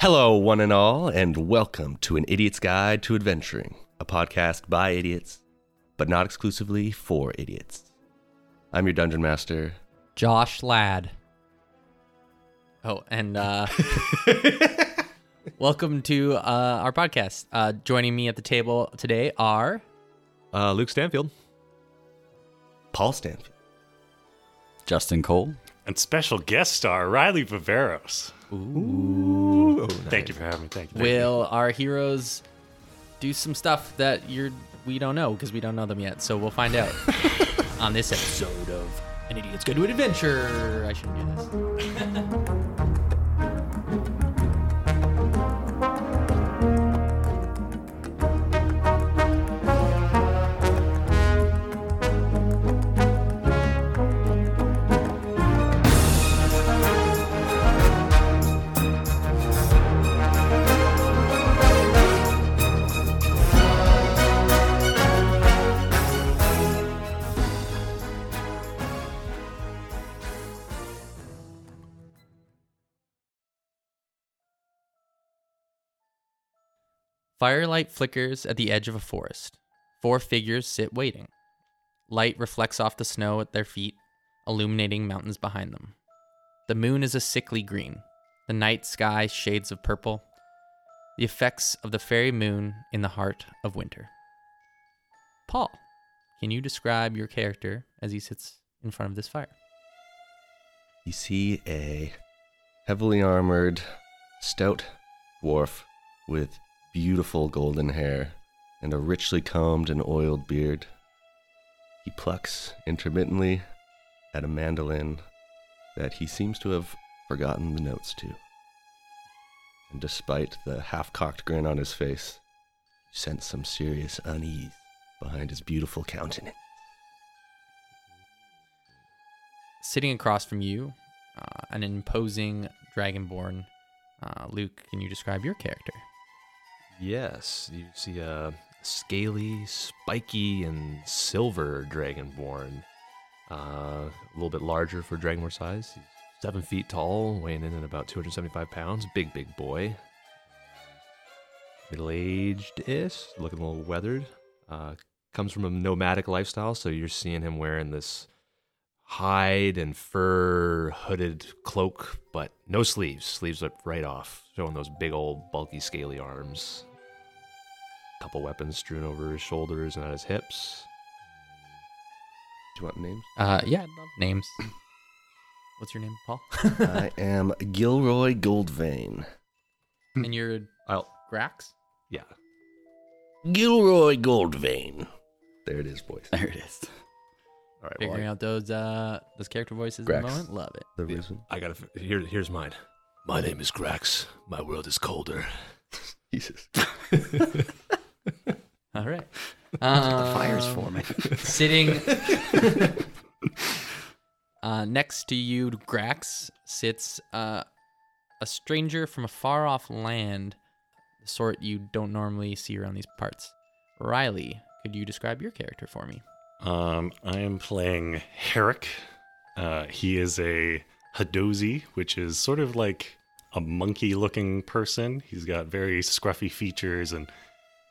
Hello, one and all, and welcome to An Idiot's Guide to Adventuring, a podcast by idiots, but not exclusively for idiots. I'm your dungeon master. Josh Ladd. Oh, and uh, welcome to uh, our podcast. Uh, joining me at the table today are Uh, Luke Stanfield. Paul Stanfield. Justin Cole. and special guest star Riley Viveros. Ooh, Thank you for having me. Thank you. Thank you. will our heroes do some stuff that you're we don't know because we don't know them yet. So we'll find out on this episode of An Idiot's Guide to an Adventure. I shouldn't do this. Firelight flickers at the edge of a forest. Four figures sit waiting. Light reflects off the snow at their feet, illuminating mountains behind them. The moon is a sickly green, the night sky shades of purple, the effects of the fairy moon in the heart of winter. Paul, can you describe your character as he sits in front of this fire? You see a heavily armored, stout dwarf with beautiful golden hair and a richly combed and oiled beard. He plucks intermittently at a mandolin that he seems to have forgotten the notes to. And despite the half cocked grin on his face, you sense some serious unease behind his beautiful countenance. sitting across from you, uh, an imposing dragonborn. Uh, Luke, can you describe your character? Yes, you see a scaly, spiky, and silver dragonborn. Uh, a little bit larger for dragonborn size. He's seven feet tall, weighing in at about 275 pounds. Big, big boy. Middle aged ish, looking a little weathered. Uh, comes from a nomadic lifestyle, so you're seeing him wearing this hide and fur hooded cloak, but no sleeves. Sleeves up right off, showing those big old bulky scaly arms. Couple weapons strewn over his shoulders and at his hips. Do you want names? Uh, yeah, I love names. What's your name, Paul? Uh, I am Gilroy Goldvein. and you're I'll Grax? yeah. Gilroy Goldvein. There it is, boys. There it is. All right. Figuring Well, out those uh those character voices Grax. at the moment. Love it. The Yeah. reason I, I gotta f- here. Here's mine. My name is Grax. My world is colder. Jesus. All right. Uh, Fire's forming. Sitting uh, next to you, Grax, sits uh, a stranger from a far off land, the sort you don't normally see around these parts. Riley, could you describe your character for me? Um, I am playing Herrick. Uh, he is a Hadozi, which is sort of like a monkey looking person. He's got very scruffy features and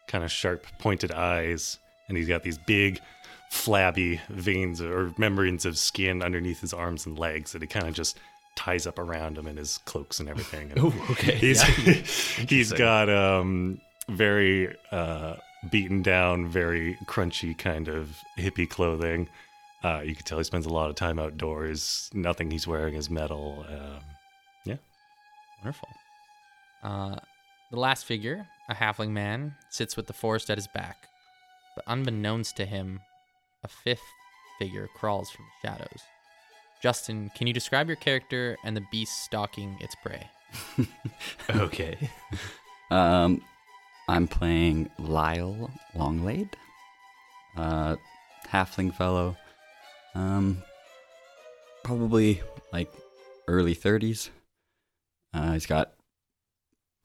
kind of sharp pointed eyes, and he's got these big, flabby veins or membranes of skin underneath his arms and legs that he kind of just ties up around him in his cloaks and everything. And- okay. He's he's got um very uh beaten down, very crunchy kind of hippie clothing. Uh, you can tell he spends a lot of time outdoors. Nothing he's wearing is metal. Um, Wonderful. Uh, the last figure, a halfling man, sits with the forest at his back. But unbeknownst to him, a fifth figure crawls from the shadows. Justin, can you describe your character and the beast stalking its prey? okay. Um, I'm playing Lyle Longlade, uh, halfling fellow. Um, probably like early 30s. Uh, he's got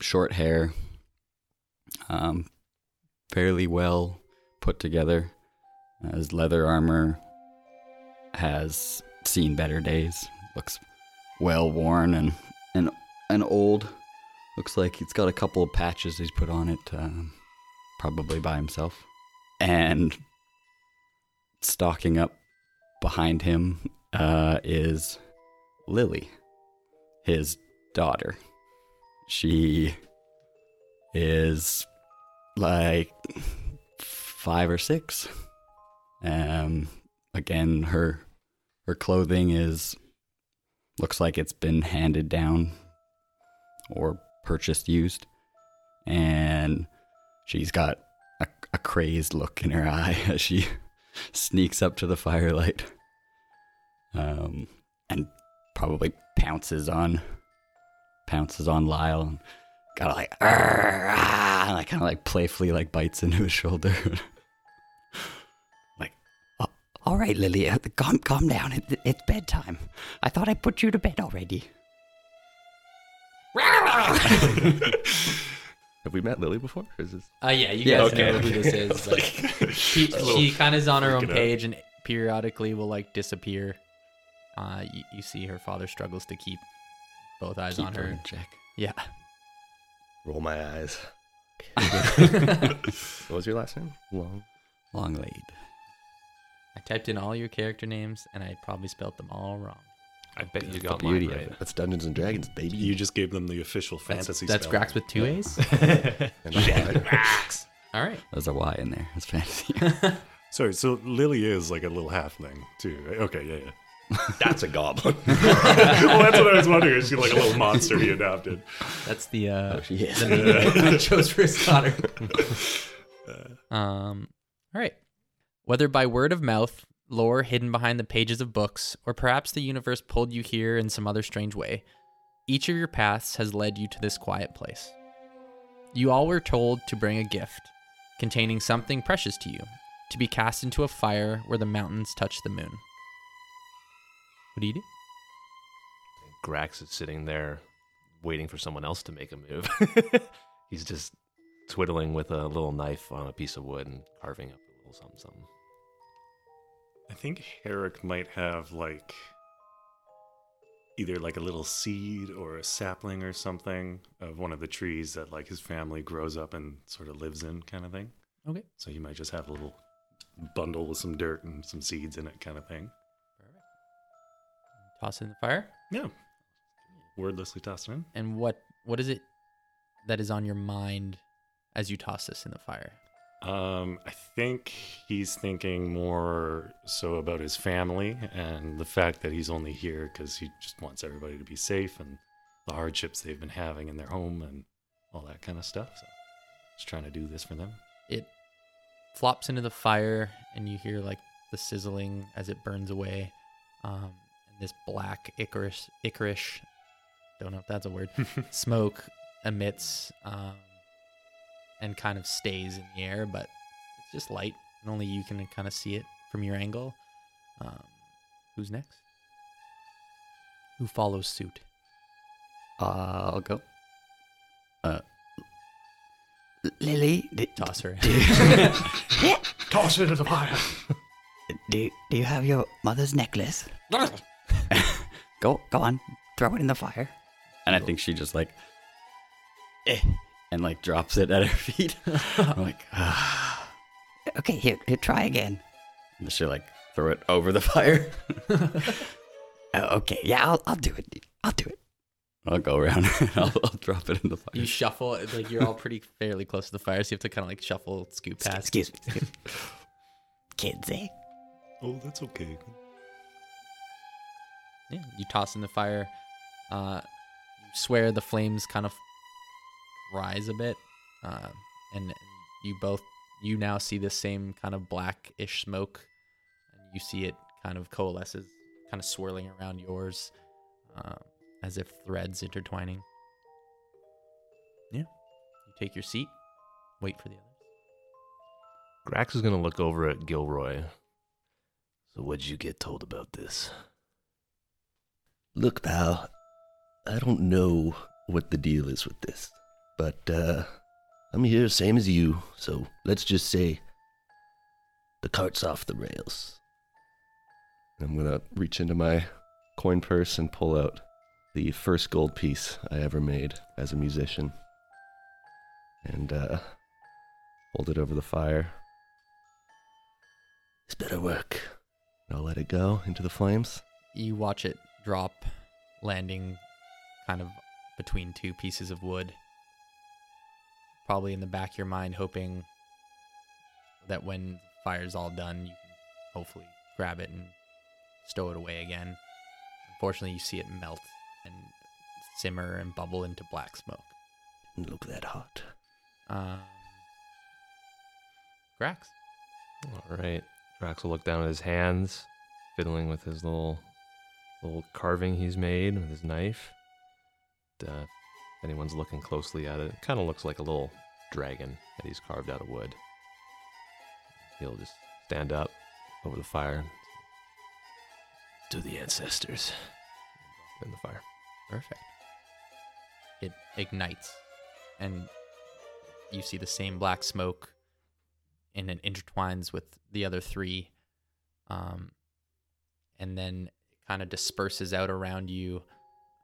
short hair, um, fairly well put together. Uh, his leather armor has seen better days. Looks well worn and and and old. Looks like he's got a couple of patches he's put on it, um, probably by himself. And stalking up behind him uh, is Lily, his daughter. She is like five or six. Um, again, her her clothing is looks like it's been handed down or purchased used, and she's got a, a crazed look in her eye as she sneaks up to the firelight, um, and probably pounces on pounces on Lyle and kind of like "Arr, ah," and like kind of like playfully like bites into his shoulder. like, "Oh, all right, Lily, uh, calm calm down. It, it's bedtime. I thought I put you to bed already. Have we met Lily before? Or is this... Uh, yeah, you Yeah, guys okay. know who this is. But she she kind of is on her own freaking out. page and periodically will like disappear. Uh, you, you see her father struggles to keep both eyes on Keep her. in check. Yeah, Roll my eyes. what was your last name? Long. Long lead. I typed in all your character names and I probably spelt them all wrong. I bet you That's got the mine beauty of right. it. That's Dungeons and Dragons, baby. You just gave them the official That's, fantasy that's spell. Grax with two A's. And I'm like, all right. There's a Y in there. That's fantasy. Sorry, so Lily is like a little halfling too. right? Okay, yeah, yeah. That's a goblin. well, that's what I was wondering. Is she like a little monster he adopted? That's the uh, she is. the name I chose for his daughter. um, all right. Whether by word of mouth, lore hidden behind the pages of books, or perhaps the universe pulled you here in some other strange way, each of your paths has led you to this quiet place. You all were told to bring a gift containing something precious to you to be cast into a fire where the mountains touch the moon. What do you do? Grax is sitting there waiting for someone else to make a move. He's just twiddling with a little knife on a piece of wood and carving up a little something something. I think Herrick might have like either like a little seed or a sapling or something of one of the trees that like his family grows up and sort of lives in, kind of thing. Okay. So he might just have a little bundle with some dirt and some seeds in it, kind of thing. Toss it in the fire. Yeah. Wordlessly tossed in. and what what is it that is on your mind as you toss this in the fire? Um, I think he's thinking more so about his family and the fact that he's only here because he just wants everybody to be safe and the hardships they've been having in their home and all that kind of stuff. So just trying to do this for them. It flops into the fire, and you hear like the sizzling as it burns away. Um, and this black icarus, icarus, don't know if that's a word, smoke emits um, and kind of stays in the air, but it's just light, and only you can kind of see it from your angle. Um, who's next? Who follows suit? I'll go. Uh, Lily, do, Toss her. Toss it into the fire. do, do you have your mother's necklace? go go on, throw it in the fire. And I think she just like, eh, and like drops it at her feet. I'm like, ah. okay, here, here, try again. And she like throw it over the fire. "Oh, okay, yeah, I'll, I'll do it. I'll do it. I'll go around. and I'll, I'll drop it in the fire. You shuffle, it's like you're all pretty fairly close to the fire, so you have to kind of like shuffle, scoot past. Excuse me. excuse me. Kids, eh? Oh, that's okay. Yeah, you toss in the fire. Uh, you swear the flames kind of rise a bit, uh, and you both you now see the same kind of blackish smoke, and you see it kind of coalesces, kind of swirling around yours, uh, as if threads intertwining. Yeah, you take your seat, wait for the others. Grax is going to look over at Gilroy. So, what'd you get told about this? Look, pal, I don't know what the deal is with this, but uh, I'm here same as you, so let's just say the cart's off the rails. I'm gonna reach into my coin purse and pull out the first gold piece I ever made as a musician. And uh, hold it over the fire. It's better work. And I'll let it go into the flames. You watch it drop, landing kind of between two pieces of wood. Probably in the back of your mind, hoping that when fire's all done, you can hopefully grab it and stow it away again. Unfortunately, you see it melt and simmer and bubble into black smoke. Didn't look that hot. Um, Grax. All right. Drax will look down at his hands, fiddling with his little little carving he's made with his knife. And, uh, if anyone's looking closely at it, it kind of looks like a little dragon that he's carved out of wood. He'll just stand up over the fire. To the ancestors. In the fire. Perfect. It ignites, and you see the same black smoke, and it intertwines with the other three, um, and then it kind of disperses out around you,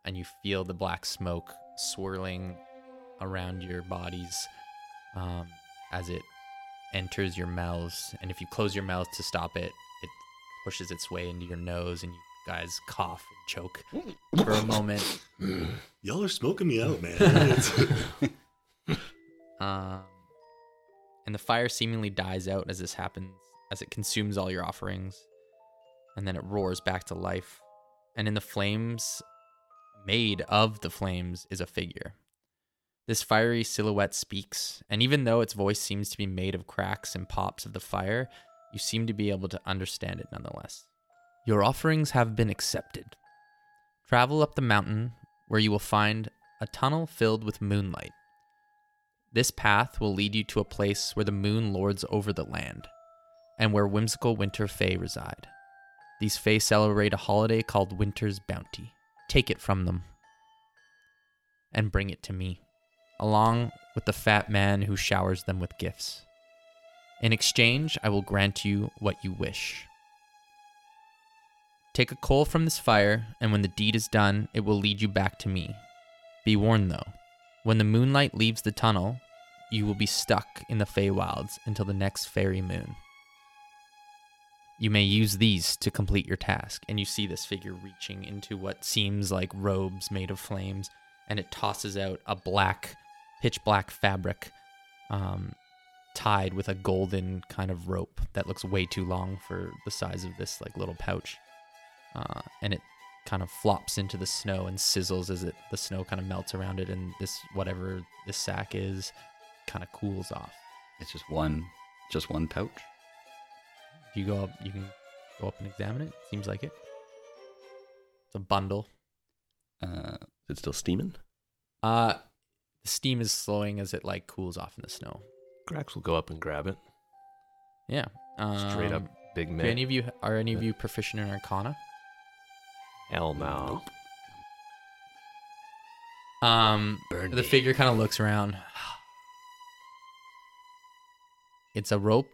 and you feel the black smoke swirling around your bodies um, as it enters your mouths. And if you close your mouth to stop it, it pushes its way into your nose, and you guys cough and choke for a moment. Y'all are smoking me out, man. It's- Um, and the fire seemingly dies out as this happens, as it consumes all your offerings. And then it roars back to life. And in the flames, made of the flames, is a figure. This fiery silhouette speaks, and even though its voice seems to be made of cracks and pops of the fire, you seem to be able to understand it nonetheless. Your offerings have been accepted. Travel up the mountain, where you will find a tunnel filled with moonlight. This path will lead you to a place where the moon lords over the land, and where whimsical winter fae reside. These fae celebrate a holiday called Winter's Bounty. Take it from them and bring it to me, along with the fat man who showers them with gifts. In exchange, I will grant you what you wish. Take a coal from this fire, and when the deed is done, it will lead you back to me. Be warned though, when the moonlight leaves the tunnel, you will be stuck in the Feywilds until the next fairy moon. You may use these to complete your task, and you see this figure reaching into what seems like robes made of flames, and it tosses out a black, pitch black fabric um, tied with a golden kind of rope that looks way too long for the size of this like little pouch. Uh, and it kind of flops into the snow and sizzles as it the snow kind of melts around it and this whatever this sack is kind of cools off. It's just one, just one pouch. You go up you can go up and examine it. Seems like it. It's a bundle. Uh, Is it still steaming? Uh the steam is slowing as it like cools off in the snow. Grax will go up and grab it. Yeah. Um, Straight up big Do man. any of you are any of you proficient in arcana? Hell no. Um, Burn the me. figure kind of looks around. It's a rope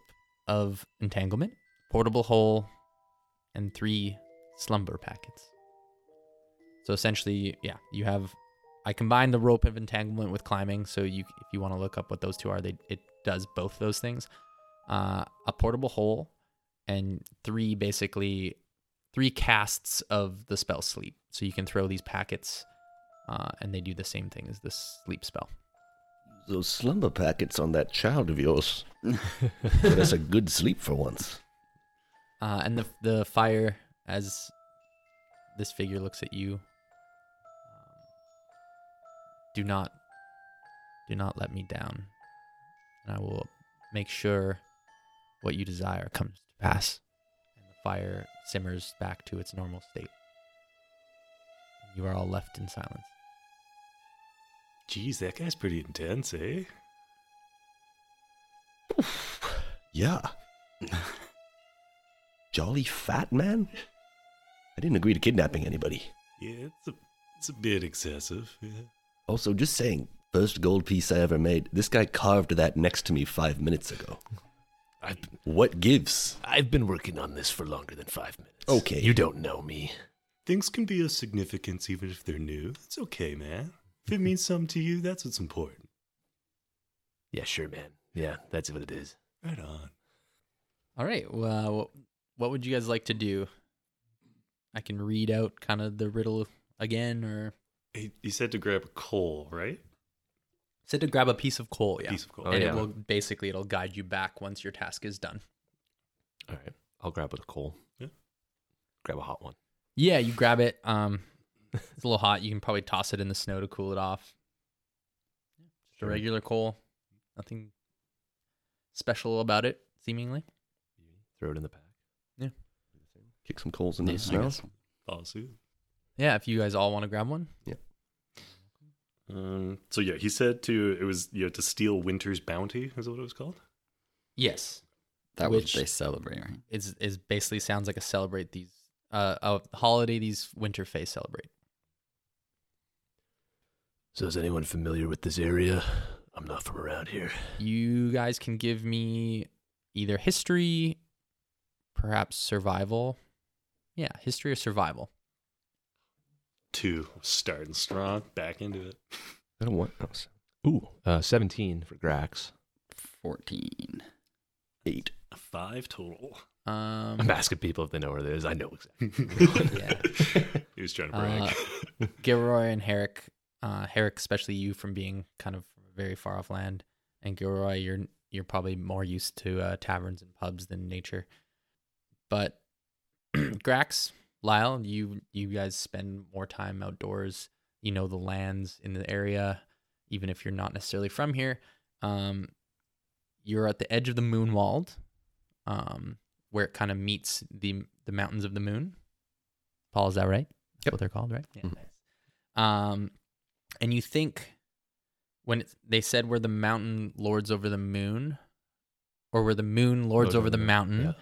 of entanglement, portable hole, and three slumber packets. So essentially, yeah, you have. I combined the rope of entanglement with climbing, so you, if you want to look up what those two are, they it does both those things. Uh, a portable hole, and three basically three casts of the spell sleep. So you can throw these packets uh, and they do the same thing as this sleep spell. Those slumber packets on that child of yours. Give us a good sleep for once. Uh, and the the fire as this figure looks at you. Um, do not, do not let me down, and I will make sure what you desire comes to pass. And the fire simmers back to its normal state. You are all left in silence. Jeez, that guy's pretty intense, eh? Yeah. Jolly fat man? I didn't agree to kidnapping anybody. Yeah, it's a, it's a bit excessive. Yeah. Also, just saying, first gold piece I ever made, this guy carved that next to me five minutes ago. I've, What gives? I've been working on this for longer than five minutes. Okay. You don't know me. Things can be of significance even if they're new. That's okay, man. If it means something to you, that's what's important. Yeah, sure, man. Yeah, that's what it is. Right on. All right. Well, what would you guys like to do? I can read out kind of the riddle again, or He, he said to grab a coal, right? said to grab a piece of coal. Yeah, Piece of coal. Oh, and yeah. it will basically it'll guide you back once your task is done. All right, I'll grab a coal. Yeah. Grab a hot one. Yeah, you grab it. Um, it's a little hot. You can probably toss it in the snow to cool it off. Just a regular coal, nothing special about it, seemingly. Throw it in the pack. Kick some coals into Yeah, the I snow. guess. Follow suit. Yeah, if you guys all want to grab one, Um, so yeah, he said to it was you know to steal Winter's bounty is that what it was called. yes, That was Which- they celebrate, right? is is basically sounds like a celebrate these uh a holiday these winter fae celebrate. So is anyone familiar with this area? I'm not from around here. You guys can give me either history, perhaps survival. Yeah, history or survival. Two starting strong, back into it. I don't want those. Ooh, uh, 17 for Grax. 14. Eight. A five total. Um I'm asking people if they know where it is. I know exactly. Yeah. Uh, He was trying to brag. Gilroy and Herrick, uh, Herrick, especially you from being kind of from a very far off land, and Gilroy, you're you're probably more used to uh, taverns and pubs than nature. But Grax, Lyle, you you guys spend more time outdoors. You know the lands in the area, even if you're not necessarily from here. Um, you're at the edge of the Moonwald, um, where it kind of meets the the mountains of the moon. Paul, is that right? That's what they're called, right? Yeah. Mhm. Nice. Um, and you think when it's, they said where the mountain lords over the moon, or where the moon lords Lords over the mountain, Yeah.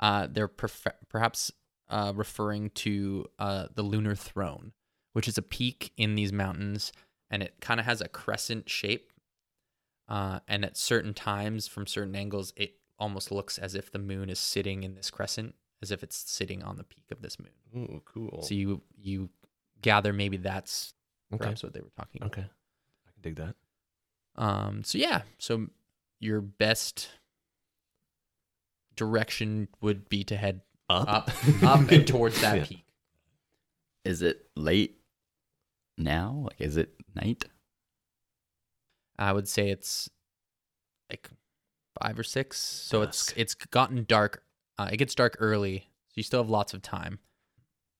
uh, they're perf- perhaps uh, referring to uh, the lunar throne, which is a peak in these mountains, and it kind of has a crescent shape. Uh, and at certain times, from certain angles, it almost looks as if the moon is sitting in this crescent, as if it's sitting on the peak of this moon. Ooh, cool. So you you gather maybe that's okay. perhaps what they were talking about. Okay. I can dig that. Um, so yeah, so your best direction would be to head up, up and towards that Yeah. peak. Is it late now? Like, is it night? I would say it's like five or six. So it's Dusk. it's gotten dark. Uh, it gets dark early, so you still have lots of time,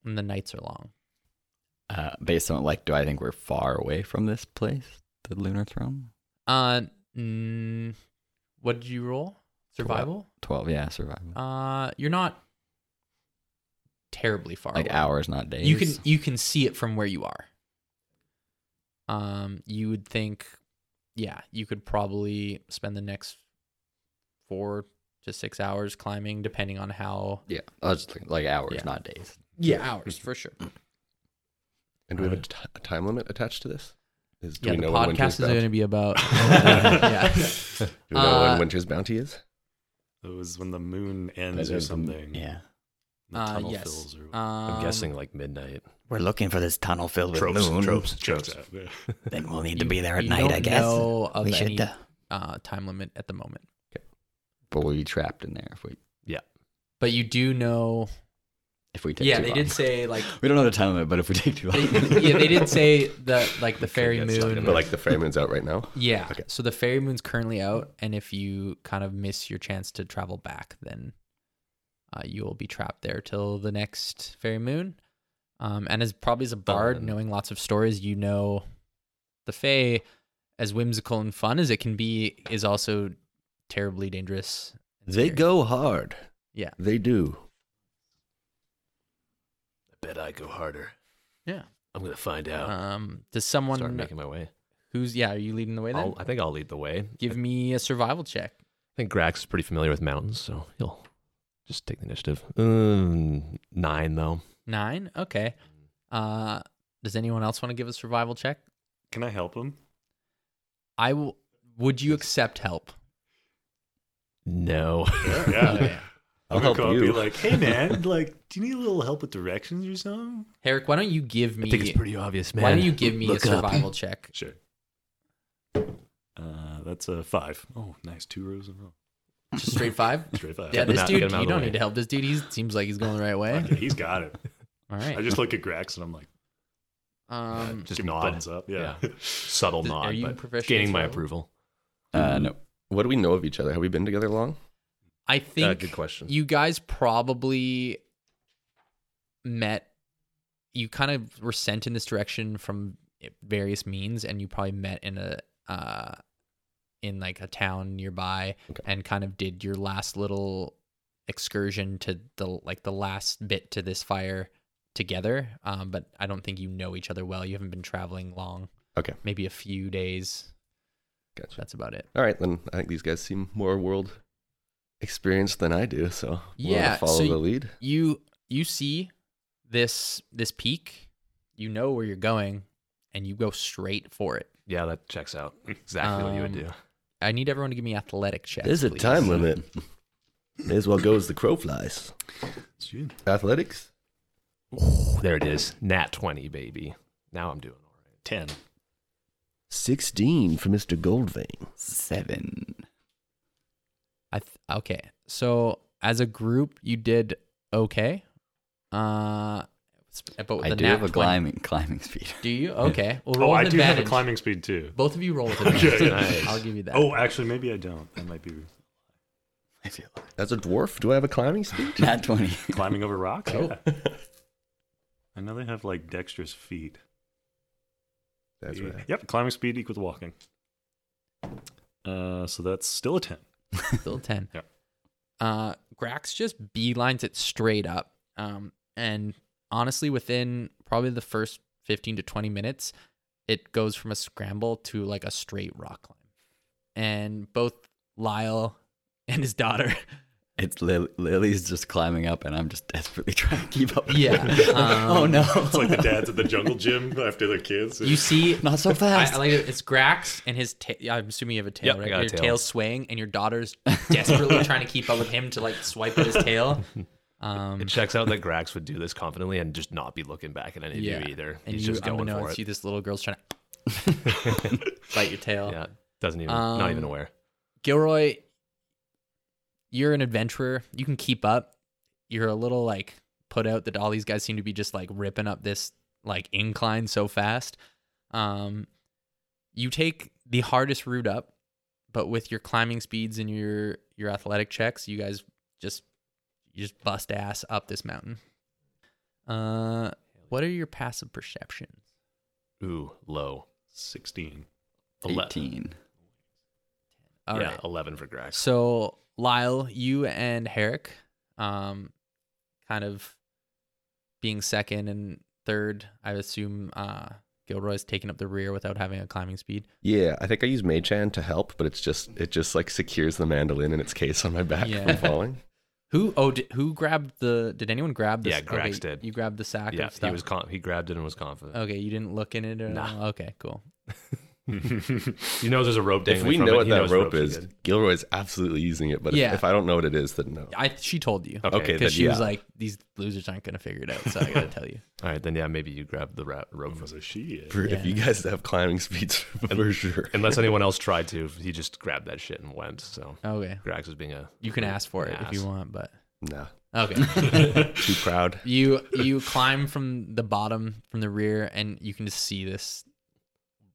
and the nights are long. Uh, based on, like, do I think we're far away from this place, the Lunar Throne? Uh, mm, what did you roll? Twelve. Survival. 12, yeah, survival. Uh, you're not terribly far. like, away. hours, not days. You can you can see it from where you are. Um, you would think, yeah, you could probably spend the next four to six hours climbing, depending on how Yeah, I was just looking, like, hours, Yeah. not days. yeah hours for sure. And do we have a, t- a time limit attached to this? Is, do yeah, we the know when podcast Winter's is going to bounty? be about. yeah. Do we know uh, when Winter's bounty is? It was when the moon ends or something. Yeah. The Uh, tunnel yes. fills or Um, I'm guessing like midnight. We're looking for this tunnel filled with moon. Checks out, yeah. Then we'll need you- you don't Know of any, uh, time limit at the moment. But we'll be trapped in there if we But you do know. if we take yeah, too they long. did say like. we don't know the time limit, but if we take too long, They, yeah, they did say the like the fairy moon. But like the Fairman's out right now. Yeah. Okay. So the fairy moon's currently out, and if you kind of miss your chance to travel back, then uh, you will be trapped there till the next fairy moon. Um, and as probably as a bard, then- knowing lots of stories, you know, the fae, as whimsical and fun as it can be, is also terribly dangerous. and They scary. go hard. Yeah. They do. I bet I go harder. Yeah. I'm gonna find out. Um, does Start someone making my way. who's yeah? Are you leading the way then? I'll, I think I'll lead the way. Give me a survival check. I think Grax is pretty familiar with mountains, so he'll just take the initiative. Um, nine though. Nine. Okay. Mm. Uh, does anyone else want to give a survival check? Can I help him? I will. Would you accept help? No. Yeah. I'll help I'll be you. like, hey man, like, do you need a little help with directions or something? Herrick, why don't you give me? pretty obvious, why don't you give me a survival check? Sure. Uh, that's a five. Oh, nice. Two rows in a row. Just straight five. Straight five. Yeah, Get him this out- dude, get him out of you the don't way. need to help. This dude, he seems like he's going the right way. Fuck it, he's got it. All I right. just look at Grax and I'm like, Um, Just give him a nod. thumbs up. Yeah. Subtle Th- are nod, you but professional gaining as my well? approval. Uh, no. What do we know of each other? Have we been together long? I Uh, think good question. you guys probably met. You kind of were sent in this direction from various means, and you probably met in a uh, in like a town nearby, Okay. and kind of did your last little excursion to the like the last bit to this fire together. Um, but I don't think you know each other well. You haven't been traveling long. Okay. maybe a few days. Gotcha. That's about it. All right, then I think these guys seem more world experienced than I do, so we'll Yeah, follow so the y- lead. you you see this this peak you know where you're going and you go straight for it Yeah, that checks out. Exactly what you would Um, do. i need everyone to give me athletic checks please. limit. May as well go as the crow flies. Shoot. Athletics? There it is. Nat 20, baby. Now I'm doing all right. Ten. 16 for Mr. Goldvein. Seven. I th- okay so as a group you did okay uh sp- but with I the do nat have a 20 climbing climbing speed. do you okay well roll Oh, with I do have a advantage. climbing speed too. both of you roll with Okay, advantage nice. i'll give you that Oh, actually, maybe I don't. That might be I feel like. As a dwarf, do I have a climbing speed? Not twenty. climbing over rocks. Yeah. I know they have like dexterous feet. That's Yeah. right. Yep, climbing speed equals walking. Uh, so that's still a ten. still 10. Yeah. Uh, Grax just beelines it straight up. Um, and honestly, within probably the first 15 to 20 minutes, it goes from a scramble to like a straight rock climb. And both Lyle and his daughter. It's Lil- Lily's just climbing up, and I'm just desperately trying to keep up. with Yeah, her. um, oh no! It's like the dads at the jungle gym after their kids. You see, Not so I, fast. I like it. It's Grax and his. Ta- yeah, I'm assuming you have a tail, Yep, I right? got a Your tail. tail's swaying, and your daughter's desperately trying to keep up with him to like swipe at his tail. Um, It checks out that Grax would do this confidently and just not be looking back at any of you either. And He's you, just going for unbeknownst, it. you this little girl's trying to bite your tail. yeah, doesn't even, not even Um, aware. Gilroy, you're an adventurer. You can keep up. You're a little like put out that all these guys seem to be just like ripping up this like incline so fast. Um, you take the hardest route up, but with your climbing speeds and your your athletic checks, you guys just you just bust ass up this mountain. Uh, what are your passive perceptions? Ooh, low. sixteen. Ele- Eighteen. All right. yeah, 11 for Grax. So Lyle, you and Herrick, um, kind of being second and third. I assume uh, Gilroy's taking up the rear without having a climbing speed. Yeah, I think I use Maychan to help, but it's just it just like secures the mandolin in its case on my back Yeah. from falling. Who? Oh, di- who grabbed the? Did anyone grab the? Yeah, s- Grax okay, did. You grabbed the sack. yeah, of stuff. he was con- he grabbed it and was confident. Okay, you didn't look in it. Or Nah. all? Okay, cool. He knows there's a rope. If dangling we from know it, what he that knows rope ropes is, are good. Gilroy's absolutely using it, but Yeah. if, if I don't know what it is, then no. I she told you Okay. Okay, because then she was yeah. like, these losers aren't gonna figure it out, so I gotta tell you. All right, then yeah, maybe you grab the ra- rope. What was a she? is. For- If you guys have climbing speeds, for sure. Unless anyone else tried to, he just grabbed that shit and went. So Okay, Grax was being a. you can ask for it An if you ass. want, but No, okay. too proud. you you climb from the bottom from the rear and you can just see this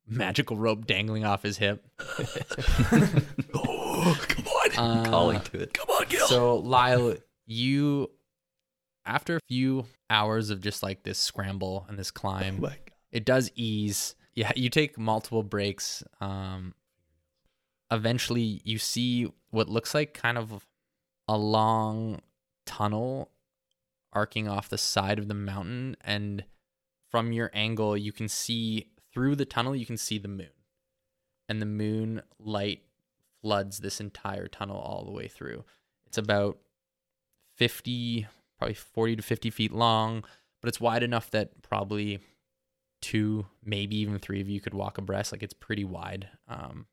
magical rope dangling off his hip Oh, come on! Uh, I'm calling to it. Come on, Gil. so lyle you after a few hours of just like this scramble and this climb it does ease yeah you take multiple breaks um eventually you see what looks like kind of a long tunnel arcing off the side of the mountain and from your angle you can see through the tunnel you can see the moon and the moon light floods this entire tunnel all the way through it's about 50 probably 40 to 50 feet long but it's wide enough that probably two maybe even three of you could walk abreast like it's pretty wide um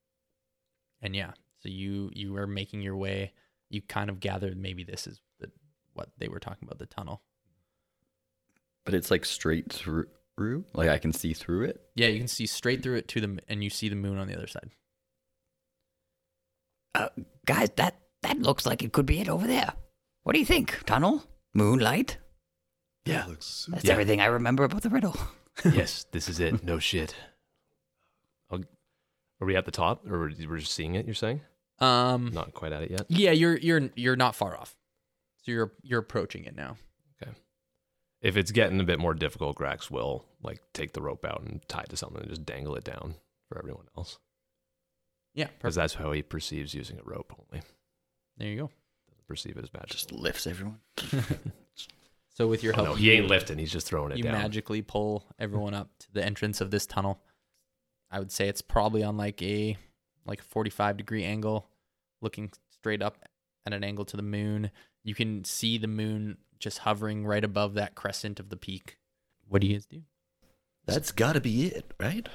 and yeah so you you are making your way you kind of gathered maybe this is the, what they were talking about the tunnel. But it's like straight through. Like I can see through it. Yeah, you can see straight through it to the m- and you see the moon on the other side. Uh, guys, that that looks like it could be it over there. What do you think? Tunnel? Moonlight? Yeah. That's Yeah. everything I remember about the riddle. yes, this is it. No shit. I'll, are we at the top, or we're we're just seeing it? You're saying? Um Not quite at it yet. yeah, you're you're you're not far off. So you're you're approaching it now. If it's getting a bit more difficult, Grax will like take the rope out and tie it to something and just dangle it down for everyone else, Yeah, perfect. because that's how he perceives using a rope. Only There you go. doesn't perceive it as magic. Just lifts everyone. So with your Oh, help, no, he ain't you- lifting. He's just throwing it you down. magically pull everyone up to the entrance of this tunnel. I would say it's probably on like a like a 45 degree angle, looking straight up at an angle to the moon. You can see the moon just hovering right above that crescent of the peak. What do you guys do? That's gotta be it, right?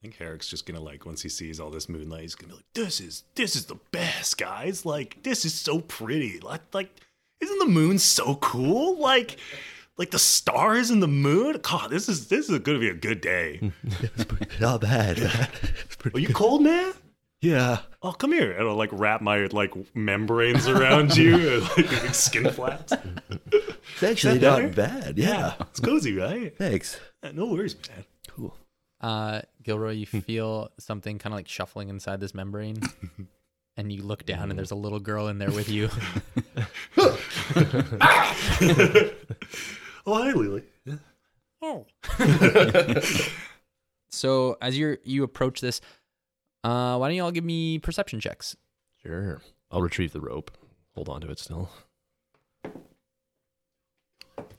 think Herrick's just gonna like once he sees all this moonlight, he's gonna be like, "This is this is the best, guys! Like this is so pretty. Like like isn't the moon so cool? Like like the stars and the moon. God, this is this is gonna be a good day. Not bad. It's Are pretty you good. cold, man? Yeah. Oh, come here. And I'll like wrap my like membranes around you and like the big skin flaps. It's actually that not bad. Yeah. it's cozy, right? Thanks. Yeah, No worries, man. Cool. Uh, Gilroy, you feel something kind of like shuffling inside this membrane, and you look down, and there's a little girl in there with you. Oh, hi, Lily. so as you are you approach this, uh, why don't you all give me perception checks? Sure. I'll retrieve the rope. Hold on to it still.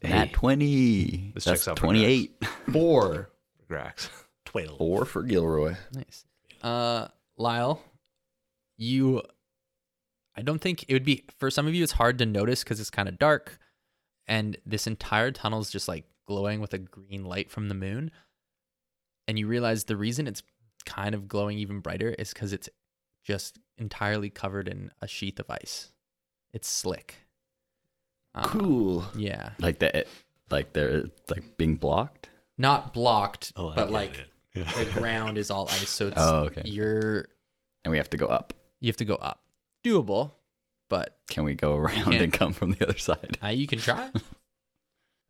Nat twenty. This That's checks out for twenty-eight. Four. Grax. Twelve. Four for Gilroy. Nice. Uh, Lyle, you. I don't think it would be for some of you. It's hard to notice because it's kind of dark, and this entire tunnel is just like glowing with a green light from the moon. And you realize the reason it's kind of glowing even brighter is because it's just entirely covered in a sheath of ice. It's slick. Uh, Cool. Yeah, Like that. Like they're like being blocked. not blocked, Oh, I but get like it. Yeah. the ground is all ice, so it's Oh, okay. you're And we have to go up. you have to go up. Doable, but Can we go around Can't. and come from the other side? uh, you can try.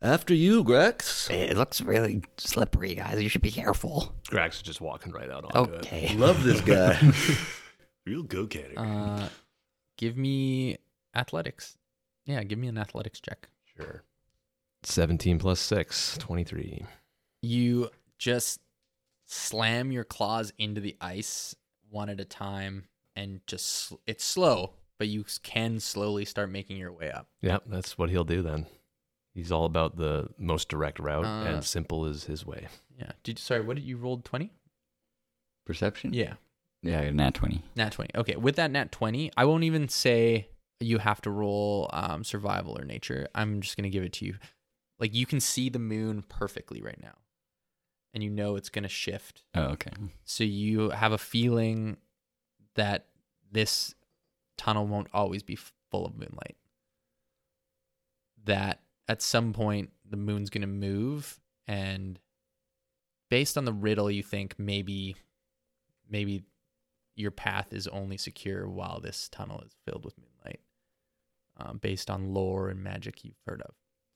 After you, Grex. It looks really slippery, guys. You should be careful. Grax is just walking right out onto it. Okay. Love this guy. Real go-getter. Uh, give me athletics. Yeah, give me an athletics check. Sure. 17 plus 6, 23. You just slam your claws into the ice one at a time, and just sl- it's slow, but you s- can slowly start making your way up. Yep, that's what he'll do then. He's all about the most direct route, Uh, and simple is his way. Yeah. Did you, sorry? What did you rolled twenty? Perception. Yeah. Yeah. Nat twenty. Nat 20. Okay, with that nat 20, I won't even say you have to roll um, survival or nature. I'm just going to give it to you. Like you can see the moon perfectly right now. And you know it's going to shift. Oh, okay. So you have a feeling that this tunnel won't always be f- full of moonlight. That at some point the moon's going to move and based on the riddle you think maybe maybe your path is only secure while this tunnel is filled with moonlight. Um, based on lore and magic you've heard of.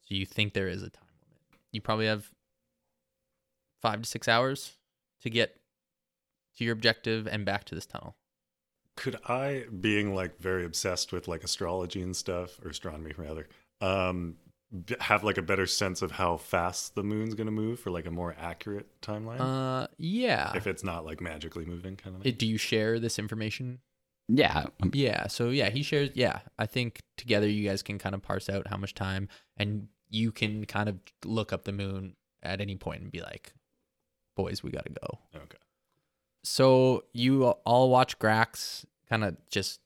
So you think there is a time limit. You probably have 5 to 6 hours to get to your objective and back to this tunnel. could i being like very obsessed with like astrology and stuff or astronomy rather um b- have like a better sense of how fast the moon's going to move for like a more accurate timeline Uh, yeah. if it's not like magically moving kind of thing It- do you share this information? Yeah. um, Yeah. So yeah, he shares. Yeah, I think together you guys can kind of parse out how much time, and you can kind of look up the moon at any point and be like, "Boys, we gotta go." okay So you all watch Grax kind of just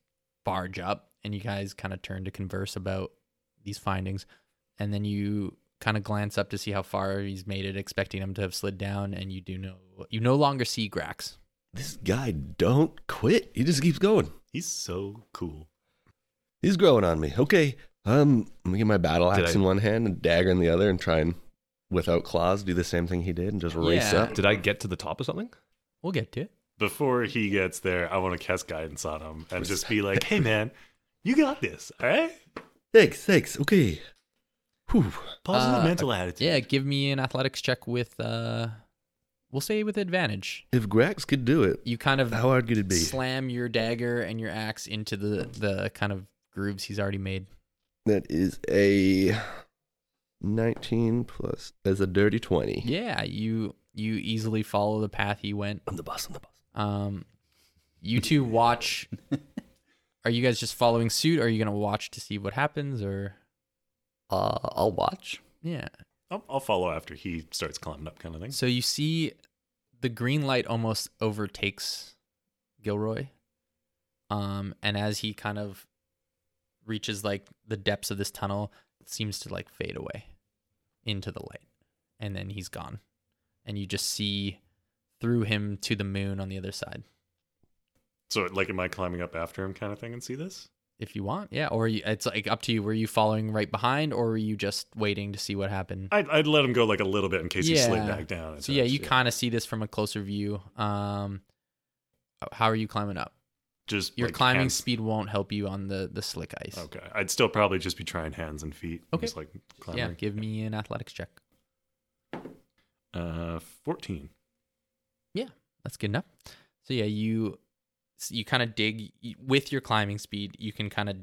barge up, and you guys kind of turn to converse about these findings, and then you kind of glance up to see how far he's made it, expecting him to have slid down, and you do know you no longer see Grax. This guy don't quit. He just keeps going. he's so cool He's growing on me. Okay. Um, I'm gonna get my battle Did axe I- in one hand and dagger in the other and try and, without claws, do the same thing he did and just race Yeah. up. Did I get to the top of something? We'll get to it. Before he gets there, I want to cast guidance on him and just be like, hey, man, you got this, all right? Thanks, thanks. Okay. Whew. Positive Uh, mental attitude. Yeah, give me an athletics check with uh we'll say with advantage. If Grax could do it, You kind of how hard could it be? slam your dagger and your axe into the the kind of grooves he's already made. That is a 19 plus. That's a dirty 20. Yeah, you you easily follow the path he went. I'm the boss. I'm the boss. Um you two watch Are you guys just following suit? Or are you going to watch to see what happens or Uh, I'll watch. yeah. I'll, I'll follow after he starts climbing up, kind of thing. So you see the green light almost overtakes Gilroy. Um, and as he kind of reaches like the depths of this tunnel, it seems to like fade away into the light. And then he's gone. And you just see through him to the moon on the other side. So, like, am I climbing up after him, kind of thing, and see this? If you want, yeah. Or you, it's like up to you. Were you following right behind or were you just waiting to see what happened? I'd, I'd let him go like a little bit in case he slid Yeah. back down. and So yeah, such, you kind of see this from a closer view. Um, how are you climbing up? just Your like, climbing hands- speed won't help you on the the slick ice. Okay, I'd still probably just be trying hands and feet. Okay. just like Yeah, climbing. give me an athletics check. Uh, fourteen. That's good enough. So yeah, you so you kind of dig you- with your climbing speed. You can kind of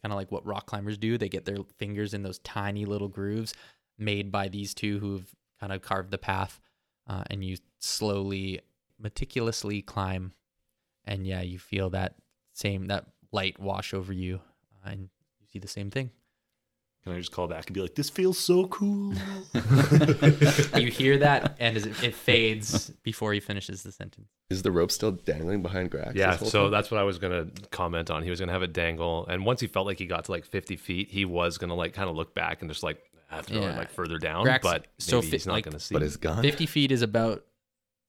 kind of like what rock climbers do. They get their fingers in those tiny little grooves made by these two who've kind of carved the path, uh, and you slowly, meticulously climb. And yeah, you feel that same that light wash over you, uh, and you see the same thing. Can I just call back and be like, "This feels so cool"? you hear that, and as it, it fades before he finishes the sentence. Is the rope still dangling behind Grax? Yeah, this whole so time? that's what I was gonna comment on. He was gonna have it dangle, and once he felt like he got to like 50 feet, he was gonna like kind of look back and just like ah, throw Yeah. it like further down. Grax- but so maybe fi- he's not like- gonna see. But it's gone. 50 feet is about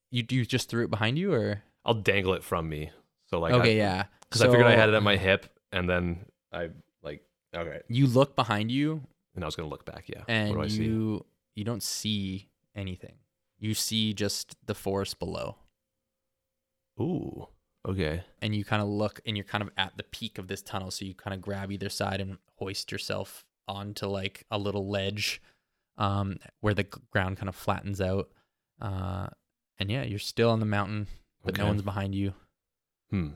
you you just threw it behind you or I'll dangle it from me. So like, okay I, yeah because I figured I So, had it at my hip, and then I like okay, you look behind you and I was gonna look back. Yeah, and what do I see? you you don't see anything you see just the forest below Ooh, okay. and you kind of look and you're kind of at the peak of this tunnel so you kind of grab either side and hoist yourself onto like a little ledge um where the g- ground kind of flattens out uh and yeah you're still on the mountain but no Okay. one's behind you Hmm.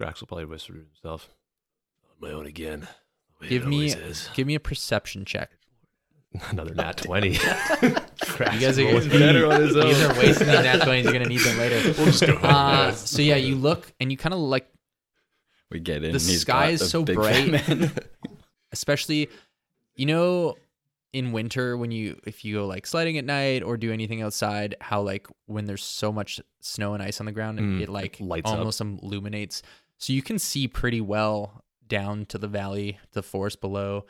Grax will probably whisper to himself, "On my own again." The way it Give me- always is." give me a perception check another nat twenty. You guys are rolls gonna better be- on his These own. are wasting the nat 20s. You're gonna need them later. We'll just go home, Uh, guys. so yeah, you look and you kind of like, We get in. The and he's sky got is the so big bright. fat man. especially, you know, in winter when you if you go like sledding at night or do anything outside, how like when there's so much snow and ice on the ground, Mm, it like it lights up. almost illuminates. So you can see pretty well down to the valley, the forest below.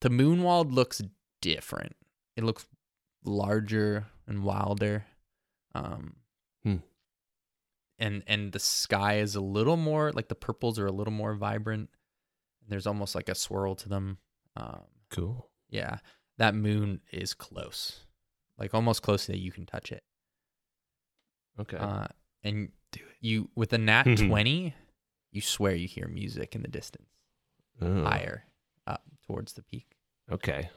The moonwald looks different. It looks larger and wilder. Um, Hmm. and and the sky is a little more like the purples are a little more vibrant. There's almost like a swirl to them. Um, cool. yeah, that moon is close, like almost close that you can touch it. Okay. Uh, and you with a nat twenty, you swear you hear music in the distance, Oh, higher up towards the peak. Okay.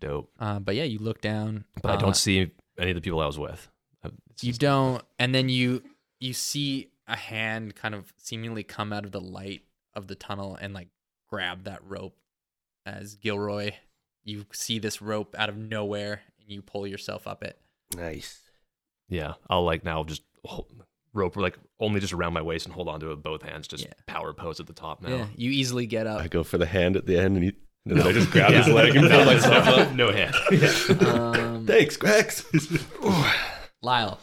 Dope. Uh, but yeah, you look down. But I don't uh, see any of the people I was with. I- it's You just- don't, and then you you see a hand kind of seemingly come out of the light of the tunnel and like grab that rope. As Gilroy, you see this rope out of nowhere, and you pull yourself up it. nice. yeah. I'll like now just hold, rope like only just around my waist and hold onto it with both hands. Just Yeah. power pose at the top now. Yeah, you easily get up. I go for the hand at the end and, he, and then I just grab Oh. Yeah. his leg and pull No, myself no, up. No hand. Um, Thanks, Grax. Oh, Lyle,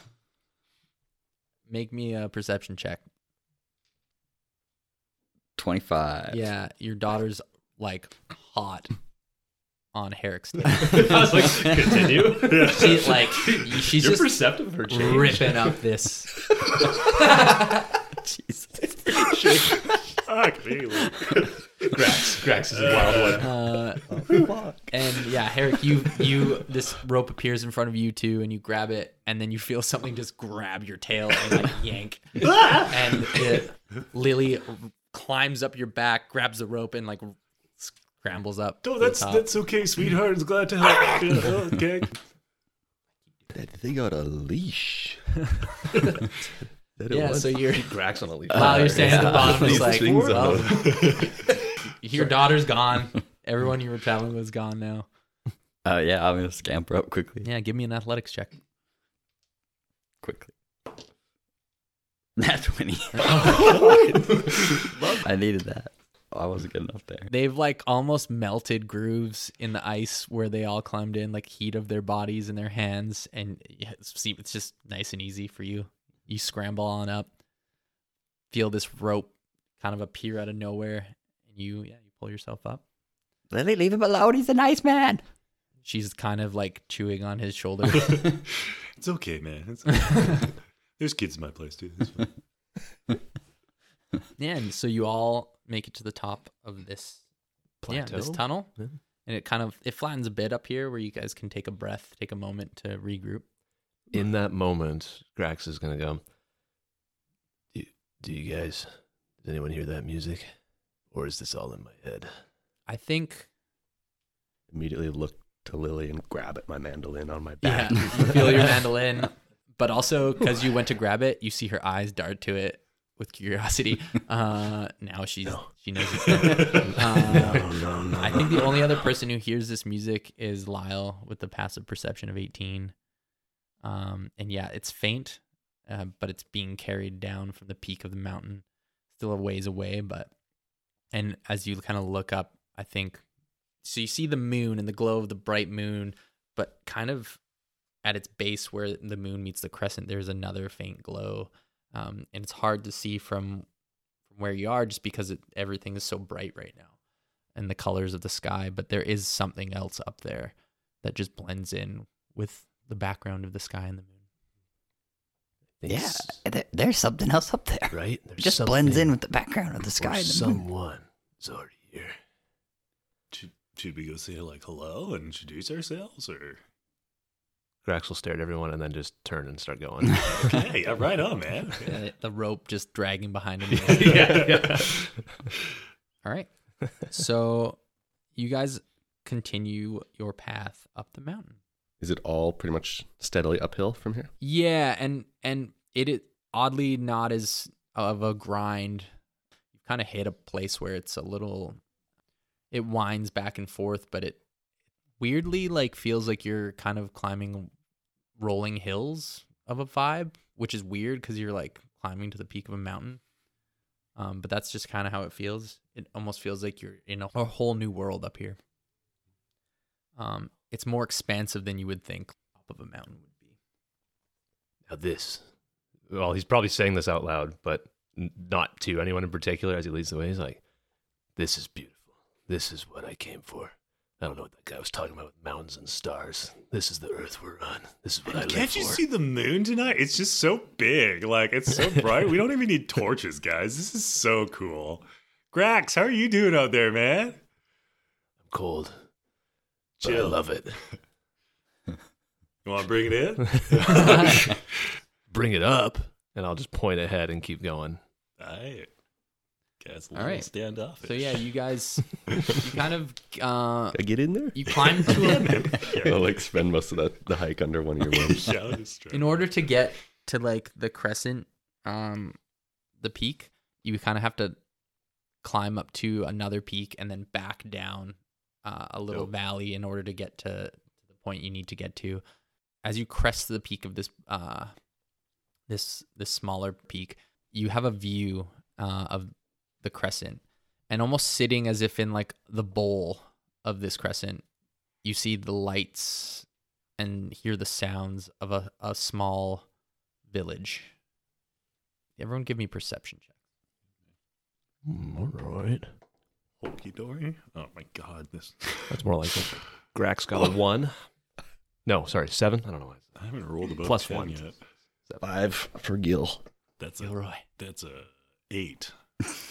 make me a perception check. 25. Yeah, your daughter's like hot on Herrick's. dick. I was like, continue. She, like she's You're just perceptive of her change. ripping up this. Ah, Fuck me. Luke. Grax. Grax Uh, is a wild one. Uh, and yeah, Herrick, you you this rope appears in front of you two, and you grab it, and then you feel something just grab your tail and like yank, and it, Lily climbs up your back, grabs the rope, and like scrambles up. to Oh, the that's top. that's okay, sweetheart. It's glad to help. Yeah, oh, okay. That they got a leash. That it yeah. was. So you're Grax on a leash. while you're standing at the yeah. bottom, it's These like things well, your daughter's gone. Everyone you were traveling with is gone now. Uh, yeah, I'm gonna scamper up quickly. Yeah, give me an athletics check. Quickly. Nat 20. I needed that. I wasn't good enough there. They've like almost melted grooves in the ice where they all climbed in, like heat of their bodies and their hands, and yeah, it's- see, it's just nice and easy for you. You scramble on up, feel this rope kind of appear out of nowhere, and you yeah you pull yourself up. Lily, leave him alone. He's a nice man. She's kind of like chewing on his shoulder. It's okay, man. It's okay. There's kids in my place too. It's fine. yeah, and so you all make it to the top of this yeah this Plateau? tunnel, Yeah. and it kind of it flattens a bit up here where you guys can take a breath, take a moment to regroup. In that moment, Grax is gonna go. Do, do you guys? Does anyone hear that music, or is this all in my head? I think Immediately look to Lily and grab at my mandolin on my Yeah, back. you feel your mandolin, but also because you went to grab it, you see her eyes dart to it with curiosity. Uh, now she's she knows. It's there. Uh, no, no. I think the only other person who hears this music is Lyle with the passive perception of eighteen. Um, and yeah, it's faint, uh, but it's being carried down from the peak of the mountain, still a ways away. But and as you kind of look up, I think so. You see the moon and the glow of the bright moon, but kind of at its base where the moon meets the crescent there's another faint glow um, and it's hard to see from from where you are just because it, everything is so bright right now and the colors of the sky but there is something else up there that just blends in with the background of the sky and the moon Yeah, It's- there, there's something else up there. right. There's It just blends in something with the background of the or sky. And the moon. someone is already here. should, should we go say like hello and introduce ourselves, or Grax will stare at everyone and then just turn and start going. okay, yeah, right on, man. Uh, the rope just dragging behind him all right so you guys continue your path up the mountain Is it all pretty much steadily uphill from here? Yeah, and and it is oddly not as of a grind. You've kind of hit a place where it's a little it winds back and forth, but it weirdly like feels like you're kind of climbing rolling hills of a vibe, which is weird cuz you're like climbing to the peak of a mountain. Um, but that's just kind of how it feels. It almost feels like you're in a, a whole new world up here. Um, it's more expansive than you would think top of a mountain would be. now this well he's probably saying this out loud but n- not to anyone in particular as he leads the way he's like this is beautiful this is what i came for i don't know what that guy was talking about with mountains and stars this is the earth we're on this is what i live Can't you for see the moon tonight? It's just so big. Like it's so bright. we don't even need torches, guys. This is so cool. Grax, how are you doing out there, man? i'm cold but i Chill. love it You want to bring it in? bring it up and i'll just point ahead and keep going All right. Guys, a All little right. standoffish. So yeah, you guys, you kind of uh, I get in there? you climb to a, Oh, I'll like spend most of that, the hike under one of your wings. Shout out to Strike. in order to get to like the crescent, um, the peak. You kind of have to climb up to another peak and then back down uh, a little Dope. valley in order to get to, to the point you need to get to. As you crest the peak of this uh, this this smaller peak, you have a view uh, of the crescent, and almost sitting as if in like the bowl of this crescent, you see the lights and hear the sounds of a, a small village. Everyone, give me perception check. Hmm, all right Hokey dory. Oh my god, this. that's more like it grax got a one no sorry seven i don't know why I haven't rolled above Plus 10 one. yet. Five for Gil. That's a Gilroy. that's a eight.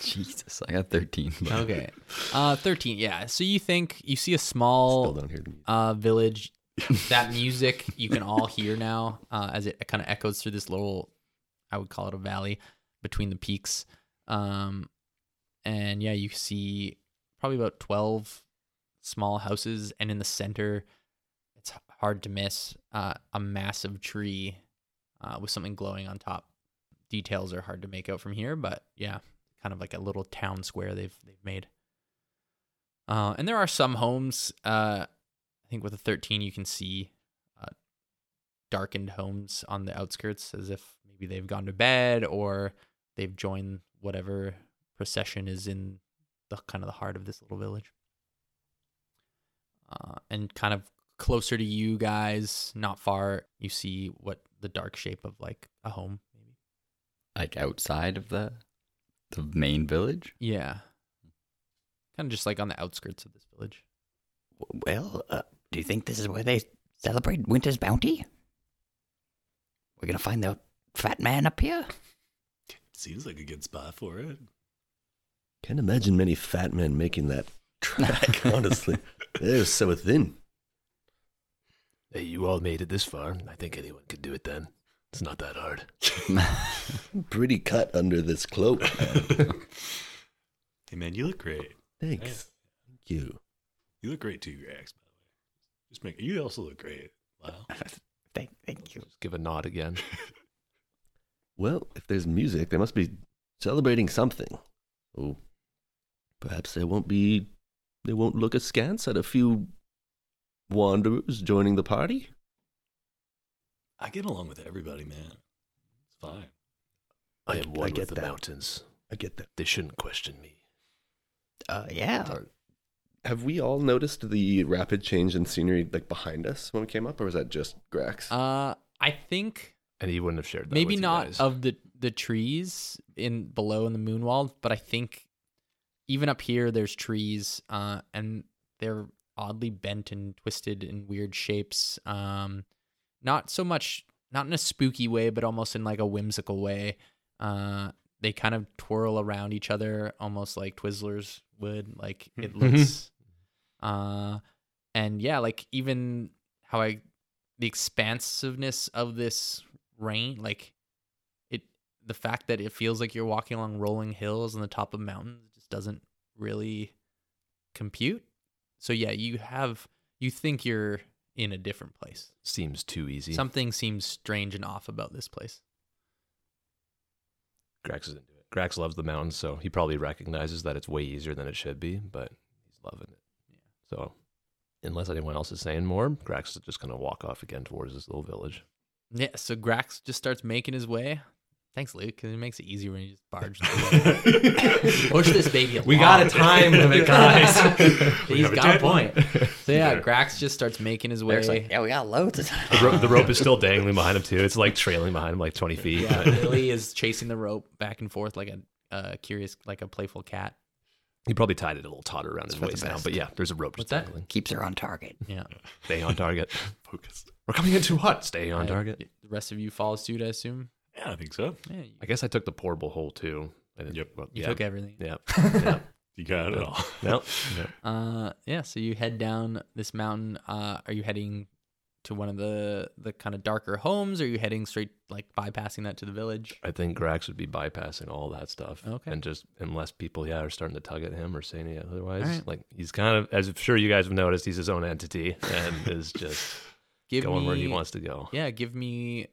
Jesus, I got 13. but- Okay. Uh, 13. Yeah. So you think you see a Still small don't hear the music. uh, village. That music you can all hear now uh, as it kind of echoes through this little, I would call it a valley between the peaks. Um, and yeah, you see probably about 12 small houses. And in the center, it's h- hard to miss uh, a massive tree uh, with something glowing on top. Details are hard to make out from here, but yeah, kind of like a little town square they've they've made. Uh, and there are some homes. Uh, I think with a 13, you can see uh, darkened homes on the outskirts, as if maybe they've gone to bed or they've joined whatever procession is in the kind of the heart of this little village. Uh, and kind of closer to you guys, not far, you see what the dark shape of like a home, maybe. Like outside of the the main village? Yeah. Kind of just like on the outskirts of this village. Well, uh, do you think this is where they celebrate Winter's Bounty? We're gonna find the fat man up here. Seems like a good spot for it. Can't imagine many fat men making that track, honestly. They're so thin. Hey, you all made it this far. I think anyone could do it then. It's not that hard. Pretty cut under this cloak. Hey man, you look great. Thanks. Thank you. You look great too, Rex. By the way, just make you also look great. Wow. Thank, thank you. Just give a nod again. Well, if there's music, they must be celebrating something. Oh, perhaps they won't be. They won't look askance at a few wanderers joining the party. I get along with everybody, man. It's fine. I I- am I one get with the that. mountains. I get that. They shouldn't question me. Uh, yeah. Have we all noticed the rapid change in scenery like behind us when we came up, or was that just Grax? Uh I think And he wouldn't have shared that. maybe with you not guys. of the the trees in below in the moon wall, but I think even up here there's trees uh and they're oddly bent and twisted in weird shapes. Um not so much not in a spooky way, but almost in like a whimsical way. Uh they kind of twirl around each other almost like Twizzlers would. Like it looks uh and yeah, like even how I the expansiveness of this rain like it the fact that it feels like you're walking along rolling hills on the top of mountains just doesn't really compute so yeah you have you think you're in a different place Seems too easy. something seems strange and off about this place Grax is into it. Grax loves the mountains, so he probably recognizes that it's way easier than it should be, but he's loving it. So, unless anyone else is saying more, Grax is just going to walk off again towards this little village. yeah so grax just starts making his way thanks luke because it makes it easier when you just barge through. push this baby along. limit, guys. he's have a got a deadline. point so yeah grax just starts making his way Eric's like, yeah, we got loads of time. the, ro- the rope is still dangling behind him, too. It's like trailing behind him like 20 feet. Yeah, Lily is chasing the rope back and forth like a uh, curious, like a playful cat. He probably tied it a little tighter around his for the waist now, best. but yeah, there's a rope just What's that? dangling. Keeps her on target. Yeah, Stay on target. Focused. We're coming in too hot. Stay on I- target. the rest of you follow suit, I assume. Yeah, I think so. Yeah, you, I guess I took the portable hole, too. I didn't, Yep. well, you yeah. took everything. Yeah. yeah. You got it all. Nope. Nope. Uh, yeah. So you head down this mountain. Uh, are you heading to one of the the kind of darker homes? are you heading straight, like bypassing that to the village? I think Grax would be bypassing all that stuff. Okay. And just unless people, yeah, are starting to tug at him or saying anything otherwise. All right. Like he's kind of as I'm sure you guys have noticed, he's his own entity and is just Give going where he me- wants to go. Yeah, give me.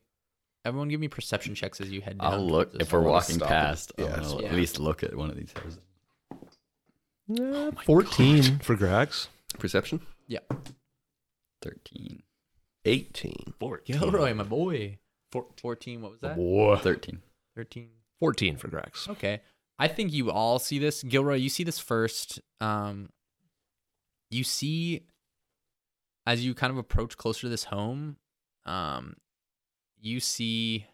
Everyone, give me perception checks as you head down. I'll look towards if this- we're wanna walking stop it. past. Yeah, I'll yeah. at least look at one of these houses. Oh Fourteen for Grax. Perception Yeah, Thirteen. eighteen. Fourteen. Gilroy, my boy. Fourteen. Fourteen. What was that? War. Thirteen. Thirteen. Fourteen for Grax. Okay. I think you all see this. Gilroy, you see this first. Um, you see, as you kind of approach closer to this home, um, you see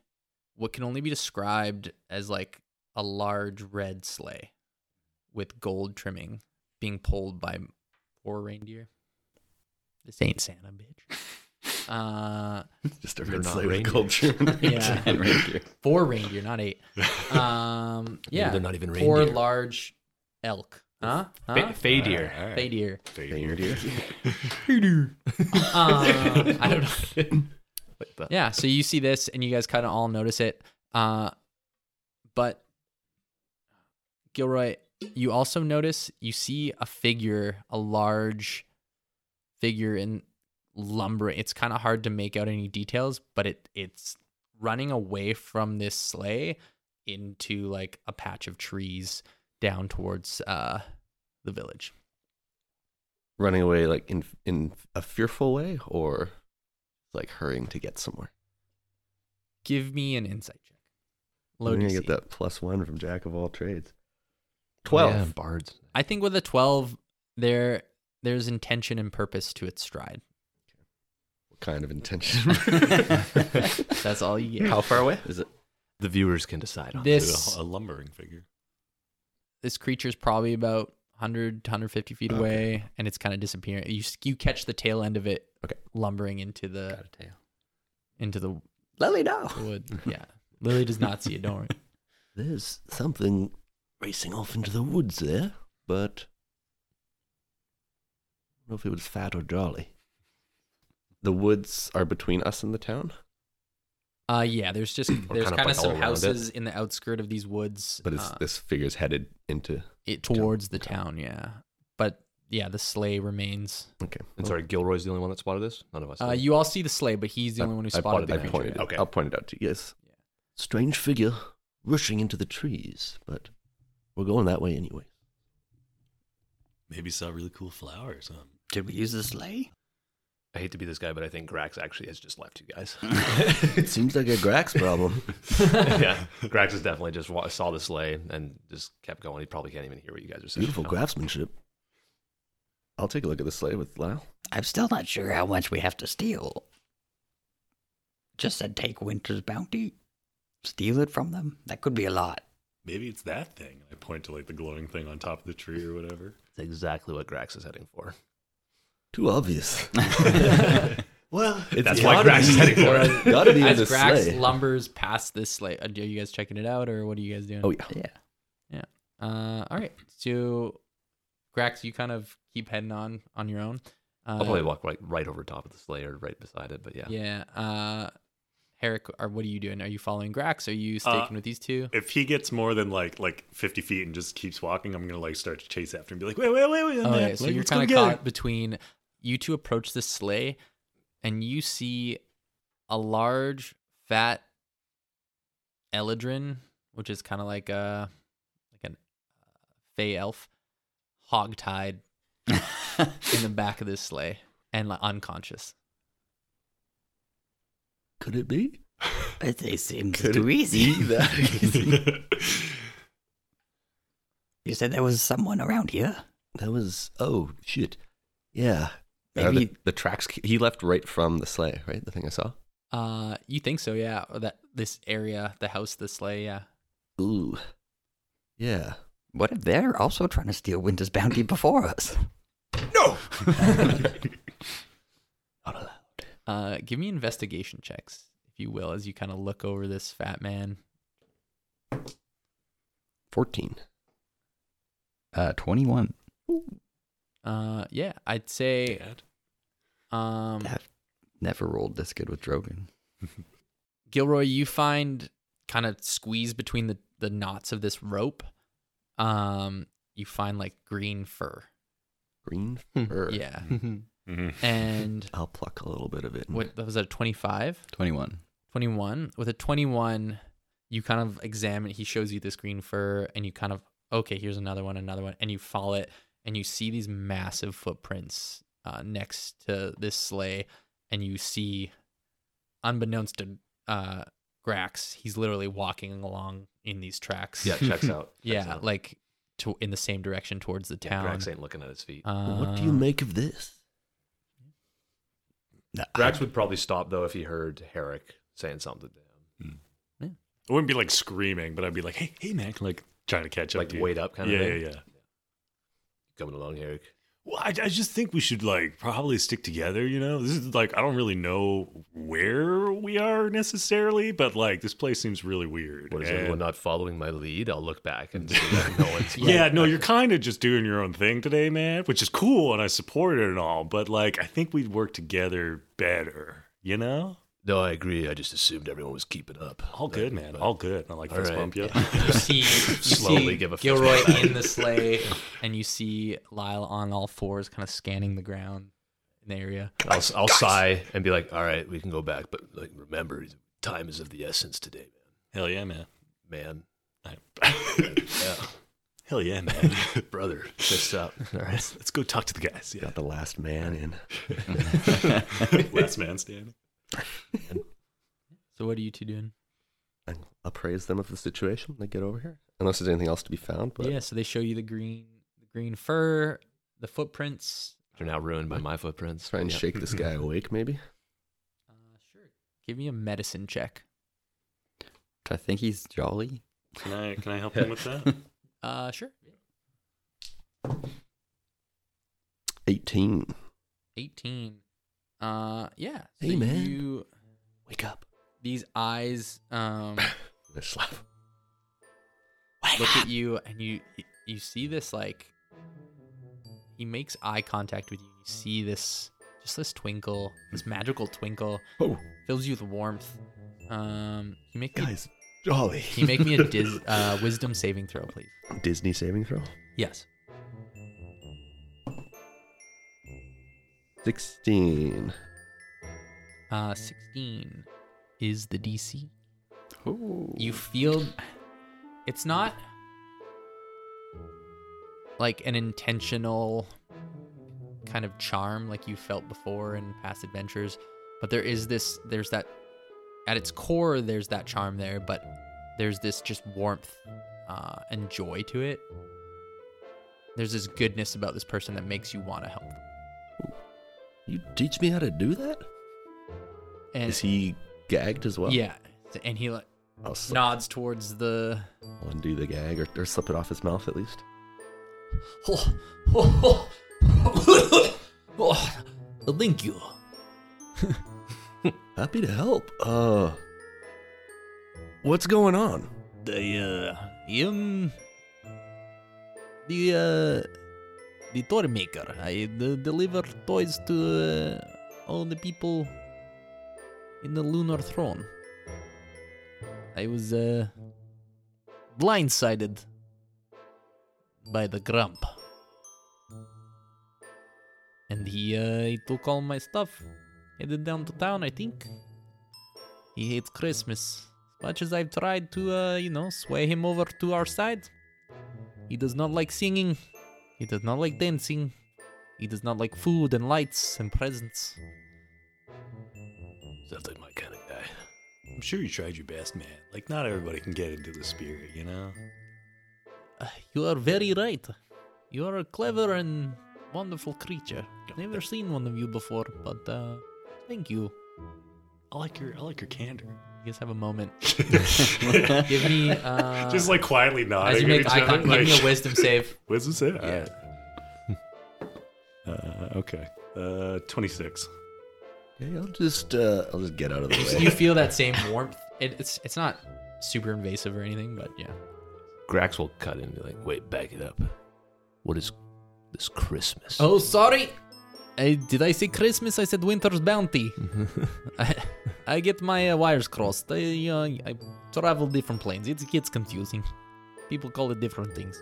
what can only be described as like a large red sleigh with gold trimming being pulled by four reindeer. This ain't Santa, bitch. Uh, Just a They're red not slave reindeer. culture. yeah, and reindeer. four reindeer, not eight. Um, Maybe yeah, they're not even four reindeer. large elk. Huh? huh? Fa- Fey deer. All right. Fey deer. Reindeer. Um, I don't know. Like the- Yeah, so you see this and you guys kind of all notice it. Uh, but Gilroy, you also notice you see a figure, a large figure in lumbering. It's kind of hard to make out any details, but it it's running away from this sleigh into like a patch of trees down towards uh the village. Running away like in in a fearful way or like hurrying to get somewhere. Give me an insight check. E. Low We're gonna DC. get that plus one from Jack of all trades. Twelve Twelve. bards. I think with a 12 there there's intention and purpose to its stride. What kind of intention? That's all you get. How far away? Is it? The viewers can decide on Ooh, This A lumbering figure. this creature's probably about 100 150 feet away and it's kind of disappearing. You s- you catch the tail end of it Okay. lumbering into the tail. into the Lily, no. wood. Yeah. Lily does not see it, don't worry. There's something racing off into the woods there, but I don't know if it was fat or jolly. The woods are between us and the town, Uh yeah, there's just there's kind kind of, of like, all some around it. houses in the outskirt of these woods. but it's uh, this figure's headed into. it town. towards the town, yeah. But yeah, the sleigh remains. Okay, And sorry, Gilroy's the only one that spotted this. None of us. Uh, did. you all see the sleigh, but he's the I- only one who I pointed- spotted the I creature. pointed it- Okay. I'll point it out to you. Yes. Yeah. Strange figure rushing into the trees, but we're going that way anyway. Maybe saw really cool flowers. Um, Did we use the sleigh? I hate to be this guy, but I think Grax actually has just left you guys. It seems like a Grax problem. yeah, Grax has definitely just wa- saw the sleigh and just kept going. He probably can't even hear what you guys are saying. Beautiful now. craftsmanship. I'll take a look at the sleigh with Lyle. I'm still not sure how much we have to steal. Just said take Winter's bounty, steal it from them. That could be a lot. maybe it's that thing. I point to like the glowing thing on top of the tree or whatever. That's exactly what Grax is heading for. Too obvious. well, That's why Grax is heading for it. Gotta be in As the Grax sleigh. lumbers past this slate, are you guys checking it out, or what are you guys doing? Oh yeah. yeah. Uh, all right. So, Grax, you kind of keep heading on on your own. Uh, I'll probably walk right, right over top of the sleigh or right beside it. But yeah, Yeah. Uh, Herrick, or what are you doing? Are you following Grax? Are you Uh, staking with these two? If he gets more than like like fifty feet and just keeps walking, I'm gonna like start to chase after him. Be like, wait, wait, wait, wait! I'm Oh, there. yeah, so Like, you're let's go kind of get her." caught between you two approach the sleigh, and you see a large, fat eladrin, which is kind of like a like an uh, fey elf, hogtied in the back of this sleigh and like, unconscious. Could it be? It, it seems Could too it easy. be that easy? You said there was someone around here. that was oh shit. Yeah. Uh, Maybe the, the tracks he left right from the sleigh, right? The thing I saw. Uh, you think so? Yeah, or that this area, the house, the sleigh. Yeah, Ooh. Yeah. what if they're also trying to steal Winter's bounty before us? Uh, give me investigation checks, if you will, as you kind of look over this fat man. Fourteen. Uh, twenty-one. Uh, yeah, I'd say. Dad? Um, Never rolled this good with Drogon. Gilroy, you find kind of squeeze between the, the knots of this rope. Um, you find like green fur. Green Hmm. fur. Yeah. Mm-hmm. Mhm. And I'll pluck a little bit of it. and- what that was a 25? Twenty-one. 21. With a 21, you kind of examine, he shows you this green fur and you kind of, okay, here's another one, another one. And you follow it and you see these massive footprints uh, next to this sleigh. And you see, unbeknownst to uh, Grax, he's literally walking along in these tracks. yeah, checks out. checks yeah, out. like to in the same direction towards the Yeah, town. Grax ain't looking at his feet. what do you Uh, make of this? Grax would probably stop though if he heard Herrick saying something to him, I wouldn't be like screaming, but I'd be like, hey, hey, man, like trying to catch up. like to you. wait up kind of yeah, thing. yeah, yeah. Coming along, Herrick. Well, I, I just think we should like probably stick together, you know? This is like, I don't really know where we are necessarily, but like this place seems really weird. What is and- everyone not following my lead? I'll look back and see that no one's. Yeah, no, you're kind of just doing your own thing today, man, which is cool and I support it and all, but like I think we'd work together better, you know? No, I agree. I just assumed everyone was keeping up. All good, man. All good. I like All fist right. bump you. You see, you Slowly see give a fist Gilroy in the sleigh, and you see Lyle on all fours, kind of scanning the ground in the area. I'll, I'll sigh and be like, "All right, we can go back, but like, remember, time is of the essence today, Hell yeah, man. man. I- Hell yeah, man. Man, brother, fist up. All right, Let's go talk to the guys. Yeah. Got the last man in. Last man standing. So, what are you two doing? I appraise them of the situation when they get over here. Unless there's anything else to be found, but yeah, so they show you the green, the green fur, the footprints. they're now ruined by my footprints. try and Yeah. shake this guy awake, maybe. Uh, sure. Give me a medicine check. I think he's jolly. Can I can I help him with that? Uh, sure. 18. 18. Uh, yeah. So Hey, man. You, Wake up. these eyes um, I slap. look at you, and you you see this like he makes eye contact with you. You see this just this twinkle, this magical twinkle Oh, fills you with warmth. Um, you make me, guys, jolly. you make me a dis, uh, wisdom saving throw, please. Disney saving throw. Yes. 16. Uh, 16 is the DC. Ooh. You feel it's not like an intentional kind of charm like you felt before in past adventures, but there is this there's that at its core there's that charm there, but there's this just warmth uh, and joy to it. There's this goodness about this person that makes you want to help. them. You teach me how to do that? And Is he gagged as well? yeah, and he like I'll, slip, nods towards the I'll undo the gag or, or slip it off his mouth at least. oh, thank you. Happy to help. Uh, what's going on? The uh, um, the uh, the toy maker. I d- deliver toys to uh, all the people in the lunar throne. I was uh, blindsided by the grump, and he uh, he took all my stuff, headed down to town. I think. He hates Christmas. Much as I've tried to, uh, you know, sway him over to our side, he does not like singing. He does not like dancing. He does not like food and lights and presents. Sounds like my kind of guy. I'm sure you tried your best, man. Like not everybody can get into the spirit, you know? Uh, you are very right. You are a clever and wonderful creature. Never seen one of you before, but uh, thank you. I like your I like your candor. You guys have a moment. Give me, uh, Just like quietly nodding. as you at make each eye other, contact, give me like- a wisdom save. Wisdom save. All Yeah. right. Uh, okay. Uh, 26. Okay, I'll just uh, I'll just get out of the way. you feel that same warmth. It, it's it's not super invasive or anything, but yeah. Grax will cut in and be like, "Wait, back it up. What is this Christmas? Oh, sorry. I, did I say Christmas? I said Winter's Bounty. I, I get my uh, wires crossed. I, uh, I travel different planes. It gets confusing. People call it different things.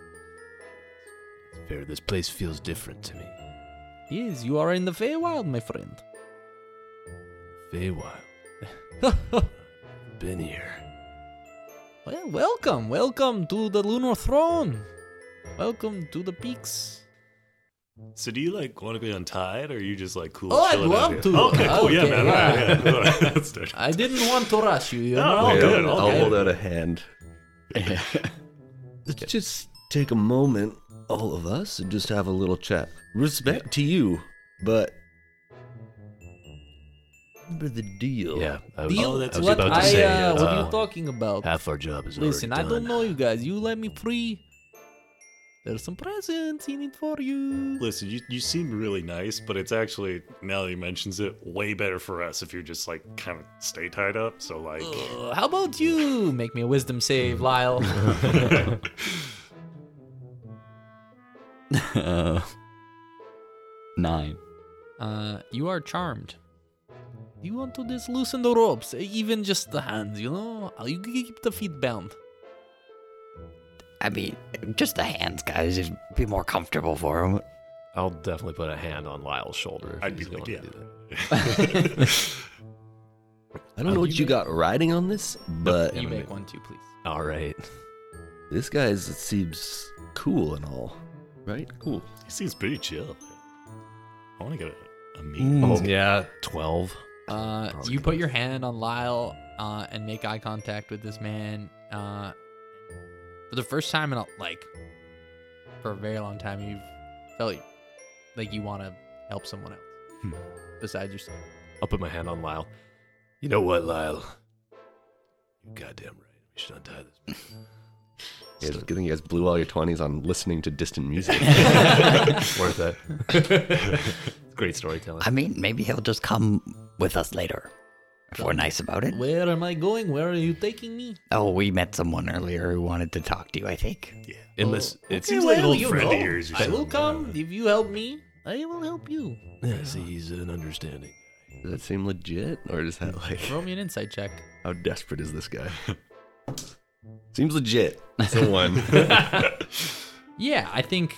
Fair. This place feels different to me. Yes, you are in the Feywild, my friend. Feywild. Been here. well, welcome, welcome to the Lunar Throne. Welcome to the peaks. So do you like want to be untied, or are you just like cool? Oh, I'd chilling out love here? to. Okay, cool. Yeah, Okay, man. yeah. All right, yeah. All right, let's do it. I didn't want to rush you. you No, know? all Yeah, good, I'll all good. hold out a hand. Let's just take a moment, all of us, and just have a little chat. Respect to you, but remember the deal. Yeah. I was, Oh. Deal. I Oh, that's was what about to I, say. uh, what uh, are you talking about? half our job is Listen, I already don't done. know you guys. You let me free. There's some presents in it for you. Listen, you, you seem really nice, but it's actually, now that he mentions it, way better for us if you're just like kind of stay tied up. So, like, Uh, how about you make me a wisdom save, Lyle? Uh, nine. uh, you are charmed. You want to just loosen the ropes, even just the hands, you know? Uh, You keep the feet bound. I mean, just the hands, guys. It'd be more comfortable for him. I'll definitely put a hand on Lyle's shoulder. if I'd he's be like, willing to yeah. do that. I don't know what you got riding on this, but You make one too, please. All right. this guy's it seems cool and all, right? Cool. he seems pretty chill. I want to get a, a meet. Oh, yeah. 12. Uh, Probably you put your hand on Lyle uh, and make eye contact with this man. Uh, for the first time in a, like for a very long time, you've felt like, like you want to help someone else Hmm. besides yourself. I'll put my hand on Lyle. You know what, Lyle? You goddamn right. We should untie this. Yeah, it's a good thing you guys blew all your twenties on listening to distant music. Worth it. It's Great storytelling. I mean, maybe he'll just come with us later if we're nice about it. Where am I going? Where are you taking me? Oh, we met someone earlier who wanted to talk to you, I think. Unless Okay, it seems well, like an old you friend know. of yours. I will come if you help me. I will help you. Yeah, see, he's an understanding. Does that seem legit, or is that like Throw me an insight check. how desperate is this guy? seems legit. It's a one. Yeah, I think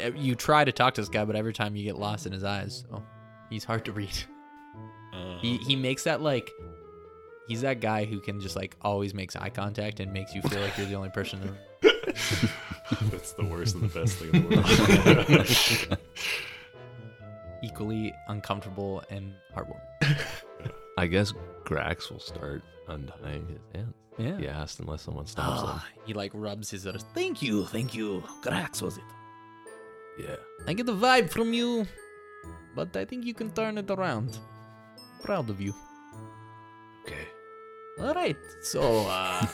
eh, you try to talk to this guy, but every time you get lost in his eyes, so he's hard to read. Uh, He he makes that like he's that guy who can just like always makes eye contact and makes you feel like you're the only person. in the room. that's the worst and the best thing in the world. Equally uncomfortable and heartwarming. I guess Grax will start untying his hands. Yeah. He asked unless someone stops Ah, he like rubs his wrist. Thank you, thank you. Grax was it. him. Yeah. I get the vibe from you, but I think you can turn it around. Proud of you. Okay. All right. So, uh,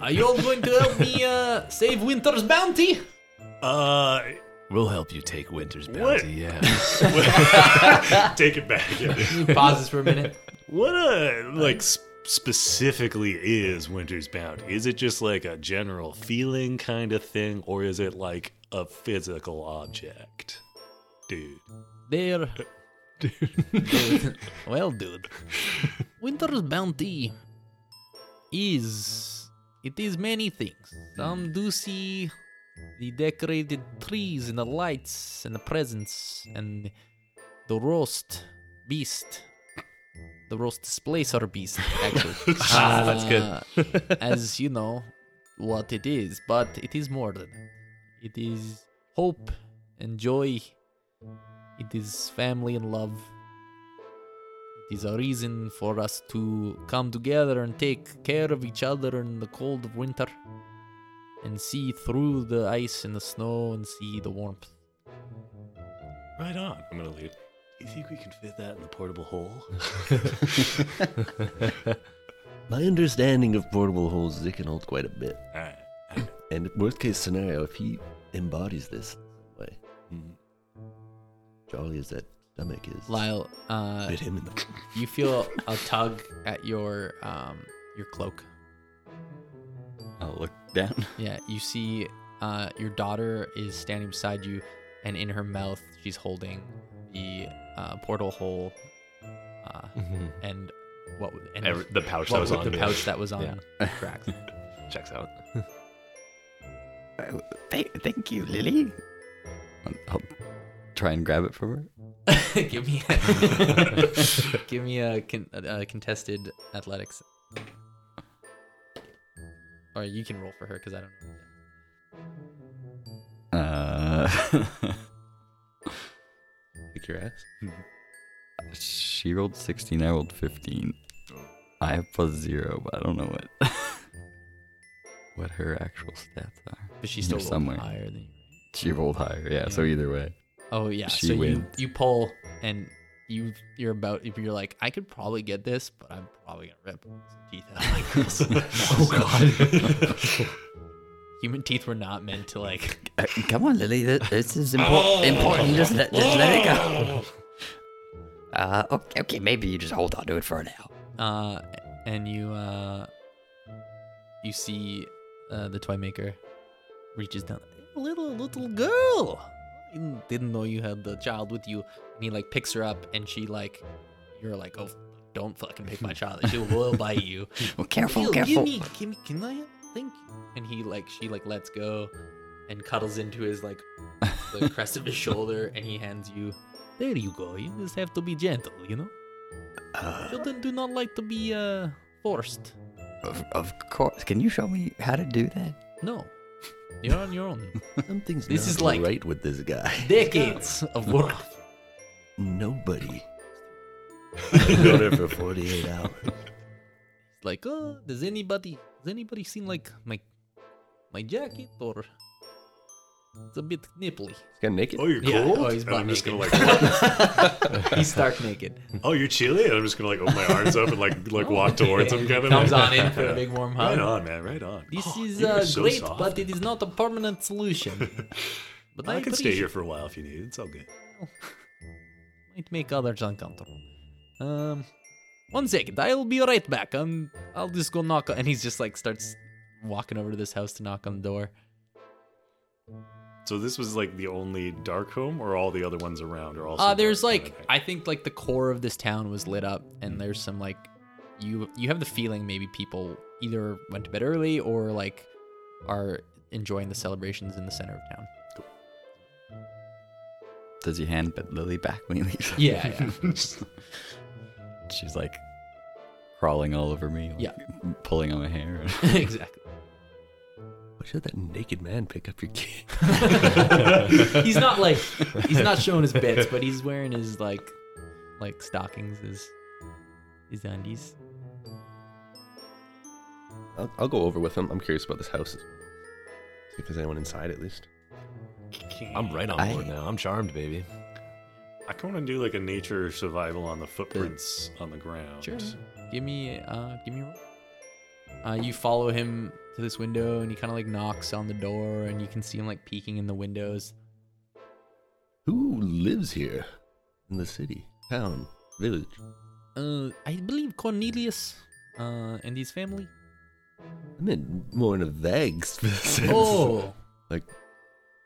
are you all going to help me uh, save Winter's bounty? uh, We'll help you take Winter's bounty. What? Yeah. take it back. He pauses for a minute. What uh like sp- specifically is Winter's Bounty? Is it just like a general feeling kind of thing, or is it like a physical object, dude? There. well, dude. Winter's bounty is. It is many things. Some do see the decorated trees and the lights and the presents and the roast beast. The roast displacer beast, actually. Ah, that's good. as you know, what it is, but it is more than that. It is hope and joy it is family and love. It is a reason for us to come together and take care of each other in the cold of winter and see through the ice and the snow and see the warmth. Right on. I'm gonna leave. You think we can fit that in the portable hole? My understanding of portable holes is it can hold quite a bit. All right. And worst case scenario, if he embodies this way, Mhm. jolly as that stomach is, Lyle, uh, bit him in the. you feel a tug at your um, your cloak. I'll look down. Yeah, you see uh, your daughter is standing beside you, and in her mouth she's holding the uh, portal hole uh, and what would and Every- the pouch that what was was on the me. pouch that was on Grax. Checks out. Uh, th- thank you, Lily. I'll, I'll Um, try and grab it from her. give me a, give me a, con, a, a contested athletics. Or you can roll for her because I don't know. Uh, Kick your ass. she rolled 16, I rolled 15. I have plus zero, but I don't know what what her actual stats are. But she's You're still Mm, somewhere somewhere. higher than you. She rolled higher, yeah, so Yeah. either way. Oh yeah. She so wins. you you pull and you you're about you're like I could probably get this, but I'm probably gonna rip some teeth out. oh god. Human teeth were not meant to like. Uh, come on, Lily. th- This is impor- important. Just let, just let it go. Uh, okay, okay, maybe you just hold on to it for now. Uh, and you uh, you see uh, the toy maker reaches down. Little little girl. Didn't, didn't know you had the child with you. And he like picks her up, and she like, you're like, oh, don't fucking pick my child. She will bite you. Well, careful, Ew, Give careful. me, give me, can I? Thank you. And he like, she like lets go, and cuddles into his like, the crest of his shoulder, and he hands you. There you go. You just have to be gentle, you know. Children do not like to be uh forced. Of, of course. Can you show me how to do that? No, you're on your own. Something's This not is like- right with this guy. Decades of work. Nobody. Go there for 48 hours. It's like, oh, does anybody has anybody seen like my my jacket or? It's a bit nipply. He's got naked. Oh, you're cold. Yeah, oh, he's and I'm butt just gonna like. naked. He's stark naked. Oh, you're chilly. And I'm just gonna like open my arms up and like like walk towards him. Kind of Comes like- on in for a big warm hug. Right on, man. Right on. This Oh, is you are uh, so great, soft. but it is not a permanent solution. But I, I can stay here appreciate- for a while if you need. It's all good. Might make others uncomfortable. Um, one second. I'll be right back. Um, I'll just go knock. on- And he's just like starts walking over to this house to knock on the door. So this was like the only dark home, or all the other ones around, or also. Uh, there's dark kind like of thing? I think like the core of this town was lit up, and there's some like you you have the feeling maybe people either went to bed early or like are enjoying the celebrations in the center of town. Does he hand Lily back when he leaves? Yeah, She's like crawling all over me. like, Yeah. Pulling on my hair. yeah. exactly. Why should that naked man pick up your kid? he's not like he's not showing his bits, but he's wearing his like like stockings, his his undies. I'll, I'll go over with him. I'm curious about this house. See if there's anyone inside at least. I'm right on I- board now. I'm charmed, baby. I kind of do like a nature survival on the footprints on the ground. Sure. Give me uh give me a roll. Uh you follow him to this window and he kinda like knocks on the door and you can see him like peeking in the windows. Who lives here in the city, town, village? Uh I believe Cornelius uh and his family. I meant more in a vague sense. Oh Like,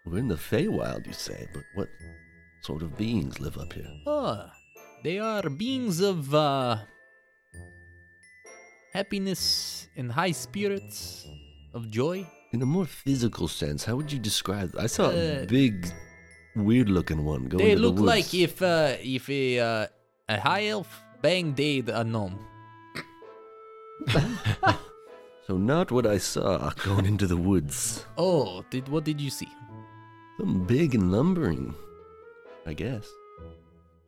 we're in the Feywild, you say, but what sort of beings live up here? Oh, they are beings of uh, happiness and high spirits, of joy. In a more physical sense, how would you describe? I saw a Uh, big, weird-looking one go they into the look like woods. if uh, if a uh, a high elf banged a gnome. So not what I saw going into the woods. Oh, did what did you see? Something big and lumbering, I guess.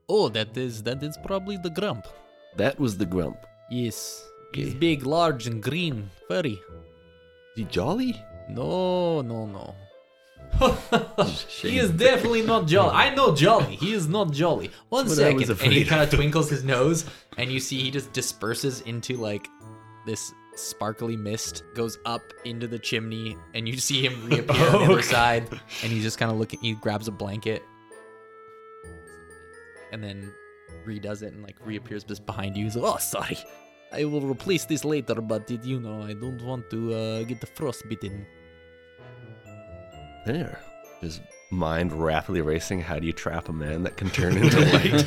Oh, that is that is probably the grump. That was the grump. Yes, he's Okay. big, large, and green, furry. Is he jolly? No, no, no. he is definitely not jolly. I know jolly. He is not jolly. One That's what I was second, and he afraid kind of twinkles his nose, and you see he just disperses into like this sparkly mist, goes up into the chimney, and you see him reappear on the Oh, other side, and he's just kind of looking. He grabs a blanket, and then redoes it, and like reappears just behind you. He's like, "Oh, sorry." I will replace this later, but it, you know, I don't want to uh, get the frostbitten. There. His mind rapidly racing. How do you trap a man that can turn into light?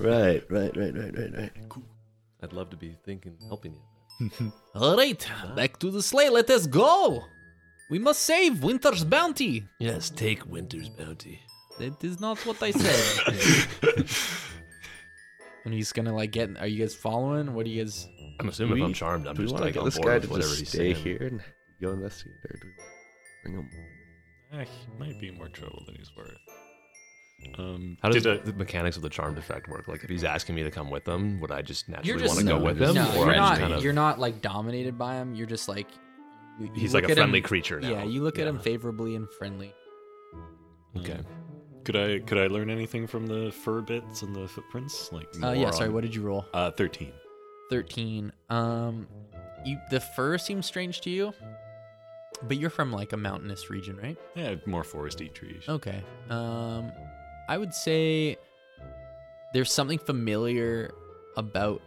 right, right, right, right, right, right. I'd love to be thinking, helping you. All right, back to the sleigh. Let us go. We must save Winter's bounty. Yes, take Winter's bounty. That is not what I said. and he's gonna like get. Are you guys following? What do you guys? I'm assuming if I'm charmed, I'm do we just wanna like get on this board guy with to whatever just he's stay saying. here and go investigate, or do we bring him? Eh, he might be more trouble than he's worth. Um, How does did I- the mechanics of the charmed effect work? Like, if he's asking me to come with him, would I just naturally You're just want to go No, with you're him? no. just- or You're I just not. kind of, You're not like dominated by him. You're just like. you- you he's like look a at him- friendly creature now. Yeah, you look at him favorably and friendly. Okay. Um, could I could I learn anything from the fur bits and the footprints? Like Uh, yeah. more Sorry. on- What did you roll? Uh, thirteen. 13 um you the fur seems strange to you But you're from like a mountainous region, right? Yeah, more foresty trees. Okay. Um, I would say there's something familiar about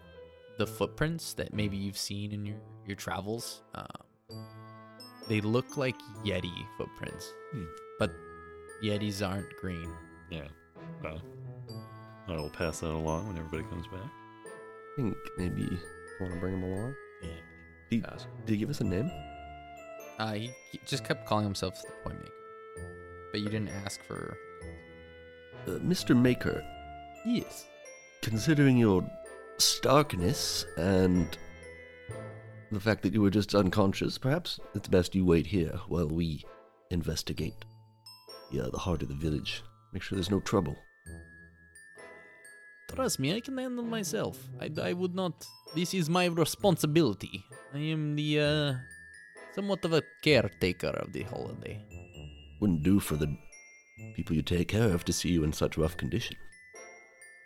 the footprints that maybe you've seen in your your travels. Um, they look like Yeti footprints, Hmm. but Yetis aren't green. Yeah. Well, I will pass that along when everybody comes back. I think maybe you want to bring him along. Yeah. Did, did he give us a name? Uh, he, he just kept calling himself the Point Maker, but you didn't ask for. Uh, Mr. Maker, Yes. considering your starkness and the fact that you were just unconscious, perhaps it's best you wait here while we investigate. Yeah, the heart of the village. Make sure there's no trouble. Trust me, I can handle myself. I, I would not. This is my responsibility. I am the, uh, somewhat of a caretaker of the holiday. Wouldn't do for the people you take care of to see you in such rough condition.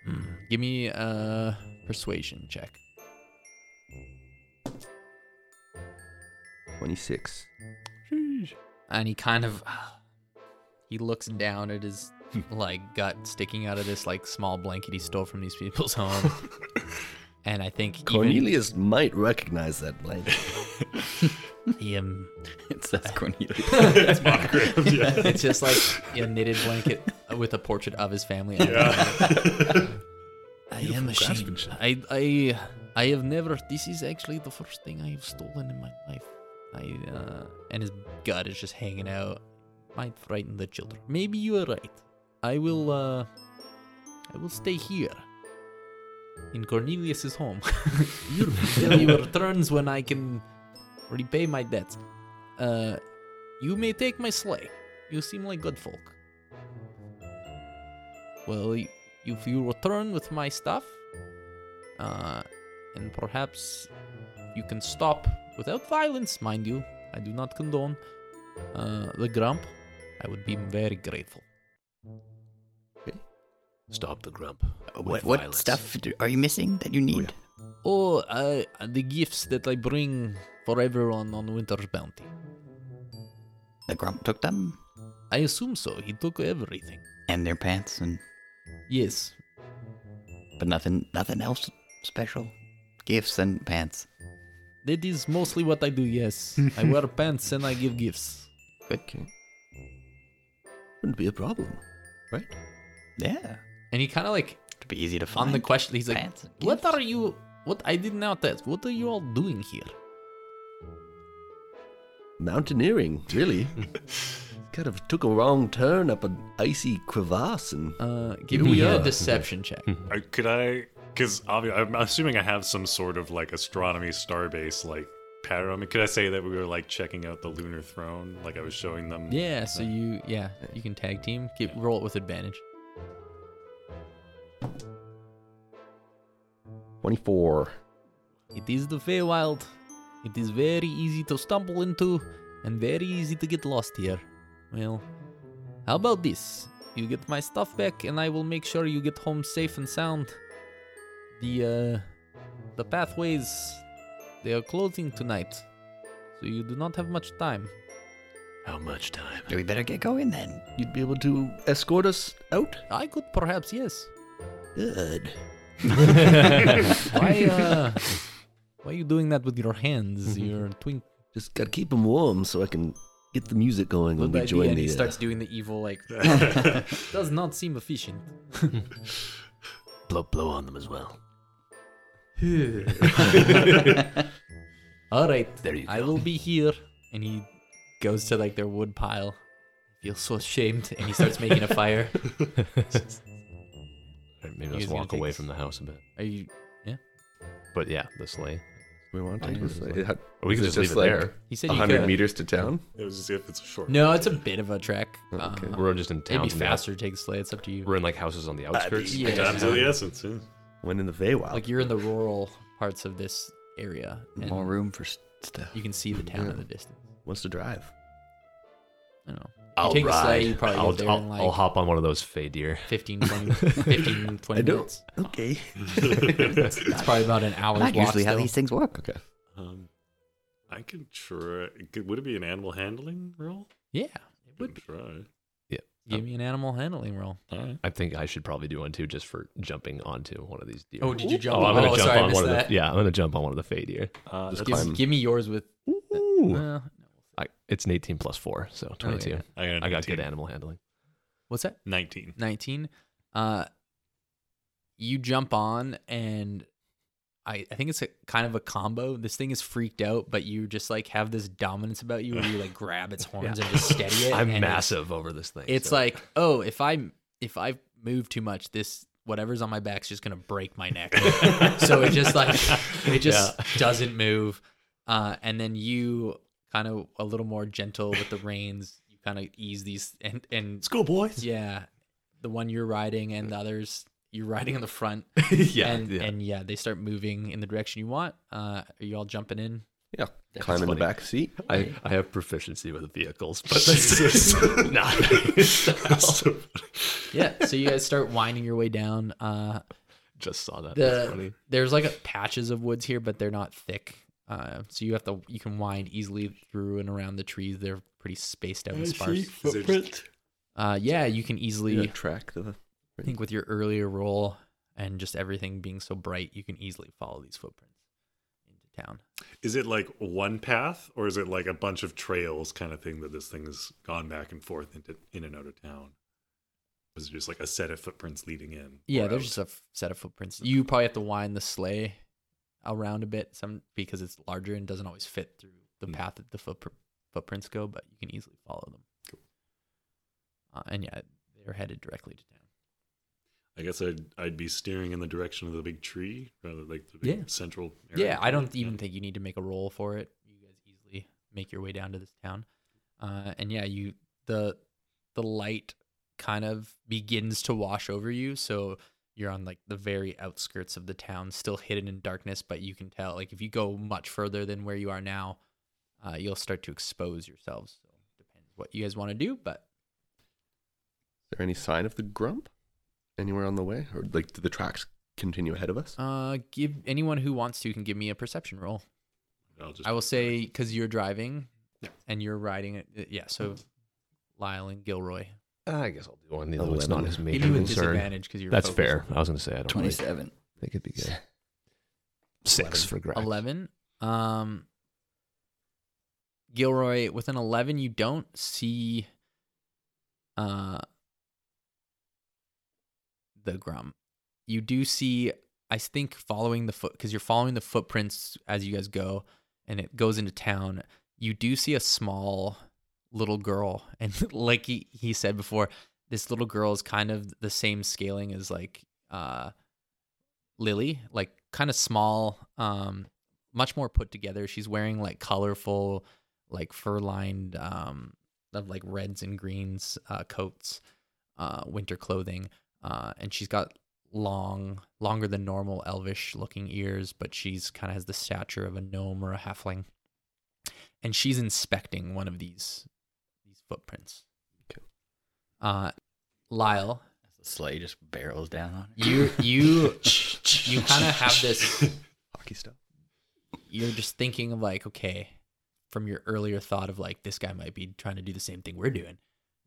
Hmm, Give me a uh, persuasion check. 26. And he kind of. He looks down at his, like, gut sticking out of this, like, small blanket he stole from these people's home. and I think. even- Cornelius might recognize that blanket. he, um, It says Cornelius. it's just like a knitted blanket with a portrait of his family. on it. I am ashamed. I, I, I have never. This is actually the first thing I have stolen in my life. I, uh, and his gut is just hanging out. Might frighten the children. Maybe you are right. I will, uh, I will stay here. In Cornelius's home. your family returns when I can repay my debts. Uh, you may take my sleigh. You seem like good folk. Well, y- if you return with my stuff, uh, and perhaps you can stop without violence, mind you. I do not condone uh, the grump. I would be very grateful. Stop the grump. What, what stuff do, are you missing that you need? Oh, uh, the gifts that I bring for everyone on Winter's Bounty. The grump took them I assume so. He took everything. and their pants and Yes. but nothing nothing else special. Gifts and pants. That is mostly what I do, yes. I wear pants and I give gifts. Okay. Wouldn't be a problem, right? Yeah. And he kind of like To be easy to find. on the question. He's like, Pants and "What gifts." are you? What I did not ask. What are you all doing here?" Mountaineering, really. kind of took a wrong turn up an icy crevasse and Uh, give Here me we a are. deception check. Hmm. Uh, could I? Because I'm assuming I have some sort of like astronomy starbase like pattern. I mean, could I say that we were like checking out the lunar throne? Like I was showing them. Yeah. So you, yeah, you can tag team. Keep roll it with advantage. 24. It is the Feywild. It is very easy to stumble into, and very easy to get lost here. Well, how about this? You get my stuff back, and I will make sure you get home safe and sound. The uh, the pathways, they are closing tonight, so you do not have much time. How much time? we better get going then. You'd be able to escort us out? I could perhaps, yes. Good. Why, uh, why are you doing that with your hands? Mm-hmm. Your twink. Just gotta keep them warm so I can get the music going when we join the. he uh, starts doing the evil, like, does not seem efficient. blow, blow on them as well. All right, There you I will be here. And he goes to like their wood pile. Feels so ashamed, and he starts making a fire. Maybe You let's guys gonna walk take away this? from the house a bit. Are you? But yeah, the sleigh. we want I to take was this. like- it had- Or we Is could it just leave just it like- there. He said you 100 could. meters to town? It was as if it's a short. No, it's a bit of a trek. Okay. Uh, We're just in it'd town. be from the faster to take the sleigh. It's up to out- you. We're in like houses on the outskirts. yeah. Times of the essence. Yeah. When in the Feywild. Like you're in the rural parts of this area, and More room for st- stuff. you can see the town Yeah. in the distance. Wants to drive. I don't know. You I'll take the ride. sleigh, you probably I'll, get there in I'll, like I'll hop on one of those fey deer. 15, 20, 15, 20 I don't- minutes. Okay. It's probably about an hour's Not walk usually how still. these things work. Um, I I can try. could- Would it be an animal handling roll? Yeah. I can try. Give me an animal handling roll. All right. I think I should probably do one too, just for jumping onto one of these deer. Oh, did you jump Oh, on- I'm gonna oh, jump sorry, I on missed one of that. the. Yeah, I'm gonna jump on one of the fade deer. Uh, that's- Just Give, climb. give me yours with. Ooh, Uh, I, it's an 18 plus four, so 22. yeah. I got, a I got good 19. animal handling. what's that? 19. 19 uh you jump on and I, I think it's a kind of a combo. This thing is freaked out, but you just like have this dominance about you where you like grab its horns and just steady it. I'm and it's- massive over this thing. It's so- like, oh, if I if I move too much, this whatever's on my back's just gonna break my neck. so it just like it just doesn't move. Uh, and then you kind of a little more gentle with the reins. You kind of ease these and and School boys. yeah, the one you're riding and the others you're riding on the front. yeah, and yeah. and yeah, they start moving in the direction you want. Uh, are you all jumping in? Yeah. Climb in the funny. back seat. I, I have proficiency with vehicles, but that's just not style. Yeah. So you guys start winding your way down. Uh, Just saw that. That's the funny. there's like a, patches of woods here, but they're not thick. Uh, so you have to you can wind easily through and around the trees. They're pretty spaced out and sparse. Uh, yeah, you can easily. Yeah, track the. I think with your earlier roll and just everything being so bright, you can easily follow these footprints into town. Is it like one path or is it like a bunch of trails kind of thing that this thing has gone back and forth into in and out of town? Was it just like a set of footprints leading in? Yeah, or there's out? just a f- set of footprints. You probably have to wind the sleigh around a bit, some because it's larger and doesn't always fit through the Mm. path that the footpr- footprints go, but you can easily follow them. Uh, and yeah, they're headed directly to town. I guess I'd I'd be steering in the direction of the big tree rather like the big Yeah. central. Area yeah, I don't Yeah. even think you need to make a roll for it. You guys easily make your way down to this town, uh, and yeah, you the the light kind of begins to wash over you, so you're on like the very outskirts of the town, still hidden in darkness, but you can tell like if you go much further than where you are now, uh, you'll start to expose yourselves. So depends what you guys want to do, but Is there any sign of the grump anywhere on the way, or like do the tracks continue ahead of us? uh, give anyone who wants to can give me a perception roll. I'll just I will say because you're driving Yeah. Mm-hmm. and you're riding it. uh, Yeah, so Lyle and Gilroy. I guess I'll do one. Even though it's not his Maybe major with concern. disadvantage because you're That's focused. fair. I was gonna say I don't. Really, Twenty-seven. think it'd be good. Six for Greg. Eleven. Um, Gilroy with an eleven, you don't see uh the Grum. You do see, I think, following the foot because you're following the footprints as you guys go, and it goes into town. You do see a small little girl, and like he, he said before, this little girl is kind of the same scaling as like uh Lily, like kind of small, um, much more put together. She's wearing like colorful, like fur lined, um, of like reds and greens uh, coats, uh, winter clothing, uh, and she's got long, longer than normal elvish looking ears, but she's kind of has the stature of a gnome or a halfling, and she's inspecting one of these these footprints. Okay. Uh, Lyle, The sleigh just barrels down on it. you you you kind of have this Hockey stuff. you're just thinking of like, okay, from your earlier thought of like, this guy might be trying to do the same thing we're doing.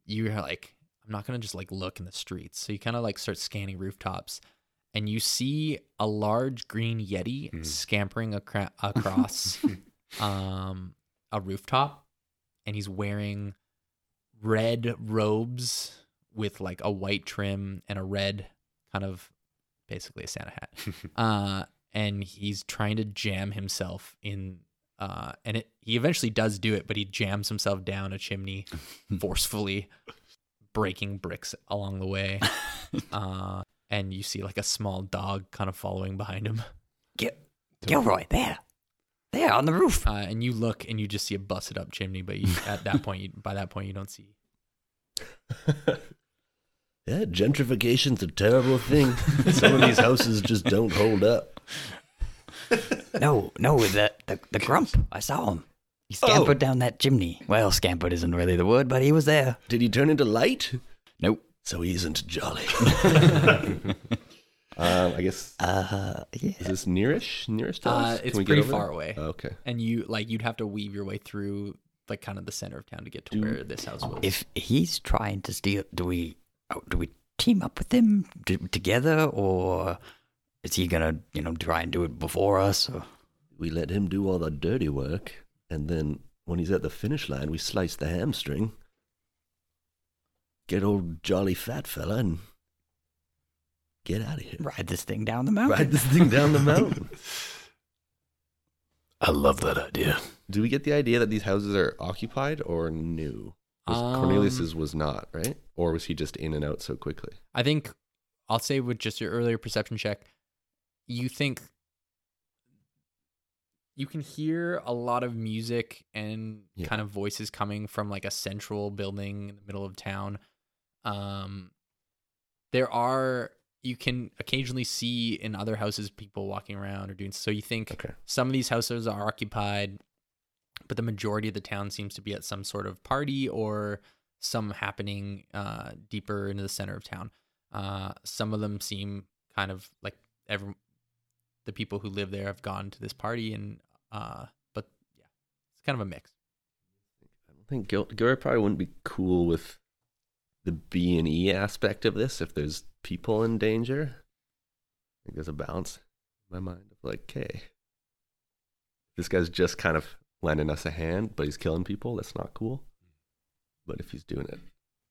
You're like, I'm not gonna just like look in the streets. So you kind of like start scanning rooftops, and you see a large green yeti Hmm. scampering acra- across um, a rooftop, and he's wearing red robes with like a white trim and a red kind of basically a Santa hat. uh, and he's trying to jam himself in. Uh, and it, he eventually does do it, but he jams himself down a chimney forcefully, breaking bricks along the way. Uh, and you see like a small dog kind of following behind him. Gil- Gilroy, there, there on the roof. Uh, and you look and you just see a busted up chimney, but you, at that point, you, by that point, you don't see. Yeah, gentrification's a terrible thing. Some of these houses just don't hold up. No, no, the, the the grump. I saw him. He scampered down that chimney. Well, scampered isn't really the word, but he was there. Did he turn into light? Nope. So he isn't jolly. Um, I guess Uh, yeah. is this nearish? Nearest to us? Uh, Can it's we get pretty over far there? away, Oh, okay. and you like you'd have to weave your way through like kind of the center of town to get to where this house was. If he's trying to steal, do we oh, do we team up with him t- together, or is he gonna you know try and do it before us? Or? We let him do all the dirty work, and then when he's at the finish line, we slice the hamstring. Get old jolly fat fella and get out of here. Ride this thing down the mountain. Ride this thing down the mountain. I love that idea. Do we get the idea that these houses are occupied or new? Was Cornelius's Um, was not, right? Or was he just in and out so quickly? I think I'll say with just your earlier perception check, you think you can hear a lot of music and Yeah. kind of voices coming from like a central building in the middle of town. Um, there are you can occasionally see in other houses people walking around or doing so. You think Okay. some of these houses are occupied, but the majority of the town seems to be at some sort of party or some happening uh, deeper into the center of town. Uh, some of them seem kind of like every the people who live there have gone to this party, and uh, but yeah, it's kind of a mix. I don't think Gil- Gilroy probably wouldn't be cool with the B and E aspect of this if there's people in danger. I think there's a balance in my mind of like, okay, this guy's just kind of lending us a hand, but he's killing people. That's not cool. But if he's doing it,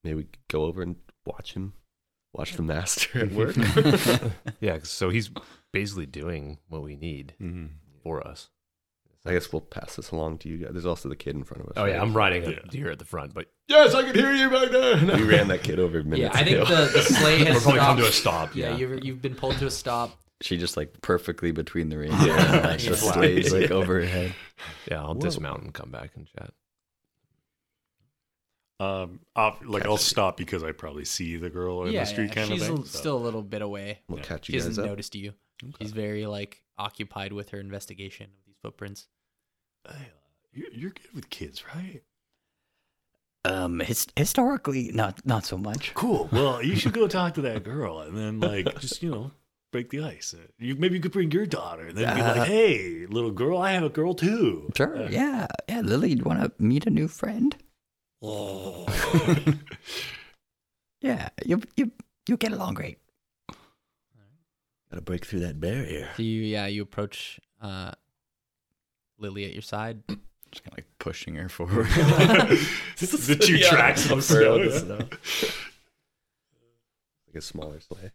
maybe we could go over and watch him, watch the master at work. yeah, 'cause- so he's basically doing what we need Mhm. for us. I guess we'll pass this along to you guys. There's also the kid in front of us. Oh yeah, right? I'm riding Yeah. here at the front, but yes, I can hear you back there. we ran that kid over Yeah, minutes I think ago. the, the sleigh has We're probably come stopped. to a stop. yeah, yeah. you've you've been pulled to a stop. She just like perfectly between the rings. Yeah, like, just Yeah. sways like over her head. Yeah, I'll Whoa. dismount and come back and chat. Um, ob- like I'll stop because I probably see the girl in yeah, the street yeah, kind she's of thing. a- so- still a little bit away. we'll catch She you guys hasn't up. noticed you. She's very like occupied with her investigation of these footprints. Hey, uh, you're, you're good with kids, right? Um, his- historically, not not so much. Cool. Well, you should go talk to that girl and then like just you know break the ice. You maybe you could bring your daughter and then be Uh, Uh-huh. like, hey, little girl, I have a girl too. Sure. Uh, yeah. Yeah. Lily, you want to meet a new friend? Oh. Yeah. You you you get along great. Gotta break through that barrier. So you yeah you approach uh, Lily at your side. Just kind of like pushing her forward. the two tracks of Furrow snow. the snow. like a smaller sleigh.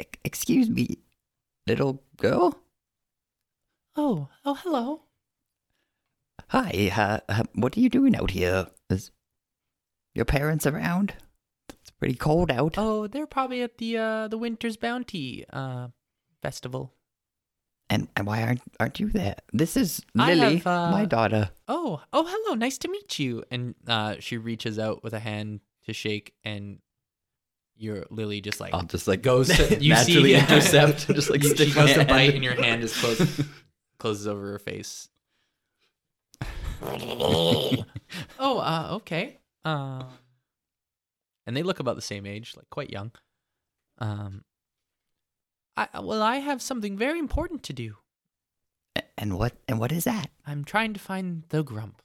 Ex- Excuse me, little girl. Oh oh hello. Hi. Uh, uh, what are you doing out here? Is your parents around? It's pretty cold out. Oh they're probably at the uh, the Winter's Bounty uh, festival. And and why aren't aren't you there? This is I Lily, have, uh, my daughter. Oh oh hello nice to meet you. And uh, she reaches out with a hand to shake and your Lily just like I'll just like goes to you naturally see, intercept. Just like you, stick Ah, she my goes to hand. bite and your hand is close closes over her face. oh, uh, okay. Uh, and they look about the same age, like quite young. Um, I well, I have something very important to do. A- And what and what is that? I'm trying to find the Grump.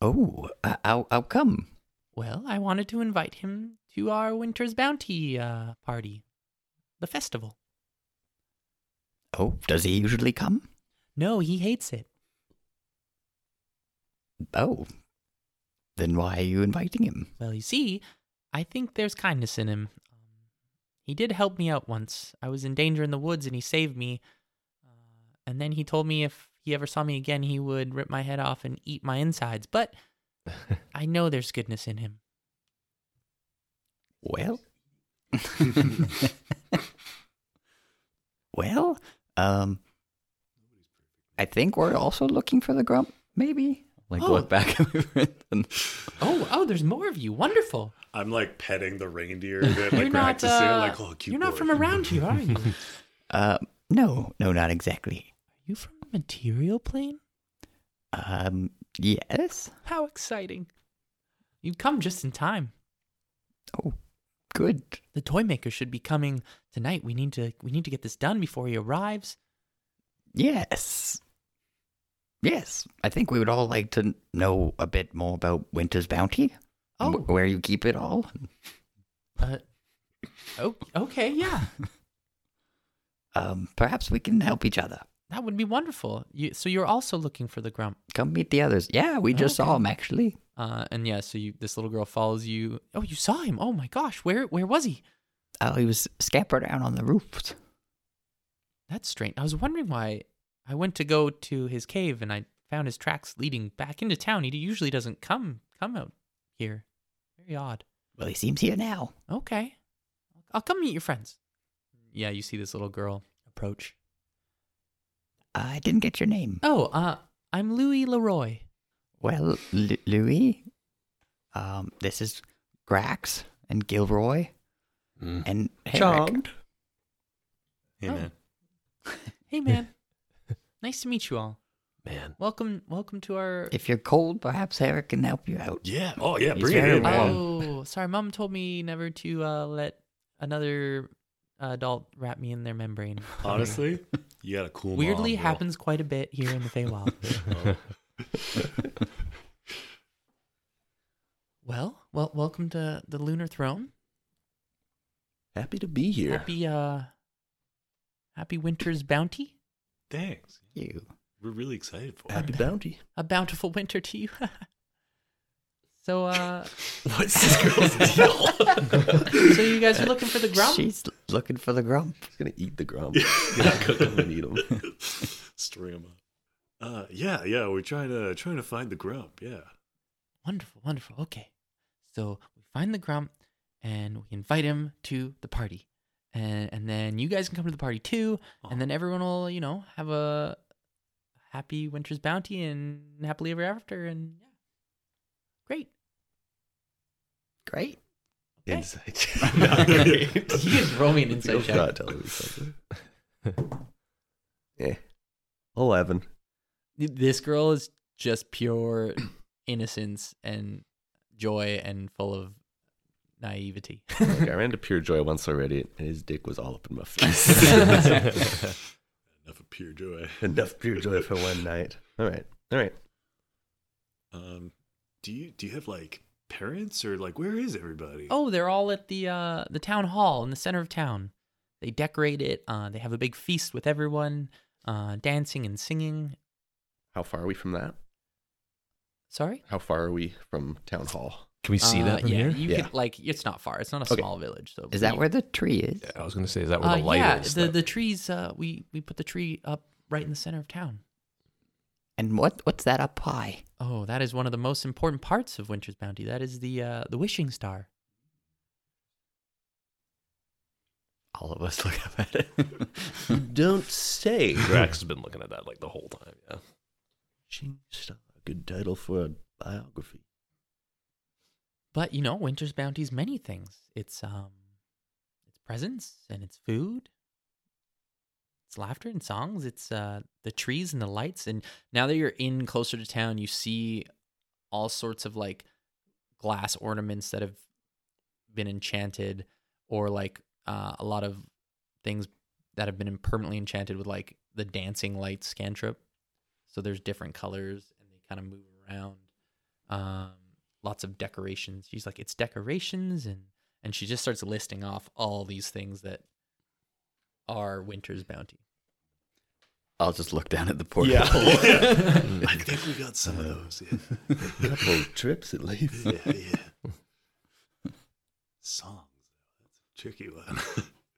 Oh, uh, how how come? Well, I wanted to invite him to our Winter's Bounty uh, party, the festival. Oh, does he usually come? No, he hates it. Oh, then why are you inviting him? Well, you see, I think there's kindness in him. Um, he did help me out once. I was in danger in the woods and he saved me. Uh, and then he told me if he ever saw me again, he would rip my head off and eat my insides. But I know there's goodness in him. Well, well, um, I think we're also looking for the grump. Maybe Like Oh. look back at my friend and Oh, oh, there's more of you. Wonderful. I'm like petting the reindeer that You're like not, practicing. uh, like, oh, cute you're not boy. from around here, are you? Are Uh, no, no, not exactly. you from the material plane? Um, yes. How exciting. You've come just in time. Oh, Good. The toy maker should be coming tonight. We need to we need to get this done before he arrives. Yes. Yes. I think we would all like to know a bit more about Winter's Bounty. and Oh. wh- Where you keep it all. Uh, oh, okay, yeah, Um, perhaps we can help each other. that would be wonderful. You, so you're also looking for the grump. Come meet the others. Yeah, we just saw Okay. him actually. Uh, and yeah, so you, this little girl follows you. Oh, you saw him. Oh my gosh, where where was he? Oh, he was scampered around on the roofs. That's strange. I was wondering why I went to go to his cave and I found his tracks leading back into town. He usually doesn't come come out here. Very odd. Well, he seems here now. Okay. I'll come meet your friends. Yeah, you see this little girl approach. I didn't get your name. Oh, uh, I'm Louis Leroy. Well, Lu Louis, um, this is Grax and Gilroy Mm. and Herrick. Hey, Oh. Mm-hmm. man. Hey, man. nice to meet you all. Man. Welcome, welcome to our. If you're cold, perhaps Herrick can help you out. Yeah. Oh, yeah. He's Bring it very in, man. oh, sorry. Mom told me never to uh, let another adult wrap me in their membrane. Honestly, you got a cool weirdly mom, bro. happens quite a bit here in the Feywild. well, well, welcome to the Lunar Throne. Happy to be here. Happy, uh, happy winter's bounty. Thanks. You. We're really excited for Happy bounty. A bountiful winter to you. so, uh, What's this girl's deal? so you guys are looking for the grump? She's looking for the grump. He's gonna eat the grump. Yeah, cook 'em and eat 'em. it. String 'em up. Uh, yeah, yeah. We're trying to trying to find the grump. Yeah. Wonderful, wonderful. Okay. So we find the grump and we invite him to the party. And and then you guys can come to the party too. And then everyone will, you know, have a happy winter's bounty and happily ever after. And yeah. Great. Great. Okay. Inside You check. can roll me an inside You'll check. not tell me something. Eh. Eleven. This girl is just pure innocence and joy and full of naivety. Like, I ran to pure joy once already, and his dick was all up in my face. Enough of pure joy. Enough pure joy for one night. All right, all right. Um, do you do you have like parents or like where is everybody? Oh, they're all at the uh, the town hall in the center of town. They decorate it. Uh, they have a big feast with everyone, uh, dancing and singing. How far are we from that? Sorry, How far are we from town hall? Can we see Uh, that from yeah, here? You Yeah. Could, like it's not far. It's not a Okay. small village. So Is that you- where the tree is? I was gonna say, is that where Uh, the light yeah, is? the that- the trees. Uh, we we put the tree up right in the center of town. And what what's that up high? Oh, that is one of the most important parts of Winter's Bounty. That is the uh, the wishing star. All of us look up at it. Don't say. Grax has been looking at that like the whole time. Yeah. Star. Good title for a biography. But you know, Winter's Bounty is many things. It's um, it's presents and it's food. It's laughter and songs. It's uh, the trees and the lights. And now that you're in closer to town, you see all sorts of like glass ornaments that have been enchanted, or like uh, a lot of things that have been permanently enchanted with like the dancing lights cantrip. So there's different colors and they kind of move around. Um, lots of decorations. She's like, it's decorations, and and she just starts listing off all these things that are Winter's bounty. I'll just look down at the portal. I think we got some of those. Yeah. Couple trips at least. yeah, yeah. Songs. That's a tricky one.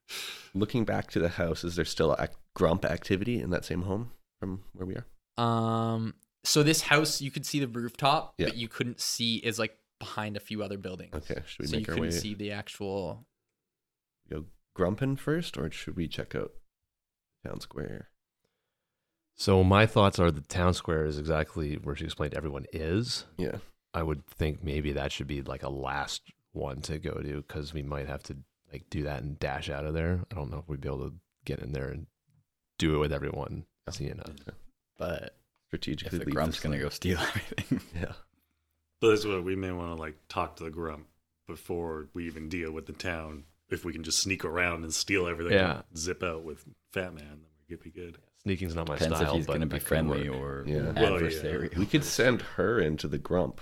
Looking back to the house, is there still ac- grump activity in that same home from where we are? Um, so this house, you could see the rooftop, Yeah. but you couldn't see is like behind a few other buildings. Okay, should we so you make our couldn't way see the actual. go grumpin' first, or should we check out town square? So my thoughts are the town square is exactly where she explained everyone is. Yeah. I would think maybe that should be like a last one to go to because we might have to like do that and dash out of there. I don't know if we'd be able to get in there and do it with everyone seeing us. But if Strategically, the leave grump's this gonna thing. go steal everything. Yeah. But that's what we may want to like talk to the grump before we even deal with the town. If we can just sneak around and steal everything, Yeah. and zip out with Fat Man, then we'd be good. Sneaking's not my Depends style, if he's but going to be that could friendly work. or Yeah. Well, yeah. adversarial. We could send her into the grump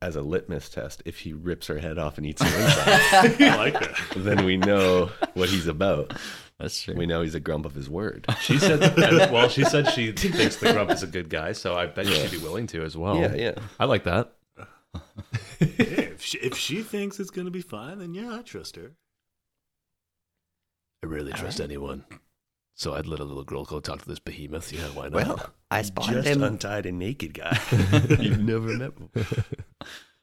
as a litmus test if he rips her head off and eats her inside. I like that. then we know what he's about. That's true. We know he's a grump of his word. She said, well, she said she thinks the grump is a good guy, so I bet she'd be willing to as Oh. well. Yeah, yeah. I like that. Yeah, if, she, if she thinks it's gonna be fine, then yeah, I trust her. I rarely trust anyone. So I'd let a little girl go talk to this behemoth. Yeah, why not? Well, I spotted Just him. untied a naked guy you've never met before.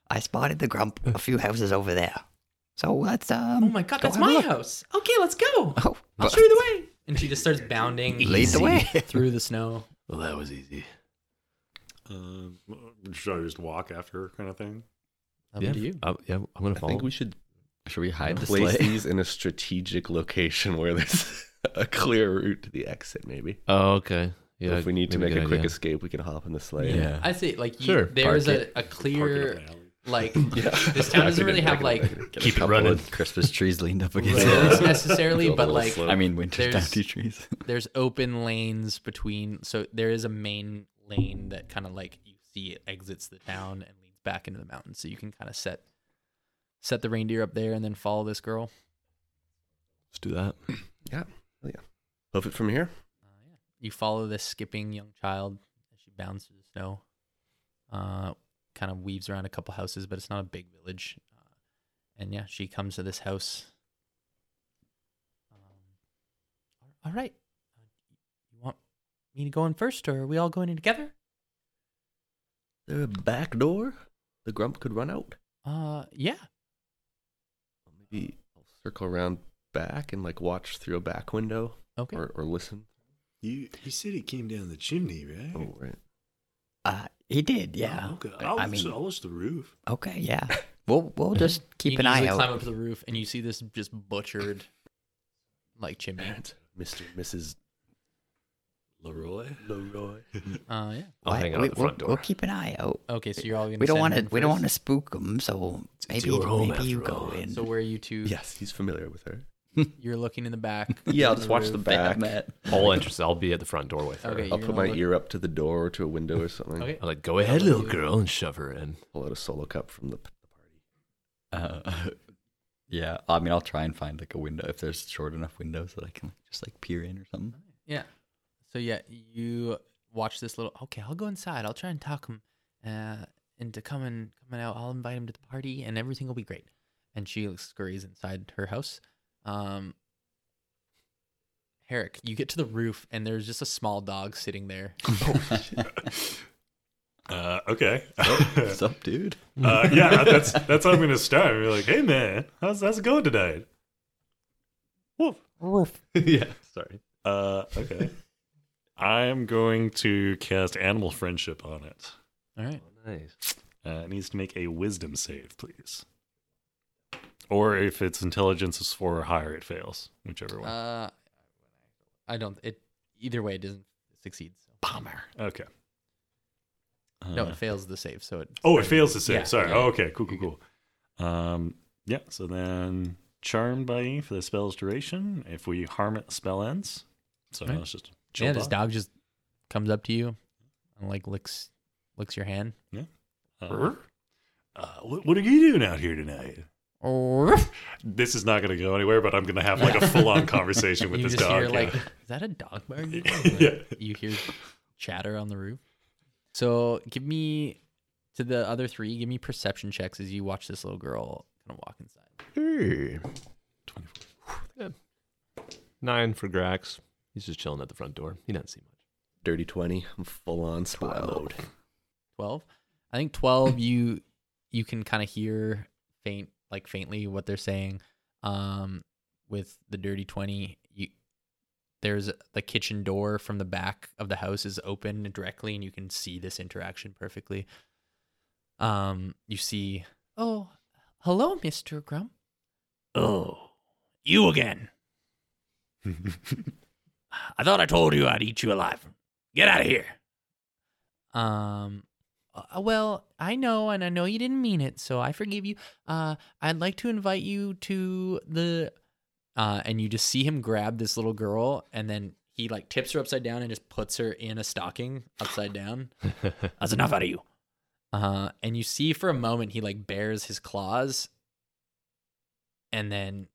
I spotted the grump a few houses over there. So let's um. Oh my god, go that's have a my look. house. Okay, let's go. Oh, I'll show you the way. And she just starts bounding lead the way. through the snow. well, that was easy. Um, should I just walk after her, kind of thing? Up yeah, to you. I, yeah, I'm gonna I follow. think we should Should we hide the place sleigh? these in a strategic location where there's a clear route to the exit, maybe. Oh, okay. Yeah, if we need to maybe make a good quick idea. escape, we can hop in the sleigh. Yeah. I say like you, Sure, there's park a, a Park it up clear an alley. like this town doesn't really have like Get Keep it a couple running. of Christmas trees leaned up against roads it. necessarily, Go a but little like slow. I mean, winter There's- bounty trees. there's open lanes between so there is a main lane that kind of like you see it exits the town and leads back into the mountains so you can kind of set set the reindeer up there and then follow this girl Let's do that. Hoof it from here. Uh, you follow this skipping young child as she bounds through the snow uh kind of weaves around a couple houses but it's not a big village uh, and yeah she comes to this house um, all right uh, you want me to go in first or are we all going in together There a back door? The grump could run out. Uh, yeah. Maybe I'll circle around back and like watch through a back window Okay. or, or listen. You you said it came down the chimney, right? Oh, right. Uh, he did. Yeah. Oh, okay. I- I'll, I I mean, was the roof. okay. Yeah. We'll we'll just keep you an can eye easily out. Climb up to the roof, and you see this just butchered, like chimney. And Mr. and Mrs. Leroy. Leroy. Uh, yeah. I'll What? hang out we, at the front will door. keep an eye out. Okay, so you're all gonna. We don't send want to. in We don't first. want to spook him. So maybe your home maybe you after go all. in. So where are you two? Yes, he's familiar with her. You're looking in the back. Yeah, I'll on just watch the roof. back. Matt. All entrances. I'll be at the front door with her. Okay. I'll you're put gonna my look- ear up to the door or to a window or something. Okay. I'm like, go ahead, How about little you? girl, and shove her in. Pull out a solo cup from the p- Uh, yeah, I mean, I'll try and find like a window if there's short enough windows that I can just like peer in or something. Yeah. So yeah, you watch this little. Okay, I'll go inside. I'll try and talk him uh, into coming coming out. I'll invite him to the party, and everything will be great. And she scurries inside her house. Um, Herrick, you get to the roof, and there's just a small dog sitting there. Uh, okay. Oh. What's up, dude? uh, yeah, that's that's how I'm gonna start. You're like, hey man, how's how's it going tonight? Woof. yeah. Sorry. Uh, okay. I'm going to cast animal friendship on it. All right. Nice. Uh, it needs to make a wisdom save, please. Or if its intelligence is four or higher, it fails. Whichever one. Uh, I don't. It either way, it doesn't succeed. So. Bomber. Okay. No, Uh, it fails the save. So it. Oh, it fails to save. Yeah, Sorry. yeah. Oh, okay. Cool, cool, cool. Um, yeah. So then, charmed by E for the spell's duration. If we harm it, the spell ends. So Right. now it's just chill yeah, this dog. dog just comes up to you and like licks licks your hand. Uh, uh, what, what are you doing out here tonight? Oh. This is not going to go anywhere, but I'm going to have like a full on conversation with you this just dog. hear yeah. like, is that a dog barking? Yeah. You hear chatter on the roof. So give me to the other three. Give me perception checks as you watch this little girl kind of walk inside. Nine for Grax. He's just chilling at the front door. He doesn't see much. dirty 20. I'm full on spy mode. 12 i think 12 you you can kind of hear faint like faintly what they're saying um with the dirty 20 you there's the kitchen door from the back of the house is open directly and you can see this interaction perfectly um you see oh hello mr grump Oh, you again. I thought I told you I'd eat you alive. Get out of here. um Uh, well, I know, and I know you didn't mean it, so I forgive you. Uh, I'd like to invite you to the. Uh, and you just see him grab this little girl, and then he like tips her upside down and just puts her in a stocking upside down. That's enough out of you. Uh, and you see for a moment he like bares his claws, and then,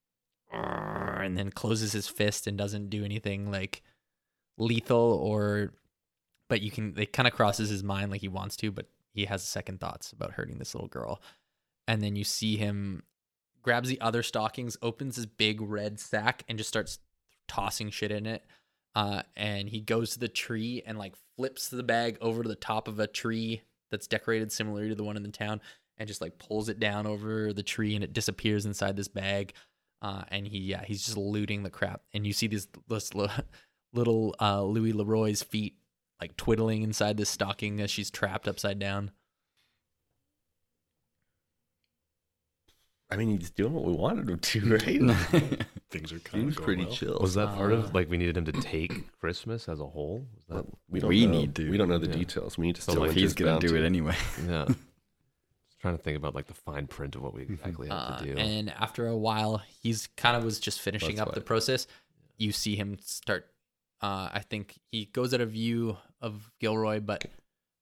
and then closes his fist and doesn't do anything like lethal or but you can it kind of crosses his mind like he wants to but he has second thoughts about hurting this little girl and then you see him grabs the other stockings opens his big red sack and just starts tossing shit in it uh, and he goes to the tree and like flips the bag over to the top of a tree that's decorated similarly to the one in the town and just like pulls it down over the tree and it disappears inside this bag uh, and he yeah he's just looting the crap and you see these this li- little uh, louis leroy's feet like twiddling inside this stocking as she's trapped upside down. I mean, he's doing what we wanted him to, right? Things are kind Seems of pretty chill. Was that part Uh, of like we needed him to take Christmas as a whole? Was But we don't We know. need to, We don't know the yeah. details. We need to So, still like, winter's He's gonna bound do to. it anyway. that yeah? Just trying to think about like the fine print of what we exactly have Uh, to do. and after a while, he's kind of was just finishing That's up the why. process. You see him start. Uh, I think he goes out of view of Gilroy, but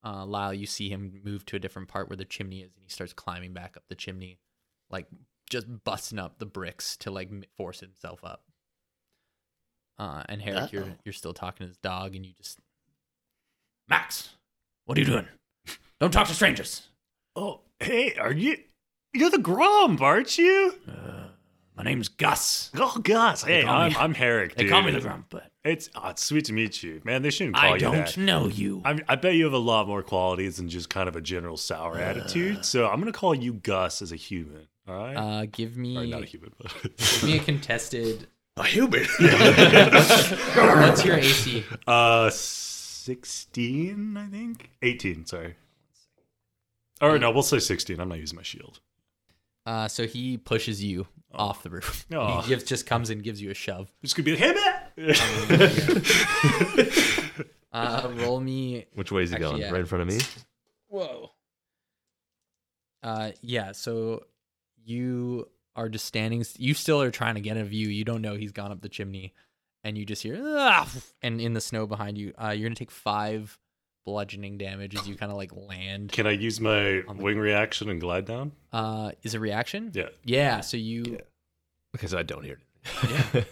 uh, Lyle, you see him move to a different part where the chimney is, and he starts climbing back up the chimney, like just busting up the bricks to like m- force himself up. Uh, and Herrick, you're Uh-oh. you're still talking to his dog, and you just Max, what are you doing? Don't talk to strangers. Oh, hey, are you? You're the Gromp, aren't you? My name's Gus. Oh, gosh. Hey, call I'm, me- I'm Herrick, They dude. call me the Grump, but It's, oh, it's sweet to meet you. Man, they shouldn't call I you don't that. know you. I'm, I bet you have a lot more qualities than just kind of a general sour attitude. So I'm going to call you Gus as a human. All right? Uh, give or me not a human, give but. me a contested. A human. What's your AC? uh, 16, I think? 18, sorry. Or no, we'll say 16. I'm not using my shield. Uh, so he pushes you off the roof. Oh. He gives, just comes and gives you a shove. It's going to be like, hey, man. Uh, roll me. Which way is he Actually, going? yeah. Right in front of me. Whoa. Uh, yeah. So you are just standing. You still are trying to get a view. You don't know he's gone up the chimney, and you just hear ah, and in the snow behind you. Uh, you're gonna take five bludgeoning damage as you kind of like land. Can I use my On the- wing reaction and glide down? Uh, is a reaction? Yeah. Yeah. So you. Okay, so I don't hear Yeah. it. you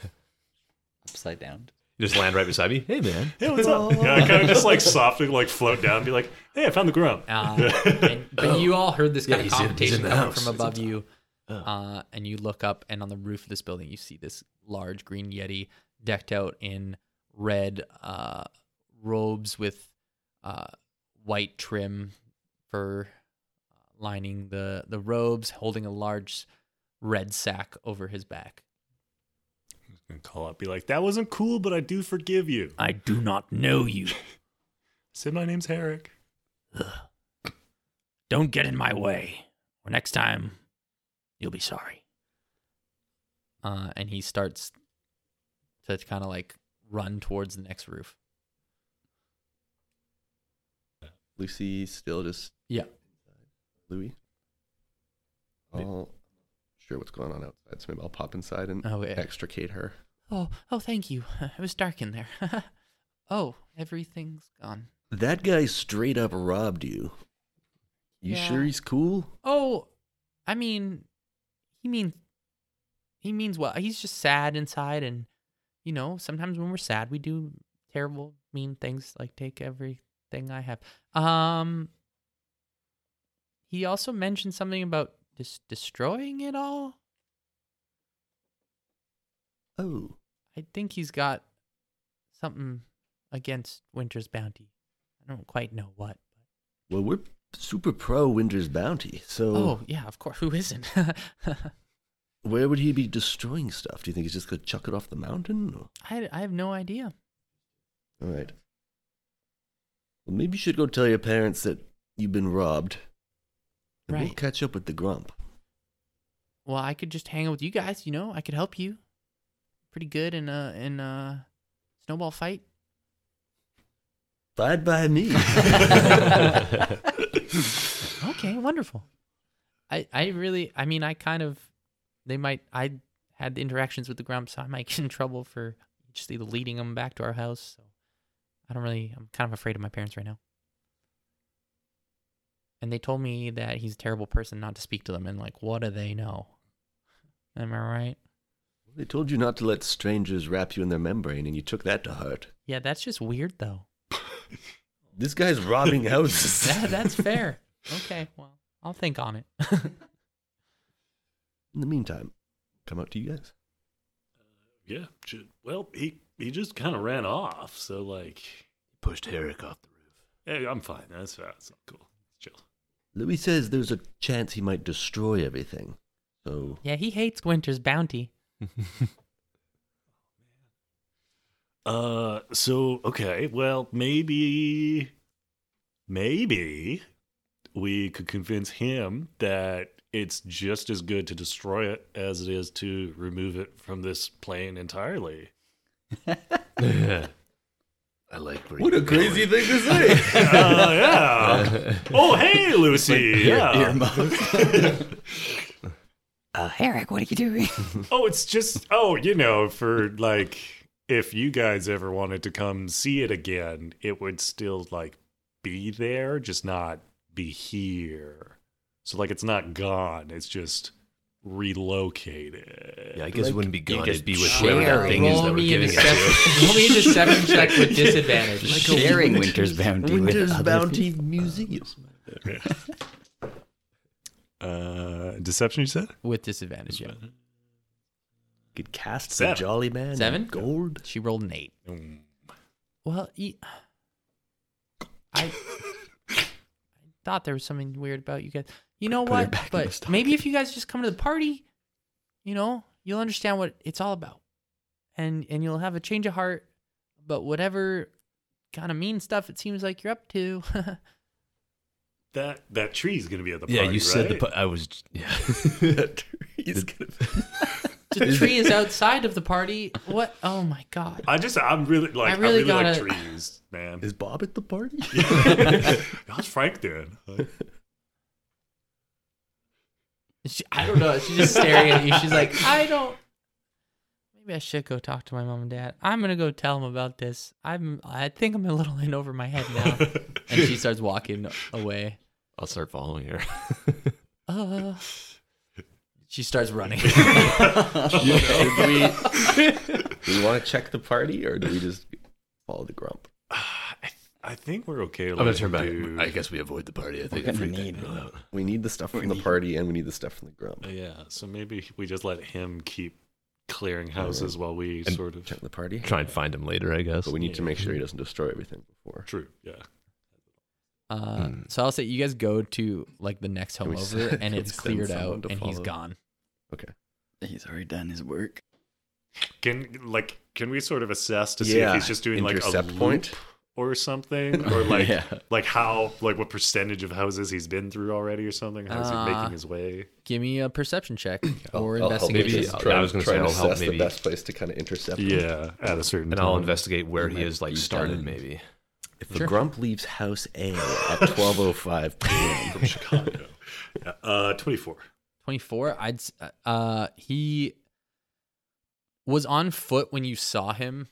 Upside down. just land right beside me. Hey man. Hey, what's up? Yeah, I kind of just like softly like float down and be like, hey, I found the grump. Uh, and, but you all heard this Yeah, kind of he's in- he's confrontation in the coming house. from It's above up you, Oh. uh, and you look up, and on the roof of this building, you see this large green yeti decked out in red uh, robes with uh, white trim fur uh, lining the the robes, holding a large red sack over his back. And call up, be like, that wasn't cool, but I do forgive you. I do not know you. Say my name's Herrick. Don't get in my way, or next time you'll be sorry. Uh, and he starts to kind of like run towards the next roof. Lucy still just Yeah. Louis. I'll sure what's going on outside, so maybe I'll pop inside and Oh, yeah. extricate her. Oh, oh, thank you. It was dark in there. oh, everything's gone. That guy straight up robbed you. You Yeah. sure he's cool? Oh, I mean, he means he means well. He's just sad inside, and you know, sometimes when we're sad, we do terrible, mean things like take everything I have. Um, he also mentioned something about just destroying it all. Oh, I think he's got something against Winter's Bounty. I don't quite know what. well, we're super pro Winter's Bounty, so Oh, yeah, of course. Who isn't? where would he be destroying stuff? Do you think he's just gonna chuck it off the mountain? Or- I I have no idea. All right. Well, maybe you should go tell your parents that you've been robbed. And We'll Right. catch up with the grump. well, I could just hang out with you guys, you know, I could help you. Pretty good in a in a snowball fight. Bye by me. Okay, wonderful. I, I really, I mean, I kind of, they might, I had the interactions with the Grumps, so I might get in trouble for just either leading them back to our house. So I don't really, I'm kind of afraid of my parents right now. And they told me that he's a terrible person not to speak to them. And like, what do they know? Am I right? They told you not to let strangers wrap you in their membrane, and you took that to heart. Yeah, that's just weird though. This guy's robbing houses. That, that's fair. Okay, well, I'll think on it. In the meantime, come up to you guys. yeah. ju- Well, he he just kind of ran off. So like, Pushed Herrick off the roof. hey, I'm fine. That's that's not cool. Chill. Louis says there's a chance he might destroy everything. So yeah, he hates Winter's bounty. Uh, so okay, well, maybe, maybe we could convince him that it's just as good to destroy it as it is to remove it from this plane entirely. I like where what a you're going. crazy thing to say! Uh, yeah. oh, hey, Lucy. yeah. Uh, Herrick, what are you doing? Oh, it's just oh, you know, for like if you guys ever wanted to come see it again, it would still like be there, just not be here. So like it's not gone, it's just relocated. Yeah, I guess it wouldn't be gone. guess It'd be with share. whoever that thing is Roll that we're me a giving it deception, to. roll me a deception check with disadvantage. Sharing Winter's Bounty with Winter's other Bounty Museum. Uh deception you said? With disadvantage, yeah. Could cast Seven. the Jolly Man in Seven? gold. She rolled an eight. Mm. Well, ye- I I thought there was something weird about you guys. You know Put her what? back in the But stocking. maybe if you guys just come to the party, you know, you'll understand what it's all about, and and you'll have a change of heart. But whatever kind of mean stuff it seems like you're up to, That that tree's gonna be at the Yeah, party. you said the. right? pu- I was. Yeah. He's gonna the tree is outside of the party. What? Oh my god! I just I'm really like I really really, like gotta- trees, man. Is Bob at the party? How's Frank doing? She, I don't know. She's just staring at you. She's like, I don't. Maybe I should go talk to my mom and dad. I'm gonna go tell them about this. I'm. I think I'm a little in over my head now. and she starts walking away. I'll start following her. Uh, she starts running. Should we, do we want to check the party, or do we just follow the grump? I, I think we're okay. I'm gonna turn back. I guess we avoid the party. I think I gonna freaked need that girl out. We need the stuff from the party, and we need the stuff from the grump. Yeah, so maybe we just let him keep clearing houses while we And sort of. Check the party, Try and find him later, I guess. but we need to make sure he doesn't destroy everything before. True. Yeah. Uh, Hmm. So I'll say you guys go to like the next Can home we over, send- and can it's we send cleared someone out, to and he's follow? gone. He's already done his work. Can like can we sort of assess to see Yeah, if he's just doing like a intercept loop point. or something, or like Yeah. like how like what percentage of houses he's been through already or something? How's Uh, he making his way? Give me a perception check or I'll help investigation. maybe- us I try- was gonna try say and I'll help assess maybe- the best place to kind of intercept. him. Yeah, at a certain. and time. I'll investigate where he might is, like be started, done. maybe. If Sure. the grump leaves House A at 12:05 p.m. from Chicago. Yeah, uh, twenty-four. 24 i'd s- uh he was on foot when you saw him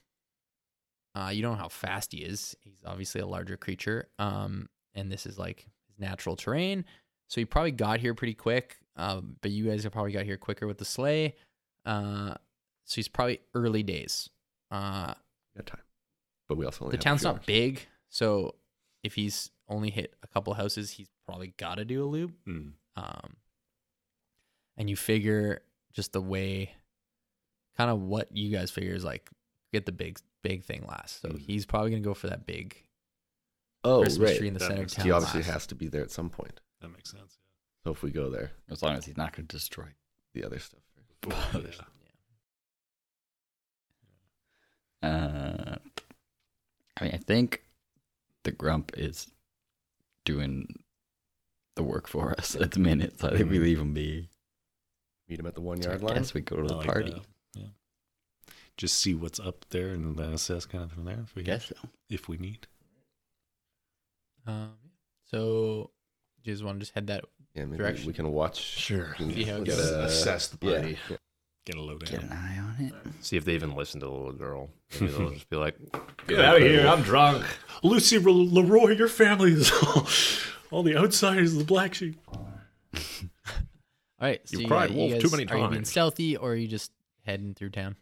uh you don't know how fast he is he's obviously a larger creature um and this is like his natural terrain so he probably got here pretty quick um but you guys have probably got here quicker with the sleigh uh so he's probably early days uh got time. But we also only the have a town's few not hours. big so if he's only hit a couple houses he's probably got to do a loop Mm. um, and you figure just the way kind of what you guys figure is like get the big big thing last so he's probably gonna go for that big Oh, christmas right. tree in the That center of makes town sense. he obviously last. has to be there at some point. That makes sense. So if we go there, As long as he's not going to destroy. the other stuff. Yeah. Uh, I mean, I think the grump is doing the work for us at the minute, so I think we leave him be. Meet him at the one So I yard line. guess we go to I the like party. that. Yeah. Just see what's up there and then assess kind of from there if we I guess so. if we need. um, so Do you just want to just head that? Yeah, maybe Direction. we can watch. Sure. we can See how it get goes. a- uh, Assess the yeah. party. Get a load Get an out. eye on it. See if they even listen to the little girl. Maybe they'll just be like, Get out of here. I'm drunk. Lucy Ro- Leroy, your family is all, all the outsiders, the black sheep. All right. You So you, cried uh, wolf you too guys- many Are you being times. stealthy, or are you just heading through town?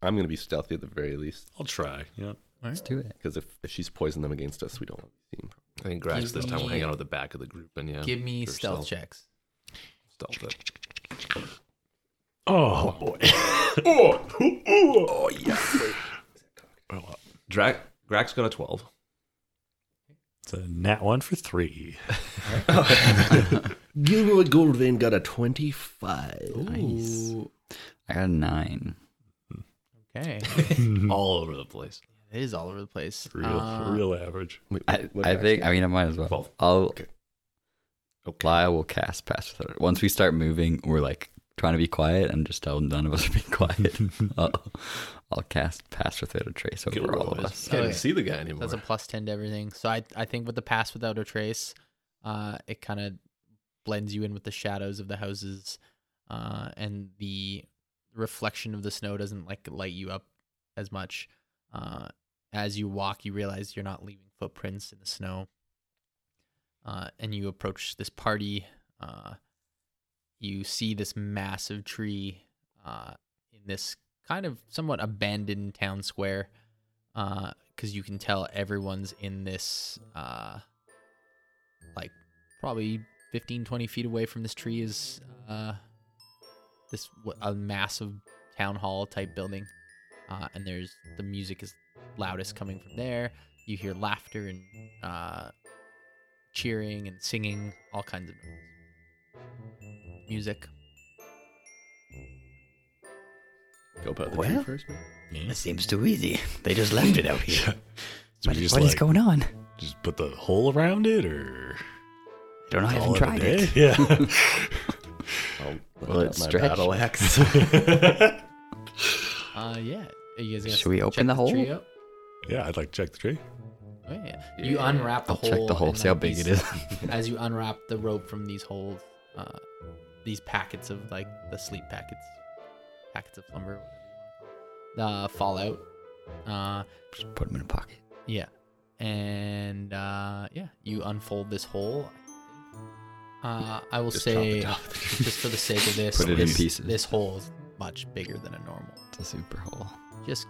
I'm gonna be stealthy at the very least, I'll try. Yeah. Let's do it. because if, if she's poisoned them against us, we don't want to be seen. I think Grax Give this time will hang me- out at the back of the group and yeah. Give me for stealth checks. Stealth it. Oh boy. oh, oh, oh. Drac Grax got a twelve. It's a nat one for three. Gilroy Goldvein got a 25. Nice. I got a nine. Okay. All over the place. it is all over the place. Real, Uh, real average. Wait, I, what I Grax think. got? I mean, I might as well. Twelve. I'll. Okay. Lyle will cast pass without it. Once we start moving, we're like trying to be quiet and just tell none of us are being quiet. I'll, I'll cast pass without a trace over Gilroy all of is- us. Can't Okay. even see the guy anymore. That's a plus ten to everything. So I I think with the pass without a trace, uh, it kind of blends you in with the shadows of the houses, uh, and the reflection of the snow doesn't like light you up as much. Uh, as you walk, you realize you're not leaving footprints in the snow. Uh, and you approach this party. Uh, you see this massive tree uh, in this kind of somewhat abandoned town square because uh, you can tell everyone's in this uh, like probably 15 20 feet away from this tree is uh, this what, a massive town hall type building uh, and there's the music is loudest coming from there you hear laughter and uh, cheering and singing all kinds of noise. music Go about the Well? tree first, man. That seems too easy. They just left it out here. So What- we just what is like, going on? I Just put the hole around it, or don't know. I haven't call tried a it. day? Yeah. I'll let Well, out it's my stretched. battle axe. uh, yeah are you guys gonna Should we check open the tree hole? up? yeah, I'd like to check the tree. Oh, yeah. You unwrap the I'll hole. check the hole, and see how then big these- it is. as you unwrap the rope from these holes, uh, these packets of like the sleep packets, packets of lumber, whatever you wanna call it, uh, fall out. Uh, Just put them in a pocket. yeah, and uh, yeah, you unfold this hole. Uh, I will Just chop say, it off. just for the sake of this, Put it in this, pieces. This hole is much bigger than a normal, It's a super hole. just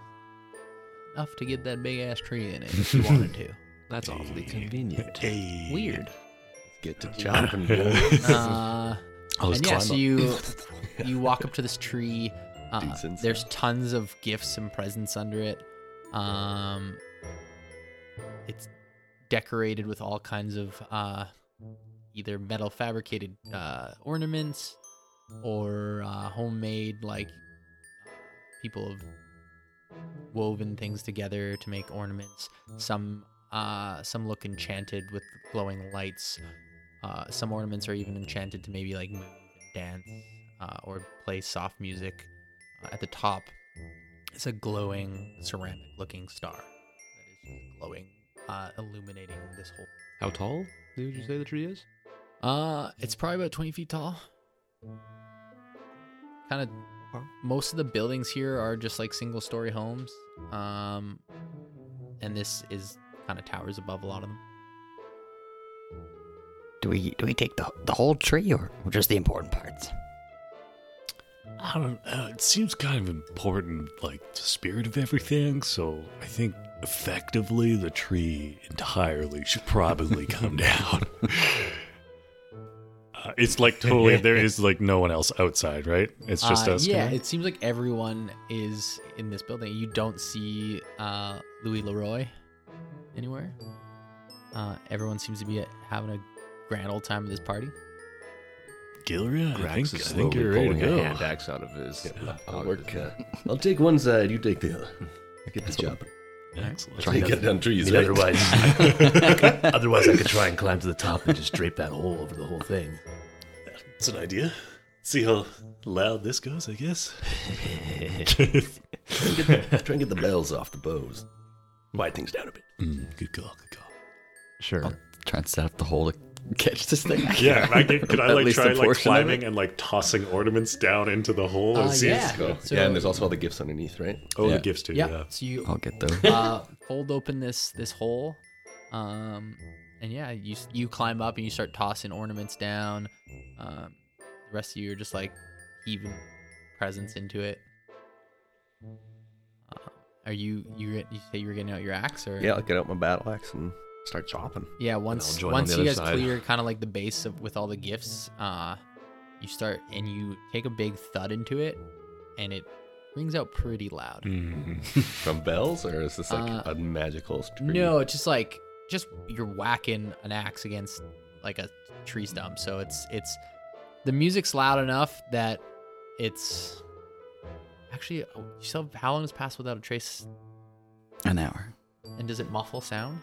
enough to get that big ass tree in it if you wanted to. That's awfully convenient. Hey. Weird. Get to chopping. boy. Uh, I'll just and yeah, Oh, climb so up. you you walk up to this tree. Uh, Decent there's tons of gifts and presents under it. Um, it's decorated with all kinds of uh, either metal fabricated uh, ornaments or uh, homemade like people have woven things together to make ornaments. Some uh, some look enchanted with glowing lights. Uh, some ornaments are even enchanted to maybe like move and dance uh, or play soft music. Uh, at the top, it's a glowing ceramic-looking star that is just glowing, uh, illuminating this whole. How tall would you say the tree is? Uh, it's probably about twenty feet tall. Kind of. Wow. Most of the buildings here are just like single-story homes, um, and this is kind of towers above a lot of them. Do we do we take the the whole tree or or just the important parts? I don't. Uh, it seems kind of important, like the spirit of everything. So I think effectively, the tree entirely should probably come down. Uh, it's like totally. There is like no one else outside, right? It's just Uh, us. Yeah, coming? it seems like everyone is in this building. You don't see uh, Louis Leroy anywhere. Uh, everyone seems to be having a grand old time at this party. Gilria, I think, Grax I is think slowly you're ready to pulling a go. hand axe out of his. I'll pocket. work. Uh, I'll take one side. You take the other. Get to chopping. Excellent. Try and Get down I trees. mean, Right? otherwise, I could- otherwise I could try and climb to the top and just drape that hole over the whole thing. It's an idea. See how loud this goes, I guess. Try and get the bells off the bows. Quiet things down a bit. Mm, good call, good call. Sure. I'll try and set up the hole to catch this thing? Yeah, I can, could I At like least a try like portion of climbing and like tossing ornaments down into the hole? Uh, and see if- yeah. Cool. So- yeah, and there's also all the gifts underneath, right? Oh, Yeah. the gifts too. Yeah. Yeah. So you I'll get those. Oh. uh, fold open this this hole, um, and yeah, you s- you climb up and you start tossing ornaments down. Um, the rest of you are just like heaving presents into it. Uh, are you you re- you say you were getting out your axe or Yeah, I'll get out my battle axe and start chopping. Yeah, once join on once the you other guys side. clear kind of like the base of with all the gifts, uh, you start and you take a big thud into it, and it rings out pretty loud. Mm, From bells, or is this like Uh, a magical tree? No, it's just like just you're whacking an axe against like a tree stump. So it's it's the music's loud enough that it's actually oh, you still have, how long has passed without a trace An hour. and does it muffle sound?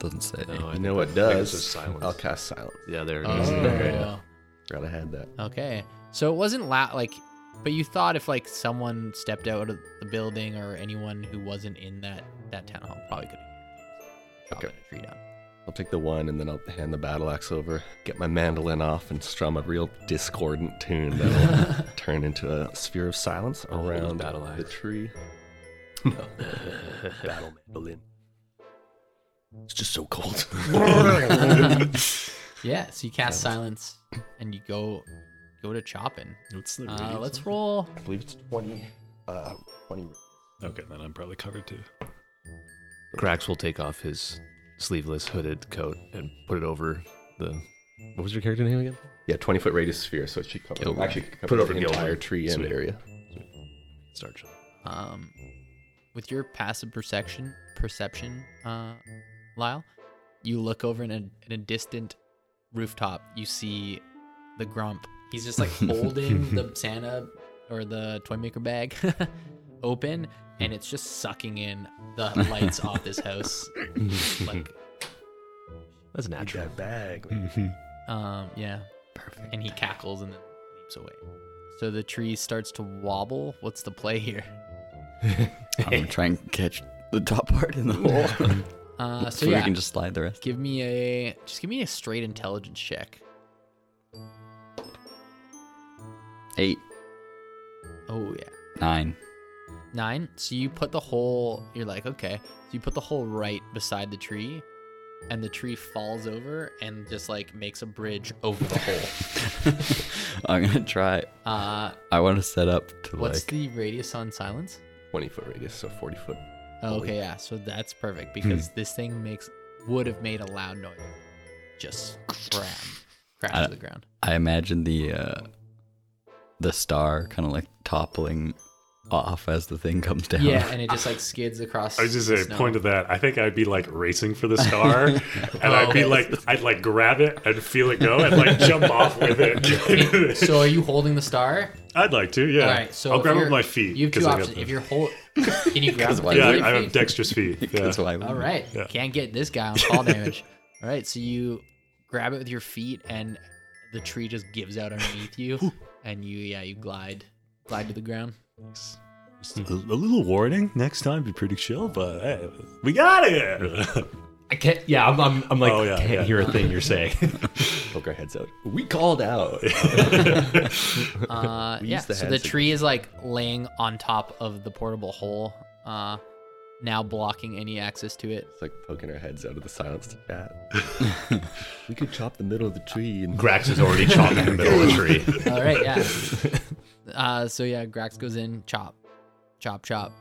Doesn't say. No, I You think know what that- I think it's does? just silence. I'll cast silence. Yeah, there it is. Okay. Oh, Glad I had that. okay. So it wasn't loud like but you thought if like someone stepped out of the building or anyone who wasn't in that that town hall probably could have Okay. a tree down. I'll take the one and then I'll hand the battle axe over, get my mandolin off, and strum a real discordant tune that'll turn into a sphere of silence I'll hold the around battle axe. the tree. Battle mandolin. It's just so cold. Yeah, so you cast silence and you go go to chopping. What's the Uh, radius let's on roll. I believe it's 20. Uh, 20. it? Okay, then I'm probably covered too. Grax will take off his sleeveless hooded coat and put it over the. What was your character name again? Yeah, 20 foot radius sphere, so it should cover Gilbert. actually cover Put the over Gilbert. entire tree and Sweet. area. Start shot. Um, with your passive perception, perception, uh, Lyle, you look over in a, in a distant rooftop. You see the Grump. He's just like holding the Santa or the toy maker bag open, and it's just sucking in the lights off his house. Like, That's natural. bag. um, yeah. Perfect. And he cackles and then leaps away. So the tree starts to wobble. What's the play here? I'm gonna try and catch the top part in the hole, Uh, so so yeah, we can just slide the rest. Give me a just give me a straight intelligence check. Eight, Oh yeah. nine. Nine. So you put the whole you're like, okay. So you put the whole right beside the tree and the tree falls over and just like makes a bridge over the hole. I'm gonna try. Uh I want to set up to what's like. the radius on silence? 20 foot radius, so 40 foot. Oh, okay, yeah. So that's perfect Hmm. because this thing makes would have made a loud noise. Just cram. Crash to the ground. I imagine the uh, the star kind of like toppling off as the thing comes down. Yeah, and it just like skids across. I was just the a snow. point of that. I think I'd be like racing for the star, and I'd okay. be like, I'd like grab it and feel it go, and like jump off with it. So are you holding the star? I'd like to, yeah. All right, so I'll if grab it you're- with my feet. You have 'cause two I got options. the- If you're whole, can you grab it with yeah, your I, I have feet? dexterous feet. Yeah. That's why. we- All right, Yeah. can't get this guy on fall damage. All right, so you grab it with your feet, and the tree just gives out underneath you, and you yeah you glide glide to the ground. A, little warning next time, be pretty chill, but hey, we got it. I can't. Yeah, I'm. I'm, I'm like. Oh, yeah, can't yeah. hear a thing you're saying. Poke our heads out. We called out. Uh, We yeah, use the so hand signal. the tree is like laying on top of the portable hole, uh, now blocking any access to it. It's like poking our heads out of the silence to chat. we could chop the middle of the tree and Grax is already chopping in the middle of a tree. All right, yeah. Uh, so yeah, Grax goes in, chop, chop, chop,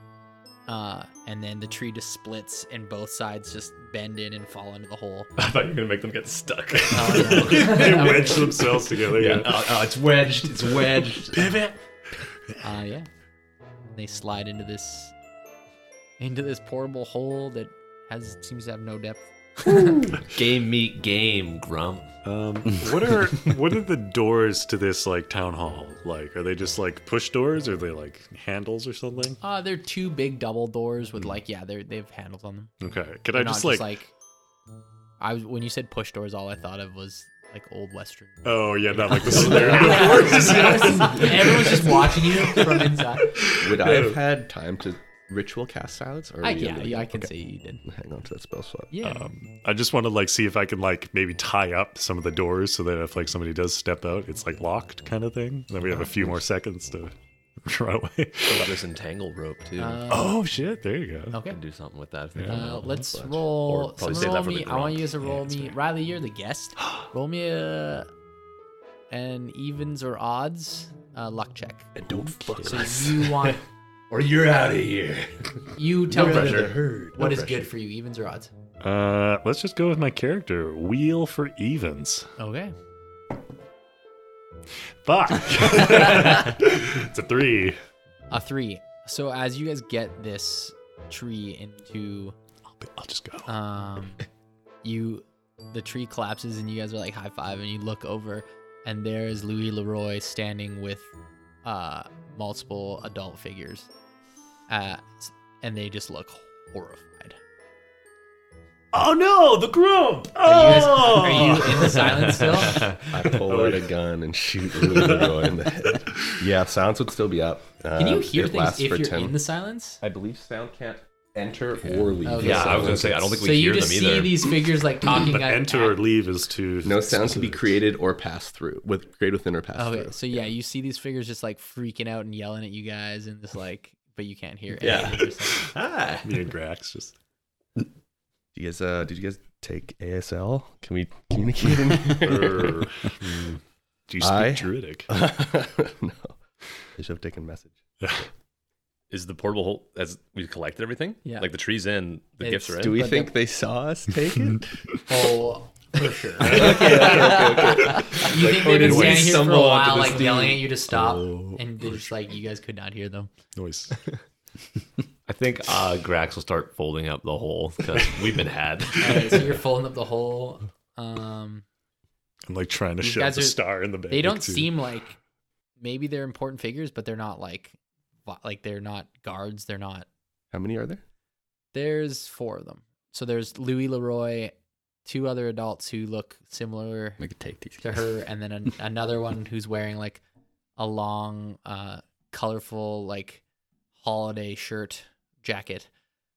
uh, and then the tree just splits, and both sides just bend in and fall into the hole. I thought you were gonna make them get stuck. Oh, no. they wedge themselves together. Yeah. oh, oh, it's wedged. It's wedged. uh, yeah, they slide into this into this portable hole that has seems to have no depth. game meet game, Grump. Um, what are what are the doors to this like town hall like? Are they just like push doors? Are they like handles or something? Uh, they're two big double doors with like yeah, they they have handles on them. Okay, could They're I not just like, I was when you said push doors, all I thought of was like old western. oh yeah, not like the scenario doors. Um, Everyone's just watching you from inside. Would I have had time to ritual cast silence? Or are I, we yeah, under- yeah, I can okay. say you did. Hang on to that spell slot. Yeah. Um, I just want to like see if I can like maybe tie up some of the doors so that if like somebody does step out, it's like locked kind of thing. Then we have a few more seconds to run away. There's entangle rope too. Uh, oh shit! There you go. okay. Could do something with that. if they Yeah. come Uh, out. let's But- roll. Or probably Someone save that roll for the me. I want grunt. you guys to roll that's me. right. Riley, you're the guest. roll me a an evens or odds uh, luck check. And don't fuck with So us. you want Or you're out of here. you tell me Under the herd. No what is pressure. good for you, evens or odds. Uh, let's just go with my character. Wheel for evens. Okay. Fuck. it's a three. A three. So as you guys get this tree into I'll, be, I'll just go. um you the tree collapses and you guys are like high five and you look over and there is Louis Leroy standing with uh multiple adult figures. Uh s- and they just look horrified. Oh no, the grump. Are you, guys, Oh. are you in the silence still? I pull Oh, out a gun and shoot Louis Leroy in the head. Yeah, silence would still be up. Can you Um, hear it things lasts if for you're 10 in the silence? I believe sound can't enter or leave. Okay. the Yeah, I silence. was gonna say, I don't think So we you hear just them see either. these figures like talking But at- enter at- or leave is to No sound can be specifics. created or passed through with created within or passed Okay, through. so Oh, yeah, you see these figures just like freaking out and yelling at you guys, and just like, but you can't hear. Yeah. anything they're saying. Ah. Me and Grax just. Do you guys uh did you guys take ASL? Can we communicate in here? Err. Hmm. Do you speak I- Druidic? no. They should have taken message. Is the portable hole? As we collected everything. Yeah. Like the trees in, the gifts It's- are in. Do we But think the- they saw us take it? Oh, for sure. You think oh, they've did been we standing here for a stumble onto while, this like yelling dude? at you to stop, Oh, and they're just like, you guys could not hear them. Noise. I think uh, Grax will start folding up the hole because we've been had. All right, so you're folding up the whole. Um, I'm like trying to These shove guys the are- star in the bag. they don't too. seem like maybe they're important figures, but they're not like vi- like they're not guards. They're not. How many are there? There's four of them. So there's Louis Leroy, two other adults who look similar We could take these. to Guys. her, and then an, another one who's wearing like a long, uh, colorful like holiday shirt, jacket,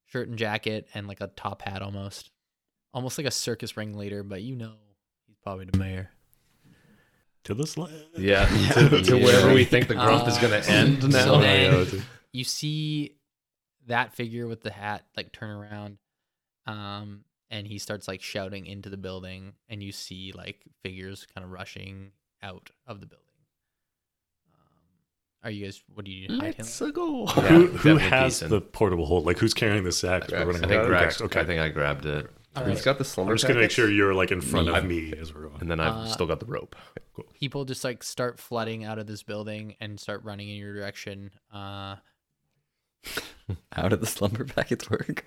shirt and jacket, and like a top hat almost, almost like a circus ringleader. But you know, he's probably the mayor. to this left. Yeah. To, to wherever we think the grump is Uh, going to end so now. Oh then- You see that figure with the hat like turn around, um, and he starts like shouting into the building, and you see like figures kind of rushing out of the building. Um, are you guys? What do you hide him? Let's go. Yeah, who who definitely has decent. the portable hole? Like who's carrying the sack? That's Grax. We're running I think out of Grax. Grax. Okay. I think I grabbed it, All He's right. got the slumber. I'm just gonna make packets. sure you're like in front of Me. me as we're going. and then Uh, I've still got the rope. people just like start flooding out of this building and start running in your direction. Uh, How did the slumber packets work?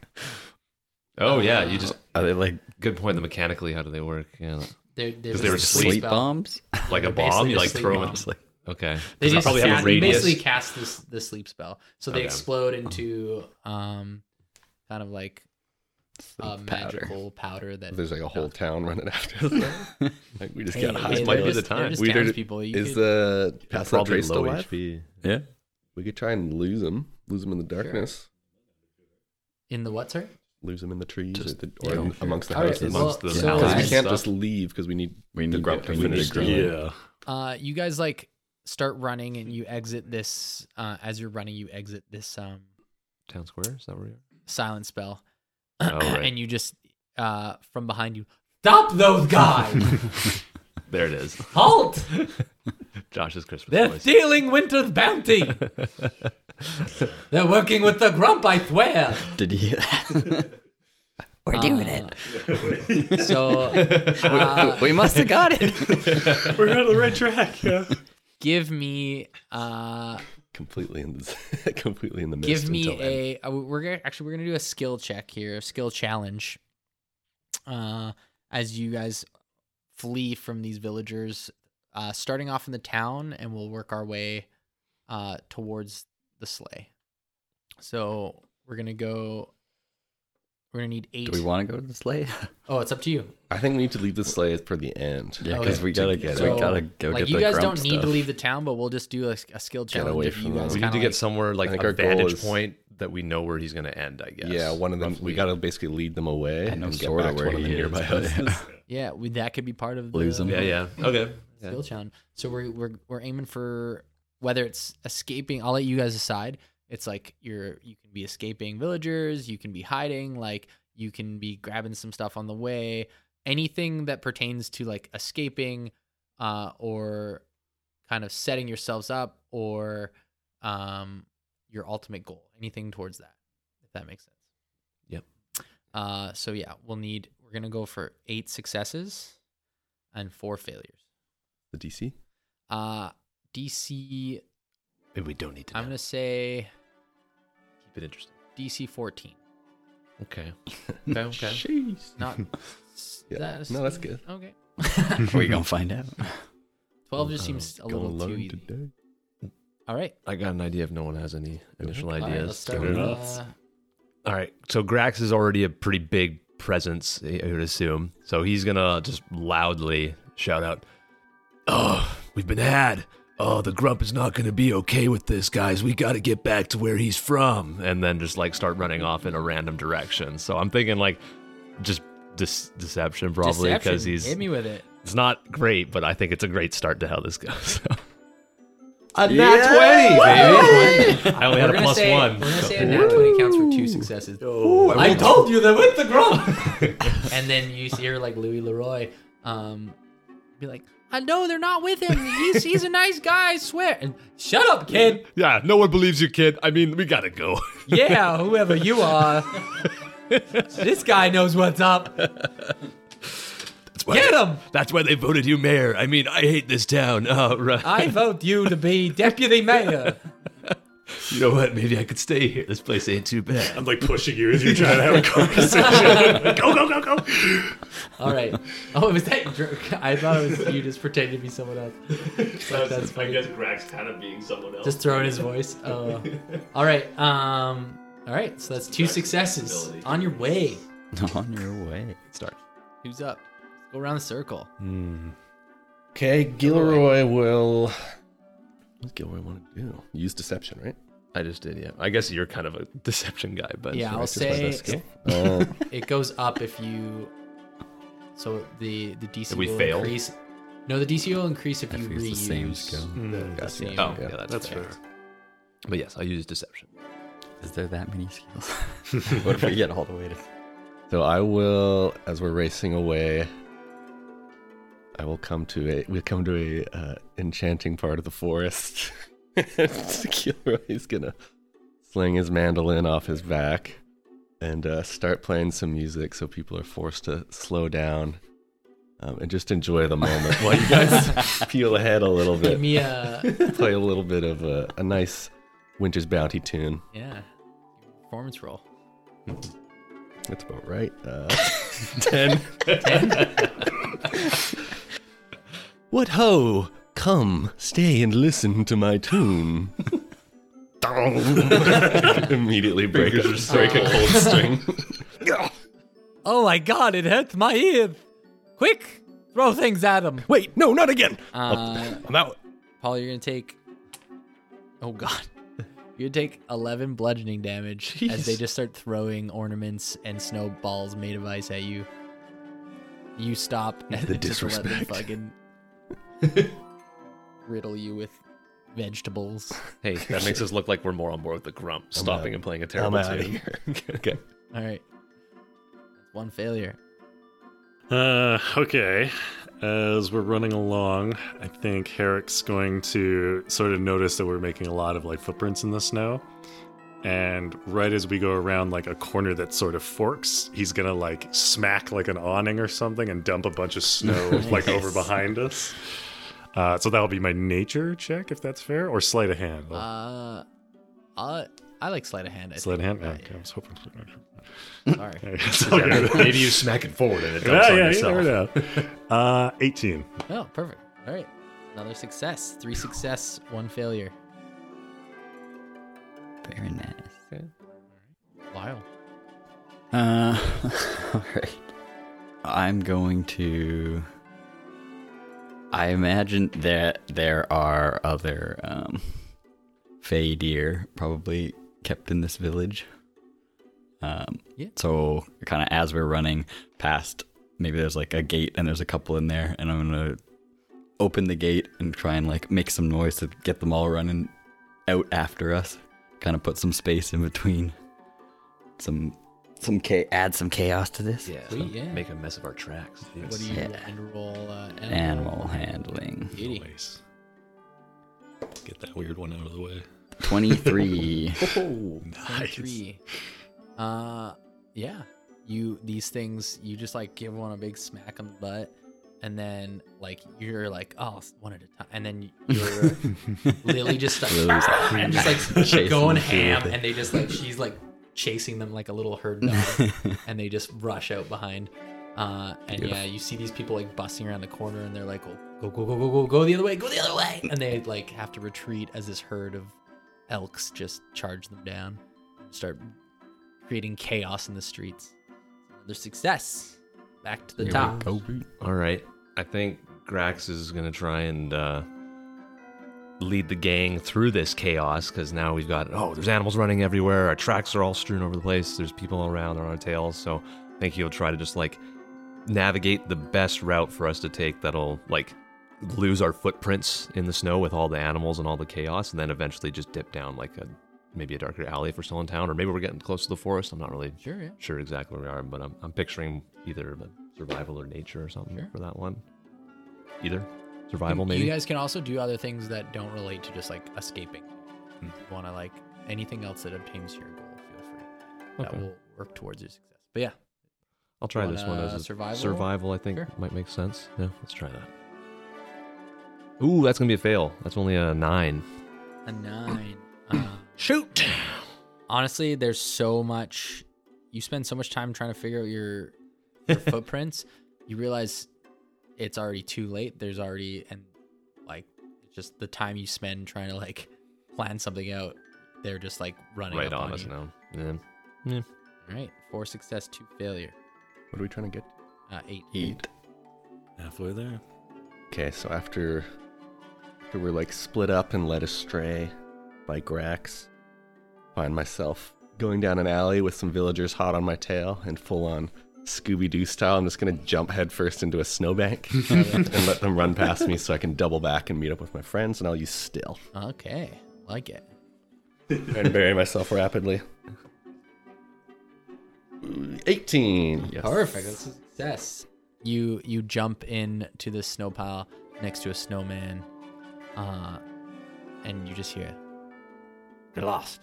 Oh yeah, you just Are they like good point. The mechanically, how do they work? Yeah, they're, they're 'Cause they were just asleep. sleep, spell- bombs? like a They're basically bomb. You just like sleep throw bombs. it. Okay. They Does it just probably have a cast- they radius? basically cast this the sleep spell, so they Okay. explode into um, kind of like a Sleep magical powder that There's like a whole town running after us. like we just Hey, got hey, high. they're might be just- the time. They're just We did- townspeople. You Is could- the pass that trace still alive? HP. Yeah. We could try and lose him. Lose him in the darkness. in the what, sir? Lose him in the trees Just- or, the, or yeah. in- amongst the Oh, All right, houses. well, Amongst the so- Because we Guys. can't just leave because we need We The need grub we to need finish to the- grill. yeah. Uh, you guys like start running, and you exit this. Uh, as you're running, you exit this um Town square is that where? You're? silent spell, Oh, right. and you just uh from behind you stop those guys. There it is. Halt! Josh's Christmas They're voice. stealing Winter's bounty. They're working with the grump. I swear. Did you hear that? We're doing Ah, it. it. So uh, We must have got it. We're on the right track. Yeah. give me uh. completely in the completely in the mist. give me until then. a uh, we're gonna actually we're gonna do a skill check here a skill challenge uh as you guys flee from these villagers uh starting off in the town and we'll work our way uh towards the sleigh so we're gonna go We're gonna need eight. Do we want to go to the sleigh? oh, it's up to you. I think we need to leave the sleigh for the end. Oh, Yeah, Okay. because we gotta Together. get So, we gotta go like get you the guys grump don't need to stuff. leave the town, but we'll just do like a skill Get challenge. away if you from guys them. we need kinda to get like- somewhere like think a our goal vantage is- point that we know where he's going to end. I guess. Yeah, one of them. Roughly. We gotta basically lead them away I know and get sorta back to where one of the he is, nearby but- houses. Yeah, we, that could be part of the Lose 'em. Yeah, yeah. Okay. skill challenge. So we're we're we're aiming for whether it's escaping. I'll let you guys decide. It's like you're you can be escaping villagers, you can be hiding, like you can be grabbing some stuff on the way. Anything that pertains to like escaping, uh, or kind of setting yourselves up, or um, your ultimate goal. Anything towards that, if that makes sense. Yep. Uh, so yeah, we'll need. We're gonna go for eight successes and four failures. The DC. Uh DC Maybe we don't need to. I'm know. gonna say Keep it interesting. DC fourteen. Okay. Okay. Okay. Jeez. Not Yeah. No, that's good. Okay. we gonna find out. Twelve Uh, just seems a little too e- easy. All right. I got an idea if no one has any initial All right, let's ideas. start Give it with, up. uh, All right. So Grax is already a pretty big presence, I I would assume. So he's gonna just loudly shout out, Oh, we've been had. Oh, the grump is not going to be okay with this, guys. We got to get back to where he's from. and then just like start running off in a random direction. So I'm thinking like, just dis- deception probably because Deception. he's hit me with it. it's not great, but I think it's a great start to how this goes. A I only had We're a gonna plus say, one. We're gonna so- say a nat twenty counts for two successes. I told you that with the grump. and then you hear like Louis Leroy um, be like, I know they're not with him. He's he's a nice guy, I swear. And shut up, kid. Yeah, no one believes you, kid. I mean, we gotta go. Yeah, whoever you are. this guy knows what's up. That's why Get him! That's why they voted you mayor. I mean, I hate this town. Oh, right. Uh, I vote you to be deputy mayor. you know what? Maybe I could stay here. This place ain't too bad. I'm like pushing you as you're trying to have a conversation. go, go, go, go. All right. Oh, was that jerk? I thought it was you just pretending to be someone else. But that's funny. Greg's kind of being someone else. Just throwing his voice. Oh. All right. Um. All right. So that's two successes on your way. On your way. Start. Who's up? Go around the circle. Okay, Gilroy will. What does Gilroy want to do? Use deception, right? I just did, yeah. I guess you're kind of a deception guy, but Yeah, I'll That's just my say best skill. Uh, it goes up if you. So the the DC If we will fail? increase. No, the DC will increase if I you think it's reuse the same skill. the same. Oh, Yeah. yeah, that's, That's fair. fair. But yes, I'll use deception. Is there that many skills? what if we get all the way to? so I will, as we're racing away, I will come to a. We come to a uh, enchanting part of the forest. Gilroy's gonna sling his mandolin off his back and uh, start playing some music, so people are forced to slow down. Um, and just enjoy the moment while you guys peel ahead a little bit. Give me a play a little bit of a, a nice Winter's Bounty tune. yeah performance roll. That's about right. Uh, 10. what ho! Come, stay and listen to my tune. Immediately break a, break a cold string. Oh my god! It hurts my ear. Quick, throw things at him. Wait, no, not again. Uh, I'm out. Paul, you're gonna take. Oh God, you take eleven bludgeoning damage as they just start throwing ornaments and snowballs made of ice at you. You stop and the disrespect. Just let them fucking riddle you with vegetables. Hey, that makes us look like we're more on board with the grump, stopping out. and playing a I'm terrible out of tune. here. okay. All right, that's one failure. Uh, okay. As we're running along, I think Herrick's going to sort of notice that we're making a lot of like footprints in the snow. And right as we go around like a corner that sort of forks, he's gonna like smack like an awning or something and dump a bunch of snow like over behind us. Uh, so that'll be my nature check if that's fair, or sleight of hand. Uh, I I like sleight of hand. I sleight of hand. think. Right, Yeah, okay, I was hoping. yeah. Sorry. It's all good. Maybe you smack it forward and it dumps yeah, on yeah, you yourself. never know. Uh, 18. Oh, perfect. All right. Another success. Three success, one failure. Very nice. Lyle. Uh, all right. I'm going to. I imagine that there are other um, fey deer probably kept in this village. Um, Yeah. So, kind of as we're running past, maybe there's like a gate and there's a couple in there, and I'm gonna open the gate and try and like make some noise to get them all running out after us. Kind of put some space in between. Some some cha- add some chaos to this. Yeah. Sweet, yeah. Make a mess of our tracks. What do you Yeah. and roll? Uh, animal? Animal handling. Beauty. Nice. Get that weird one out of the way. 23. Oh, nice. 23. Uh, yeah. You these things, you just like give one a big smack on the butt, and then like you're like, oh, one at a time, and then you're Lily just like, Lily's like, and just chasing like going the food. ham, and they just like she's like chasing them like a little herd dog, and they just rush out behind. Uh, and yeah, you see these people like busting around the corner, and they're like, oh, go go go go go go the other way, go the other way, and they like have to retreat as this herd of elks just charge them down, and start creating chaos in the streets. Another success. Back to the top. All right. I think Grax is going to try and uh, lead the gang through this chaos because now we've got, oh, there's animals running everywhere. Our tracks are all strewn over the place. There's people around on our tails. So I think he'll try to just like navigate the best route for us to take that'll like lose our footprints in the snow with all the animals and all the chaos and then eventually just dip down like a maybe a darker alley if we're still in town or maybe we're getting close to the forest. I'm not really Sure. Yeah. sure exactly where we are, but I'm, I'm picturing either the survival or nature or something Sure. for that one. Either survival, maybe. You guys can also do other things that don't relate to just like escaping. Hmm. If you want to like anything else that obtains your goal, feel free. Okay. That will work towards your success. But yeah, I'll try want this one a as a survival? Survival, I think, Sure. might make sense. Yeah, let's try that. Ooh, that's gonna be a fail. That's only a nine. a nine. Uh, Shoot. Honestly, there's so much. You spend so much time trying to figure out your, your footprints. You realize it's already too late. There's already and like it's just the time you spend trying to like plan something out. They're just like running right up on on us you. now. Yeah. All right, four success, two failure, What are we trying to get? uh, eight. Eat. Halfway there. Okay, so after, after we're like split up and led astray by Grax, find myself going down an alley with some villagers hot on my tail and full on Scooby Doo style. I'm just gonna jump headfirst into a snowbank and let them run past me so I can double back and meet up with my friends, and I'll use still Okay, like it. and bury myself rapidly. 18. Yes. Perfect. That's a success. You you jump in to the snow pile next to a snowman, uh, and you just hear, "You're lost.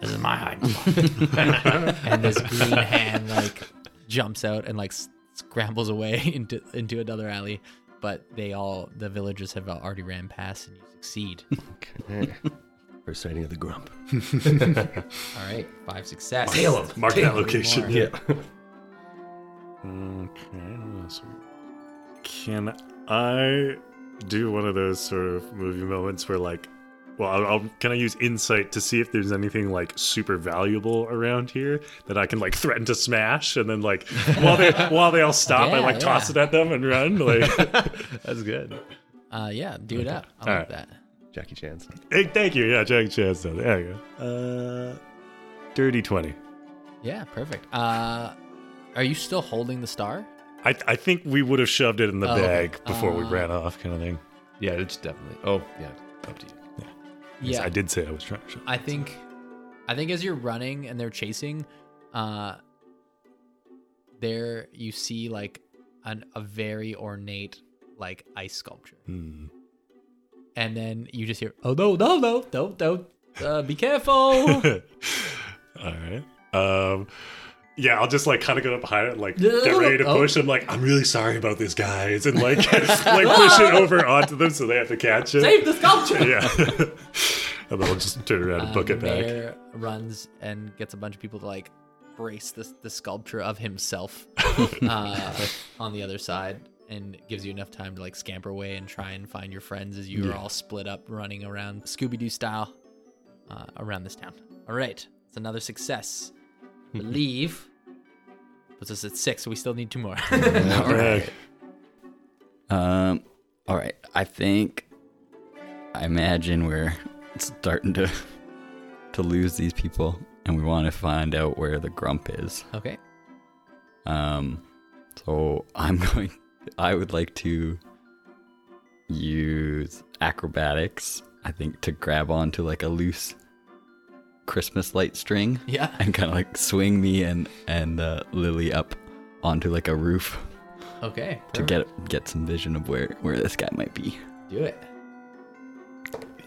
This is my hiding spot." and this green hand like jumps out and like s- scrambles away into into another alley, but they all the villagers have already ran past, and you succeed. Okay. First sighting of the grump. all right, five success. Mark Tail that him. location. More. Yeah. Okay. what else we- Can I do one of those sort of movie moments where, like, well, I'll, I'll, can I use insight to see if there's anything like super valuable around here that I can like threaten to smash, and then like while they while they all stop, I Yeah, like toss it at them and run. Like, That's good. Uh, yeah, do it up. I All like right. that. Jackie Chan's. hey, thank you, yeah, Jack Chance. There you go. Uh, dirty twenty. Yeah, perfect. Uh, are you still holding the star? I I think we would have shoved it in the Oh, bag before we uh, ran off, kind of thing. Yeah, it's definitely. Oh, yeah. Up to you. Yes, I did say I was trying to. shove I think, I think as you're running and they're chasing, uh, there you see like an, a very ornate like ice sculpture, Hmm. and then you just hear, "Oh no, no, no, don't, don't, uh, be careful!" All right. Um, yeah, I'll just like kind of go up behind it, and, like get ready to Oh. push. I'm like, I'm really sorry about this, guys, and like like push it over onto them so they have to catch it. Save the sculpture. Yeah, and then I'll just turn around and book Uh, it back. Nair runs and gets a bunch of people to like brace the, the sculpture of himself uh, on the other side and gives you enough time to like scamper away and try and find your friends as you are all split up running around Scooby Doo style uh, around this town. All right, it's another success. I believe Puts us at six, so we still need two more. All right. Um, all right. I think I imagine we're starting to to lose these people, and we want to find out where the grump is. okay. Um, so I'm going. I would like to use acrobatics. I think to grab onto like a loose Christmas light string Yeah. and kind of like swing me and and uh, Lily up onto like a roof Okay. to perfect. get get some vision of where where this guy might be. do it.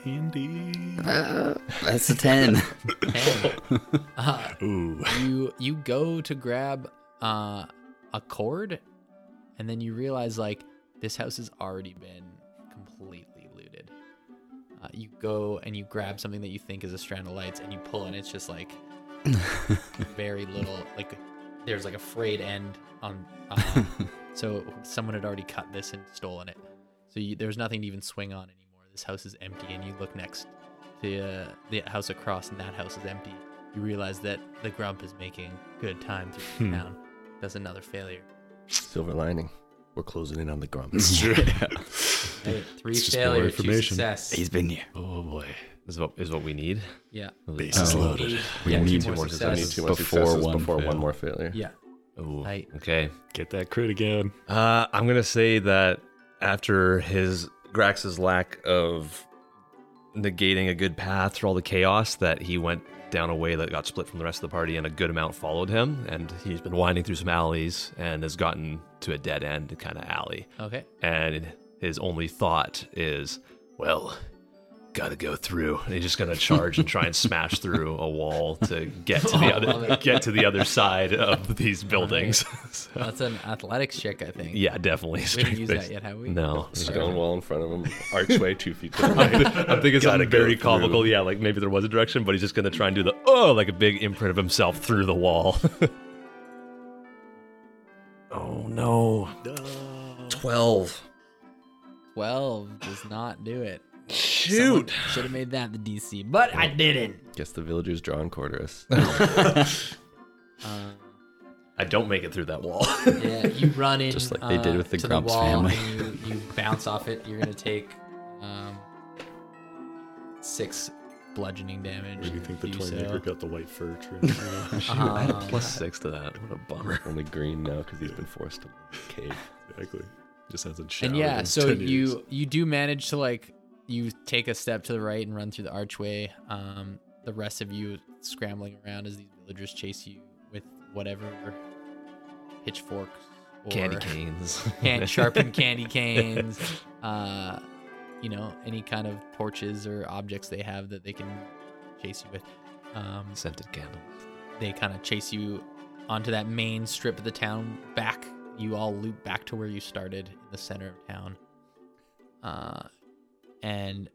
Indeed. That's a ten. Ten. Uh, Ooh. you you go to grab uh, a cord, and then you realize like this house has already been completely looted. Uh, you go and you grab something that you think is a strand of lights, and you pull, and it's just like very little. Like there's like a frayed end on. Uh, so someone had already cut this and stolen it. So you, there's nothing to even swing on anymore. This house is empty, and you look next to uh, the house across, and that house is empty. You realize that the grump is making good time through the town. That's another failure. Silver lining. We're closing in on the grumps. It's true. three It's just more failures, failures, two two information. success. He's been here. Oh boy. Is what is what we need. yeah. Base is Oh. loaded. We yeah, need two more more So we need successes. two more Before successes one before fail. one more failure. Yeah. Ooh. Right. Okay. Get that crit again. Uh, I'm gonna say that after his Grax's lack of negating a good path through all the chaos, that he went down a way that got split from the rest of the party, and a good amount followed him. And he's been winding through some alleys and has gotten to a dead end kind of alley. Okay. And his only thought is, well. Gotta go through. And he's just gonna charge and try and smash through a wall to get to Oh, the other get to the other side of these buildings. So- That's an athletics check, I think. yeah, definitely. We haven't strength used that based. yet, have we? No. Stone wall in front of him, archway two feet to the I right. think- I think it's something very comical. Yeah, like maybe there was a direction, but he's just gonna try and do the oh, like a big imprint of himself through the wall. Oh no. Twelve. Twelve does not do it. Shoot. Should have made that the DC, but I didn't. Guess the villagers draw and quarter us. Uh, I don't make it through that wall. yeah, you run in Just like they did uh, with the to Grumps wall family. and you, you bounce off it. You're gonna take um, six bludgeoning damage. Where do you think the Do twin so. maker got the white fur trim? I had a Um, plus six to that. What a bummer. Only green now because he's been forced to cave. exactly. Just hasn't showered. and yeah in so 10 years. you you do manage to like you take a step to the right and run through the archway um the rest of you scrambling around as these villagers chase you with whatever pitchforks or Candy canes. can- sharpened candy canes uh you know any kind of torches or objects they have that they can chase you with um Scented candle. they kind of chase you onto that main strip of the town back you all loop back to where you started in the center of town uh, and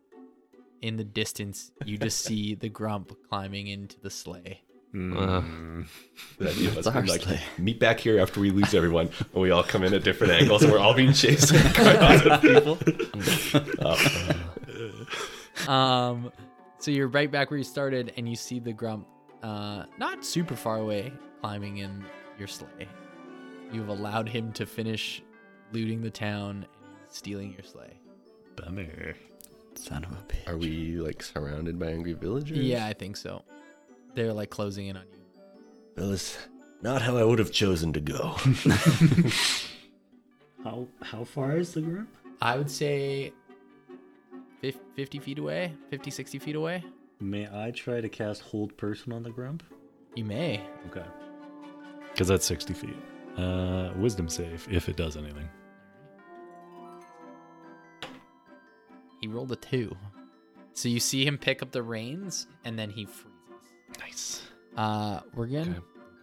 in the distance you just see the grump climbing into the sleigh Mm. The idea of us being like, meet back here after we lose everyone, and we all come in at different angles, and we're all being chased. and cut off at people. um, so you're right back where you started and you see the grump uh, not super far away climbing in your sleigh you've allowed him to finish looting the town and stealing your sleigh Bummer. Son of a bitch. Are we like surrounded by angry villagers? yeah i think so they're like closing in on you Well, it's not how I would have chosen to go. How how far is the group? I would say fif- 50 feet away, 50, 60 feet away. May I try to cast hold person on the grump? You may. Okay. Because that's 60 feet. Uh, wisdom save, if it does anything. He rolled a two. So you see him pick up the reins and then he freezes. Nice. Uh, we're going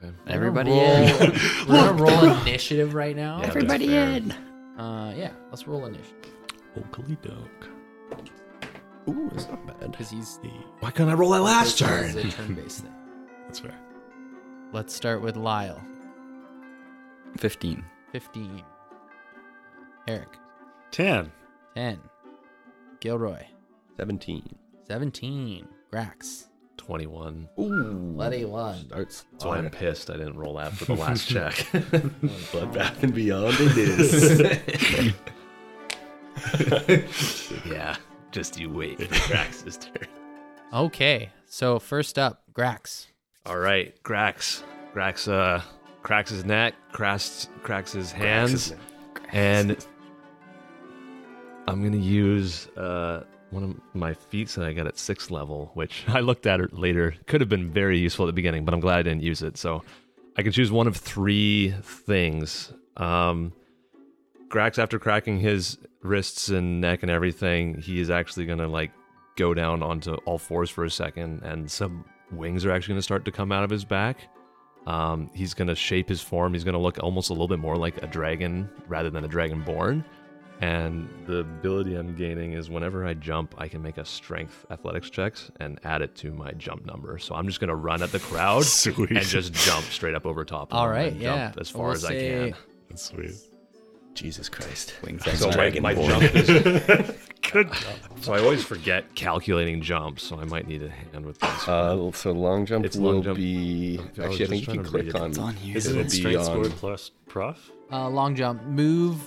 Okay. to Everybody roll, we're gonna roll initiative right now. Yeah, Everybody in. Uh, yeah, let's roll initiative Oakley dunk. Ooh, that's not bad. because he's Why couldn't I roll that last it's turn? a turn-based thing. That's fair. Let's start with Lyle, Fifteen. 15. Eric, 10. 10. Gilroy, Seventeen. 17. Grax, 21. Ooh. Twenty-one. Starts So I'm pissed I didn't roll after the last check. Bloodbath and Beyond it is. yeah, just you wait for Grax's turn. Okay, so first up, Grax. All right, Grax. Grax uh, cracks his neck, cracks, cracks his hands, and I'm going to use uh, one of my feats that I got at sixth level, which I looked at it later. Could have been very useful at the beginning, but I'm glad I didn't use it. So I can choose one of three things. Um, Grax, after cracking his wrists and neck and everything, he is actually going to like go down onto all fours for a second, and some wings are actually going to start to come out of his back. Um, he's going to shape his form. He's going to look almost a little bit more like a dragon rather than a dragonborn. And the ability I'm gaining is whenever I jump, I can make a strength athletics checks and add it to my jump number. So I'm just going to run at the crowd Sweet. and just jump straight up over top. of All them right, and yeah. Jump as far We'll as I say- can. That's sweet. Jesus Christ. So my, my jump is. So I always forget calculating jumps, so I might need a hand with this. Uh, so long jump It's will long jump. be. Okay, I was Actually, I just think you trying can to click read it. on. It's on here. Isn't It'll it be strength score um, on- plus prof? Uh, long jump. Move.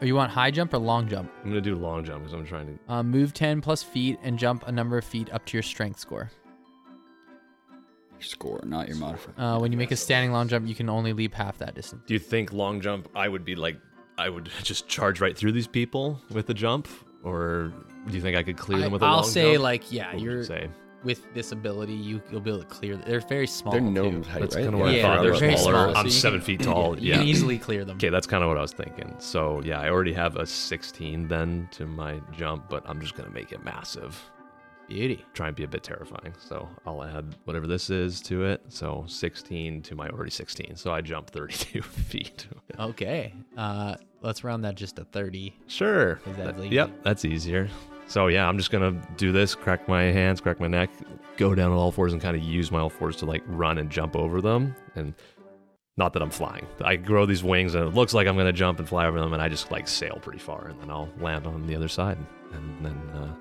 Or you want high jump or long jump? I'm gonna do long jump because I'm trying to. Uh, move 10 plus feet and jump a number of feet up to your strength score. Score, not your modifier. Uh, when you make a standing long jump, you can only leap half that distance. Do you think long jump? I would be like, I would just charge right through these people with the jump, or do you think I could clear them with a I, long will jump? say, like, yeah, What would you you're say? with this ability, you, you'll be able to clear. They're very small. They're too. gnome height, Oh, That's right? kind of what Yeah, I thought. They're, they're very smaller. small, so I'm you seven can- feet tall. You Yeah. can easily clear them. Okay, that's kind of what I was thinking. So yeah, I already have a 16 then to my jump, but I'm just gonna make it massive. Beauty. Try and be a bit terrifying. So I'll add whatever this is to it. So 16 to my already 16. So I jump 32 feet. Okay. Uh, let's round that just to 30. Sure. Is That- that legal? yep, that's easier. So yeah, I'm just gonna do this, crack my hands, crack my neck, go down on all fours and kind of use my all fours to like run and jump over them. And not that I'm flying. I grow these wings and it looks like I'm gonna jump and fly over them and I just like sail pretty far and then I'll land on the other side and then uh,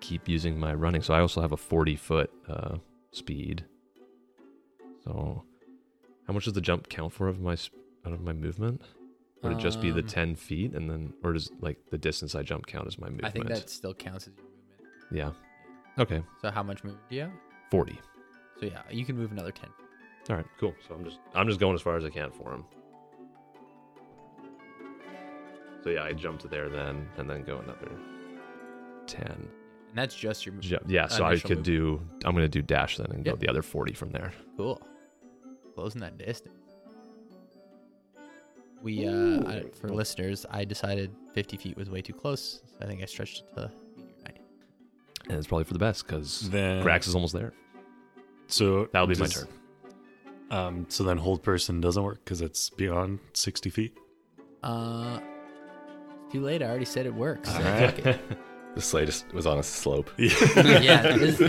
keep using my running. So I also have a 40 foot uh, speed. So how much does the jump count for of my s- out of my movement? Would it just be the Um, 10 feet and then, or does like the distance I jump count as my movement? I think that still counts as your movement. Yeah. Okay. So how much movement do you have? 40. So yeah, you can move another 10. All right. Cool. So I'm just, I'm just going as far as I can for him. So yeah, I jump to there then, and then go another 10. And that's just your movement. Ju- Yeah. So I Initial could move. do, I'm going to do dash then and Yeah. go the other 40 from there. Cool. Closing that distance. We, uh, I, for listeners, I decided 50 feet was way too close. So I think I stretched it to meteor nine. And it's probably for the best because Then Grax is almost there. So That'll be my does- turn. Um, so then hold person doesn't work because it's beyond sixty feet. Uh, it's too late. I already said it works. so fuck it. The slightest was on a slope. yeah, this,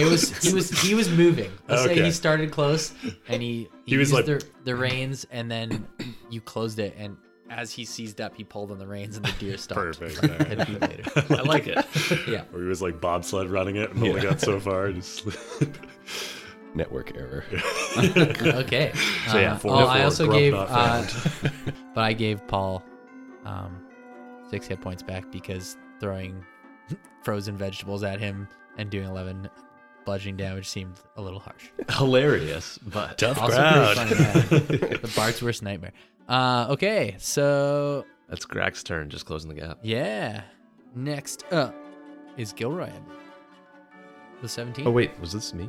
it was. He was. He was moving. Let's say Okay. he started close, and he he, He was used like- the, the reins, and then you closed it, and as he seized up, he pulled on the reins, and the deer stopped. Perfect, Like, alright. ten feet later. I like it. Yeah. Or he was like bobsled running it and only got so far. Just Network error. Okay. So yeah, Uh, four- oh, I four, also grub gave, not uh, but I gave Paul um, six hit points back because throwing frozen vegetables at him and doing eleven bludgeoning damage seemed a little harsh. Hilarious, but tough Also crowd. pretty funny, yeah. the Bart's worst nightmare. Uh, okay, so that's Grax's turn, just closing the gap. yeah, next up is Gilroy. I believe. The seventeen. Oh wait, was this me?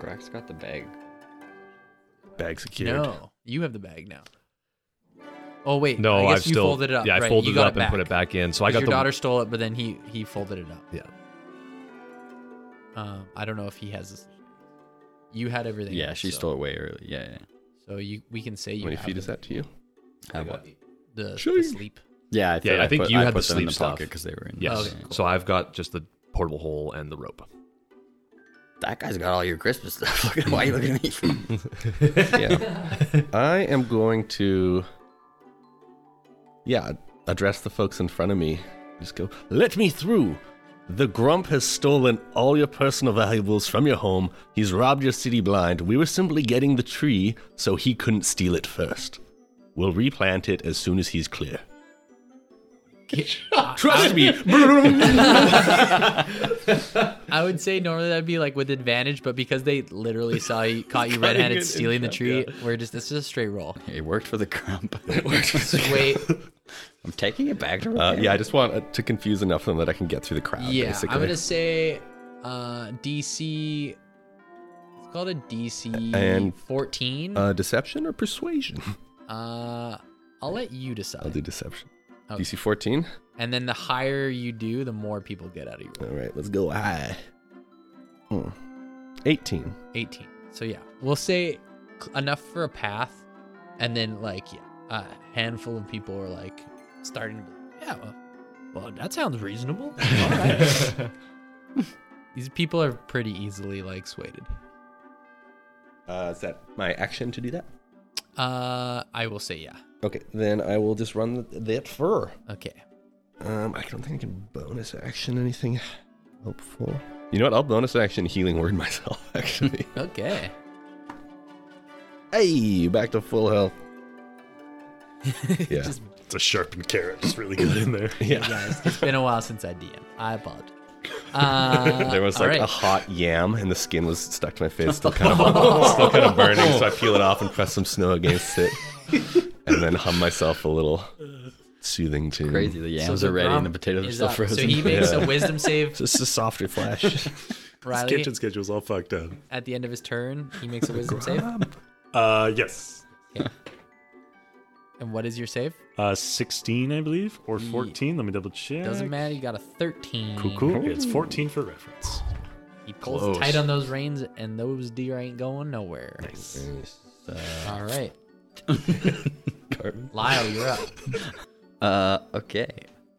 Grax got the bag. Bag secured. no, you have the bag now. Oh wait, No, I I guess have you still folded it up. Yeah, I right, folded you it got up and put it back in. So I 'Cause got your the daughter stole it, but then he he folded it up. Yeah. Um, I don't know if he has. This. You had everything. Yeah, else, she so- stole it way early. Yeah, yeah. So you, we can say you How many have feet the, is that to you? Have what? The, the Shing. sleep. Yeah, I, Yeah, I think put- you I had put the them in sleep the stuff. pocket because they were in. Yes. okay, cool. So I've got just the portable hole and the rope. That guy's got all your Christmas stuff. Look at why you looking at me. yeah. I am going to, yeah, address the folks in front of me. Just go, let me through. The Grump has stolen all your personal valuables from your home. He's robbed your city blind. We were simply getting the tree so he couldn't steal it first. We'll replant it as soon as he's clear. Trust me. I would say normally that'd be like with advantage, but because they literally saw you, caught you red-handed stealing the tree, we're just this is a straight roll. It worked for the grump. Wait, I'm taking it back to Uh, repair. yeah, I just want uh, to confuse enough of them that I can get through the crowd. yeah, basically. I'm gonna say uh, DC. It's called a DC And, 14. Uh, uh, deception or persuasion. I'll let you I'll decide. do deception. Okay. DC 14. and then the higher you do, the more people get out of your roll. All right, let's go high. Hmm. 18. 18. So yeah, we'll say cl- enough for a path, and then like yeah, a handful of people are like starting to be like, yeah, well, well that sounds reasonable. All right. These people are pretty easily like swayed. Uh, is that my action to do that? Uh, I will say yeah. Okay, then I will just run th- that fur. Okay. Um, I don't think I can bonus action anything helpful. You know what? I'll bonus action healing word myself, actually. Okay. hey, back to full health. yeah. Just- It's a sharpened carrot. It's really good in there. yeah. Guys, it's been a while since I DM. I apologize. Uh, There was all like a right. hot yam, and the skin was stuck to my face, still kind of still kind of burning. So I peel it off and press some snow against it, and then hum myself a little soothing tune. Crazy. The yams are ready and the potatoes are is still up. frozen. So he makes a wisdom save. Just a softer flash. His Riley, kitchen schedule's all fucked up. at the end of his turn, he makes a wisdom save. Uh, yes. And what is your save? Uh, 16, I believe, or 14. Let me double check. Doesn't matter. You got a 13. Cool, cool. It's 14 for reference. He pulls tight on those reins, and those deer ain't going nowhere. Nice. All right. Lyle, you're up. Uh, okay.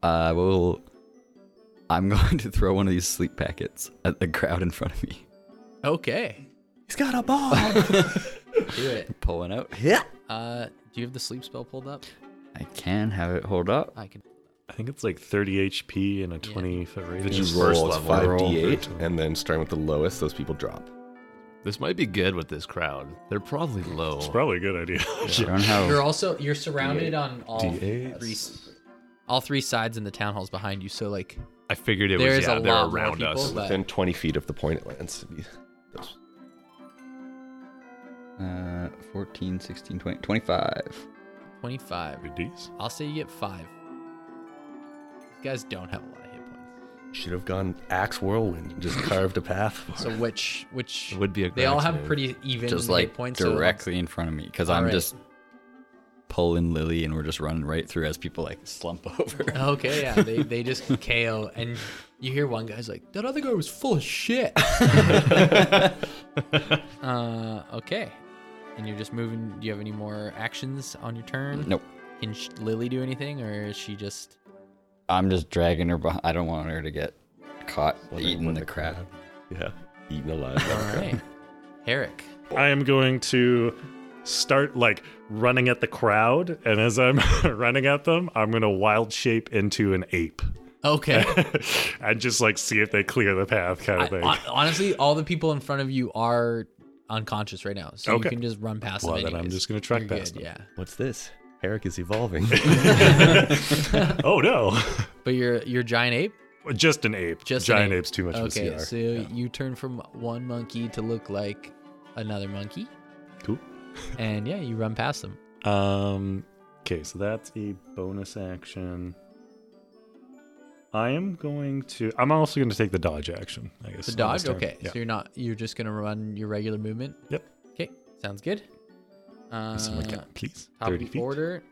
Uh, well, I'm going to throw one of these sleep packets at the crowd in front of me. Okay. He's got a ball. Do it. Pull one out. Uh, do you have the sleep spell pulled up? I can have it hold up. I can. I think it's like 30 HP and a 20 foot radius. You roll five d eight, and then starting with the lowest, those people drop. This might be good with this crowd. They're probably low. It's probably a good idea. I don't have. You're also you're surrounded on all D8. three, all three sides, and the town hall's behind you. So like, I figured it There was is yeah, a they're lot more around people, us. but- Within twenty feet of the point it lands. Uh, 14, 16, 20, 25. 25. Good deeds. I'll say you get five. These guys don't have a lot of hit points. Should have gone axe whirlwind and just carved a path. So which which It would be a they all correct have move. pretty even Just hit like points. so it's- directly in front of me because I'm Alright. just pulling Lily and we're just running right through as people like slump over. Okay, yeah, they, they just KO, and you hear one guy's like, "That other guy was full of shit." uh, okay, and you're just moving. Do you have any more actions on your turn? Nope. Can sh- Lily do anything, or is she just? I'm just dragging her behind. I don't want her to get caught eating the crap. yeah, eaten alive. All right, Herrick. I am going to start like running at the crowd, and as I'm running at them, I'm going to wild shape into an ape Okay. and just like see if they clear the path, kind I- of thing. hon- honestly, all the people in front of you are unconscious right now, so Okay. you can just run past Well, them. then I'm anyways. just gonna track You're past good, Yeah, What's this? Eric is evolving. oh no, but you're you're a giant ape. just an ape. Just an giant ape. apes too much okay, of a CR. so you turn from one monkey to look like another monkey. Cool. and yeah, you run past them. Um. Okay, so that's a bonus action. I am going to. I'm also going to take the dodge action. I guess The on dodge. this turn. Okay, Yeah. so you're not. You're just gonna run your regular movement. Yep. Okay, sounds good. Uh, Someone count, please. top of Thirty the feet. order.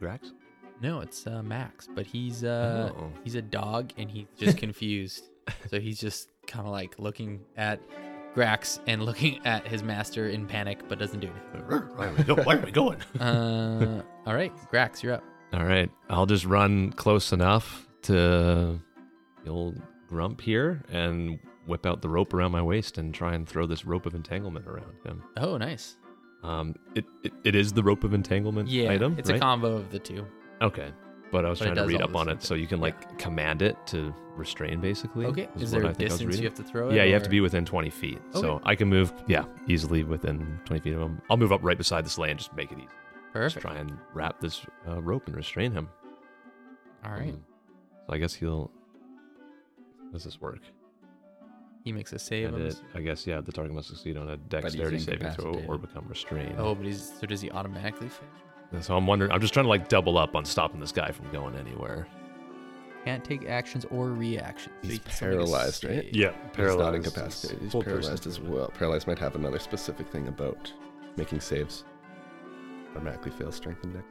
Grax? No, it's uh, Max, but he's uh Oh. he's a dog and he's just confused. so he's just kind of like looking at Grax and looking at his master in panic, but doesn't do anything. Where are we go- where are we going? Uh, all right, Grax, you're up. All right, I'll just run close enough to the old grump here and whip out the rope around my waist and try and throw this rope of entanglement around him. Oh, nice. Um, it, it, it is the rope of entanglement Yeah, item, it's a right? combo of the two. okay. But I was But it trying to does read all up the on same it, so you can like command it to restrain, basically. Okay. Is, there what a I think I was distance reading. you have to throw it? yeah, you have to or- be within 20 feet. So I can move, yeah, easily within 20 feet of him. I'll move up right beside this lay and just make it easy. Just Perfect. try and wrap this uh, rope and restrain him. All right. Um, so I guess he'll. how Does this work? He makes a save. And on it, this. I guess, yeah, the target must succeed on a dexterity saving throw or become restrained. Oh, but he's so does he automatically fail? And So I'm wondering, I'm just trying to like double up on stopping this guy from going anywhere. Can't take actions or reactions. so He's he can still make a paralyzed, right? save. Yeah, He's paralyzed. not incapacitated. He's Full paralyzed person. as well. Paralyzed might have another specific thing about making saves. Automatically fail strength index.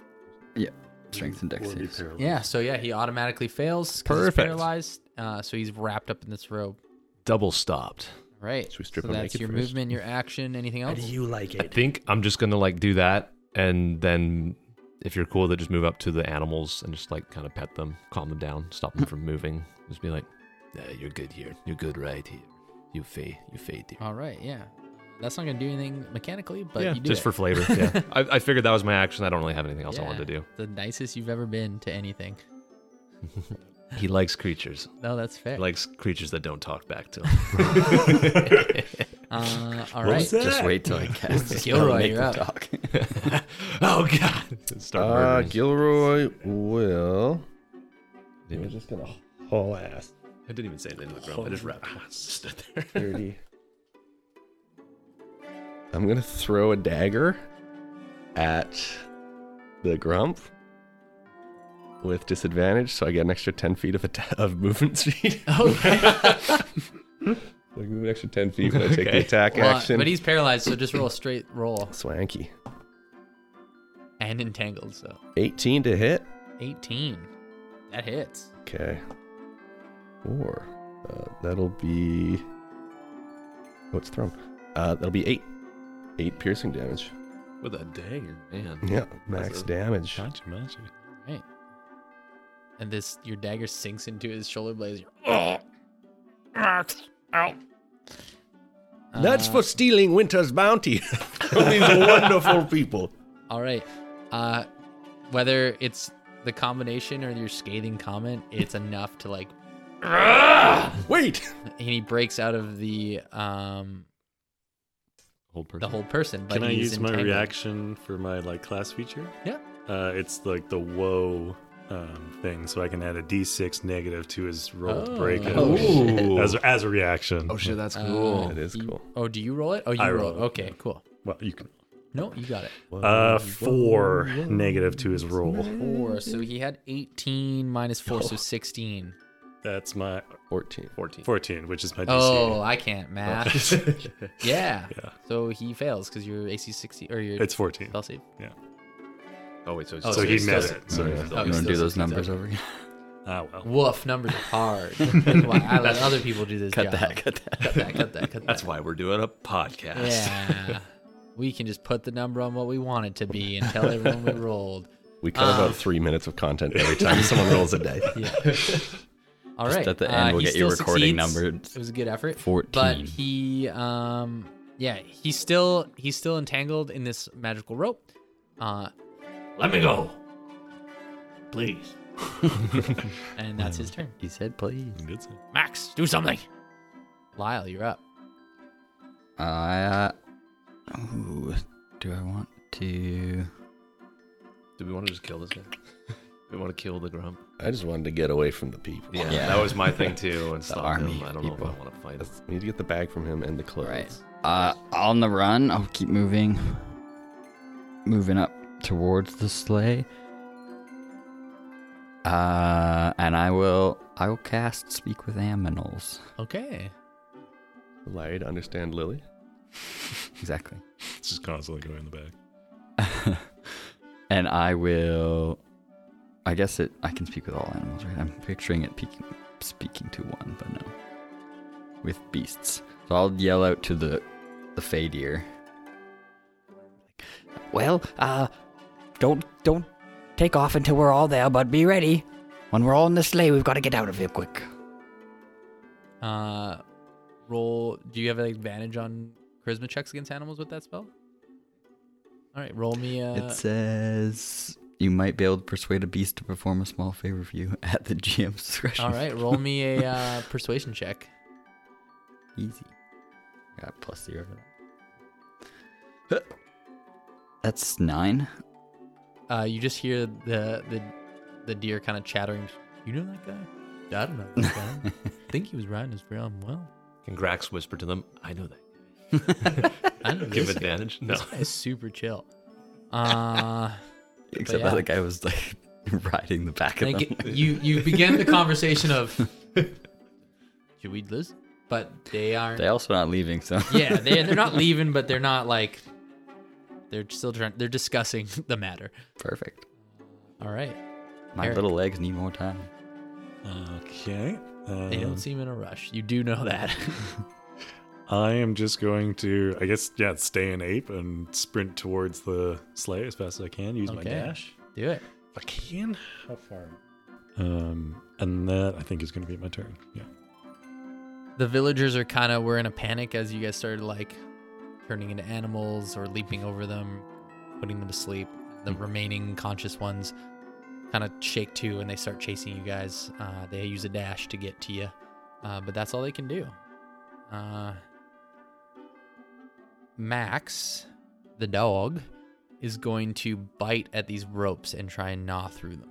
Strength and dex Or be saves. paralyzed. Yeah. So yeah, he automatically fails. 'cause He's Perfect. paralyzed. Uh, so he's wrapped up in this robe. Double stopped. Right. Should we strip so him that's naked your first? movement, your action, anything else? like I think I'm just gonna like do that, and then if you're cool, then just move up to the animals and just like kind of pet them, calm them down, stop them from moving. Just be like, "Nah, you're good here. You're good right here. You fade. You fade here." All right. Yeah. That's not gonna do anything mechanically, but yeah, you do just it. for flavor. Yeah, I, I figured that was my action. I don't really have anything else I wanted to Yeah, do. The nicest you've ever been to anything. He likes creatures. No, that's fair. He likes creatures that don't talk back to him. uh, all What right. was that? Just wait till I cast the spell Uh, Gilroy, and make you're them up. talk. oh God! Start Uh, murdering. Gilroy will. Didn't even- just gonna haul ass. I didn't even say anything to the ground. I just wrapped. him. Stood there. Thirty. I'm gonna throw a dagger at the grump with disadvantage, so I get an extra ten feet of atta- of movement speed. like move an extra ten feet when I take the Okay. attack Well, action. but he's paralyzed, so just roll a straight roll swanky. and entangled. So 18 to hit. 18. That hits. Okay. Four. Uh, that'll be. What's thrown? Uh, that'll be eight. Eight piercing damage. With a dagger, man. Yeah, max That's a- damage. Gotcha, gotcha. And this, your dagger sinks into his shoulder blades. Uh, That's for stealing Winter's bounty from these wonderful people. All right. Uh, whether it's the combination or your scathing comment, it's enough to like. Wait! And he breaks out of the um Whole person. the whole person. Oh, But Can I he's use my entangled. reaction for my like class feature? Yeah. Uh, it's like the whoa um, thing, so I can add a d6 negative to his rolled Oh. breakout Oh, as as a reaction. Oh shit, that's Uh, cool. That is you- cool. Oh, do you roll it? Oh, you I roll it. roll it, Okay, cool. Well, you can. No, you got it. Uh, four negative to his roll. Four. Mm-hmm. So he had 18 minus four, so 16. That's my 14. 14. 14, which is my DC. Oh, I can't math. yeah. Yeah. So he fails because your AC 60 or your it's 14. spell save. Oh wait, so, he's Oh, so so he he's missed still- it. So yeah. Oh, You want to still do those 16, numbers so- over again? ah well. Woof, numbers are hard. That's why I let other people do this. Cut job. that, cut that. Cut that. Cut that. Cut That's that. why we're doing a podcast. Yeah. we can just put the number on what we want it to be and tell everyone we rolled. We cut Uh. about three minutes of content every time someone rolls a die. All right. Just at the uh, end, we'll he get your still recording succeeds. number. It was a good effort. 14. But he, um, yeah, he's still he's still entangled in this magical rope. Uh, Let me go. Please. and that's his turn. You said please. Good save. Max, do something. Lyle, you're up. Uh, ooh, do I want to? Do we want to just kill this guy? we want to kill the grump. I just wanted to get away from the people. Yeah, Yeah. that was my thing too. And stop army him. I don't know if I people. want to fight him. We need to get the bag from him and the clothes. Right. Uh, on the run, I'll keep moving, moving up towards the sleigh. Uh, and I will, I will cast Speak with Aminals. Okay. Larry to understand Lily. Exactly. It's just constantly going in the back. and I will. I guess it. I can speak with all animals, right? I'm picturing it peaking, speaking to one, but no. With beasts, so I'll yell out to the the fey deer. Well, uh, don't don't take off until we're all there, but be ready. When we're all in the sleigh, we've got to get out of here quick. Uh, roll. Do you have an advantage on charisma checks against animals with that spell? All right, roll me. Uh, it says You might be able to persuade a beast to perform a small favor for you at the GM's discretion. All right, roll me a uh, persuasion check. Easy. Got plus zero for that. Huh. That's nine. Uh, you just hear the the the deer kind of chattering. You know that guy? I don't know. That guy. I think he was riding his brown well. Can Grax whisper to them? I know that. I don't know. Give this guy- advantage. No. This guy's super chill. Uh, Except yeah. that the guy was like riding the back of like them. you you begin the conversation of should we listen? But they aren't. They also not leaving, so yeah, they they're not leaving, but they're not like they're still trying. They're discussing the matter. perfect. All right, My Eric. little legs need more time. Okay. they um, oh don't seem in a rush. You do know that. I am just going to, I guess, yeah, stay an ape and sprint towards the sleigh as fast as I can. Use my Okay. dash. do it. If I can. How far? Um, and that I think is going to be my turn. Yeah. the villagers are kind of were in a panic as you guys started like turning into animals or leaping over them putting them to sleep Mm. the remaining conscious ones kind of shake too and they start chasing you guys uh, they use a dash to get to you uh, but that's all they can do uh, max the dog is going to bite at these ropes and try and gnaw through them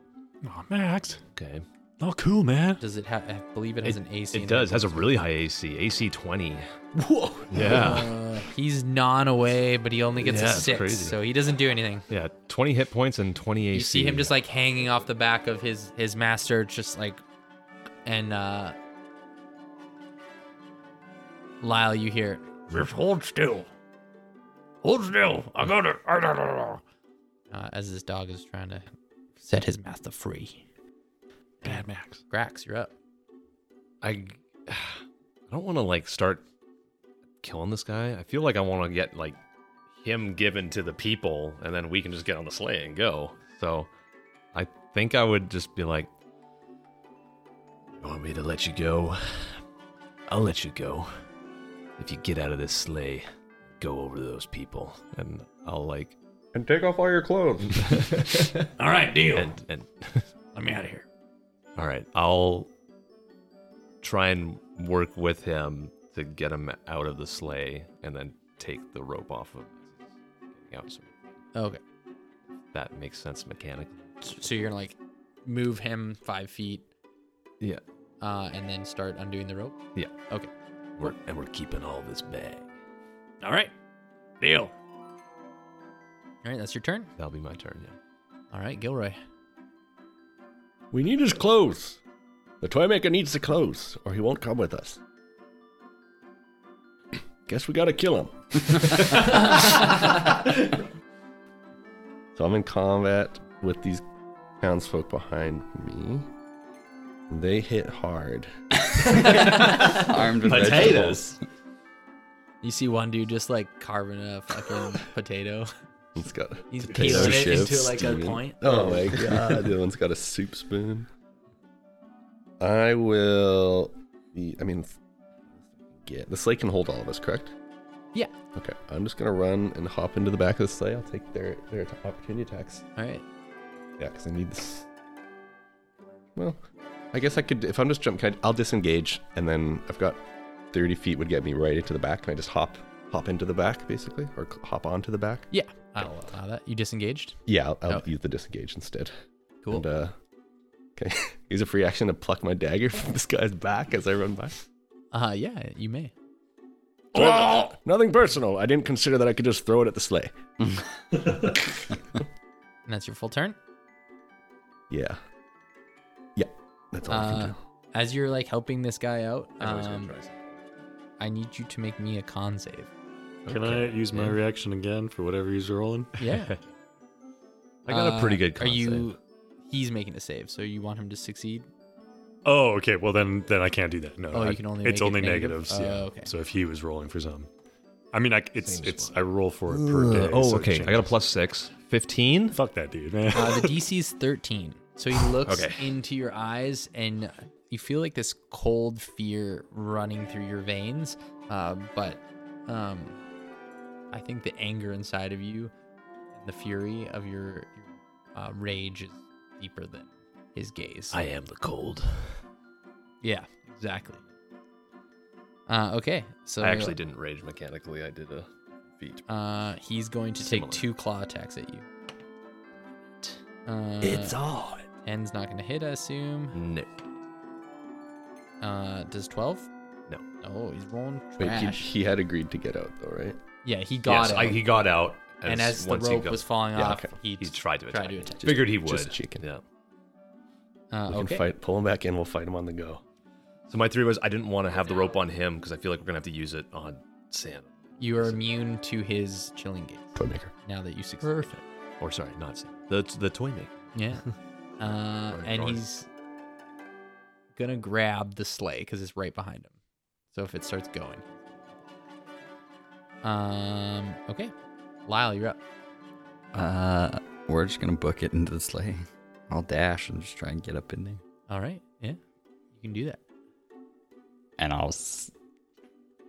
Oh, Max. Okay. Oh, cool, man. does it have i believe it has an ac in It does. Has a really high AC. AC 20. Whoa! Yeah. Uh, he's non away, but he only gets Yeah, a it's six, crazy. so he doesn't do anything. Yeah. 20 hit points and 20 AC. You see him just like hanging off the back of his his master, just like, and uh, Lyle, you hear it. Just hold still. Hold still. I got it. I got it. uh, as this dog is trying to set his master free. Bad Max, Grax, you're up. I I don't want to like start killing this guy. I feel like I want to get like him given to the people and then we can just get on the sleigh and go. So I think I would just be like You want me to let you go? I'll let you go. If you get out of this sleigh, go over to those people and I'll like And take off all your clothes. All right, deal. and and Let me out of here. All right, I'll try and work with him to get him out of the sleigh and then take the rope off of him. Out, so Okay, that makes sense mechanically. so you're gonna like move him five feet, Yeah. uh, and then start undoing the rope. Yeah. Okay. We're, and we're keeping all this bag. All right, deal. All right, that's your turn. That'll be my turn, yeah. All right, Gilroy. We need his clothes. The toy maker needs the clothes, or he won't come with us. Guess we gotta kill him. so I'm in combat with these townsfolk behind me. They hit hard. Armed with Potatoes. You see one dude just like carving a fucking potato. It's got He's potato peeling it chips, into like a dude. point. Oh my god, the one's got a soup spoon. I will. be- I mean, get the sleigh can hold all of us, correct? Yeah. Okay, I'm just gonna run and hop into the back of the sleigh. I'll take their their atta- opportunity attacks. All right. Yeah, because I need this. Well, I guess I could. If I'm just jump, can I, I'll disengage, and then I've got 30 feet would get me right into the back. Can I just hop hop into the back, basically, or c- hop onto the back? Yeah. I'll allow that. You disengaged? Yeah, I'll, I'll Okay. use the disengage instead. Cool. And, uh, okay, use a free action to pluck my dagger from this guy's back as I run by. Uh yeah, you may. Nothing personal. I didn't consider that I could just throw it at the sleigh. And that's your full turn. Yeah. Yeah, that's all I Uh, can do. As you're like helping this guy out, I know he's gonna um, try something. I need you to make me a con save. Can I use my reaction again for whatever he's rolling? Yeah. I got a pretty Uh, good con Are you save. he's making a save, so you want him to succeed? Oh, okay. Well, then, then I can't do that. No. Oh, I- you can only It's make it only negative? negatives. Oh, yeah. okay. So if he was rolling for some, I mean, I, it's Same it's spot. I roll for it per day. Uh, oh, so it okay. I got a changes. plus six. 15? Fuck that dude, man. Uh, the DC's 13. So he looks Okay. into your eyes, and you feel like this cold fear running through your veins. Uh, but um, I think the anger inside of you, and the fury of your, your uh, rage is deeper than his gaze. I am the cold. yeah, exactly. Uh, okay, so I actually didn't rage mechanically. I did a feat. Uh, he's going to Similar. take two claw attacks at you. Uh, it's on. Ten's not going to hit, I assume. No. Uh, does twelve? No. Oh, he's rolling trash. Wait, he, he had agreed to get out though, right? yeah, he got Yes, it. I, he got out. As, and as the once he rope got- was falling Yeah, off, okay. he, he tried to attack. tried to attack. Figured he would. just chicken. Yeah. Uh, We okay. can fight, pull him back in. We'll fight him on the go. So my three was I didn't want to have the rope on him because I feel like we're gonna have to use it on Sam. You are immune to his chilling gaze Toymaker. now that you succeed. Perfect. Or sorry, not Sam. The the toy maker. Yeah. Uh, and darn. he's gonna grab the sleigh because it's right behind him. So if it starts going. Um. Okay. Lyle, you're up. Uh, we're just gonna book it into the sleigh. I'll dash and just try and get up in there. All right. Yeah. You can do that. And I'll, s-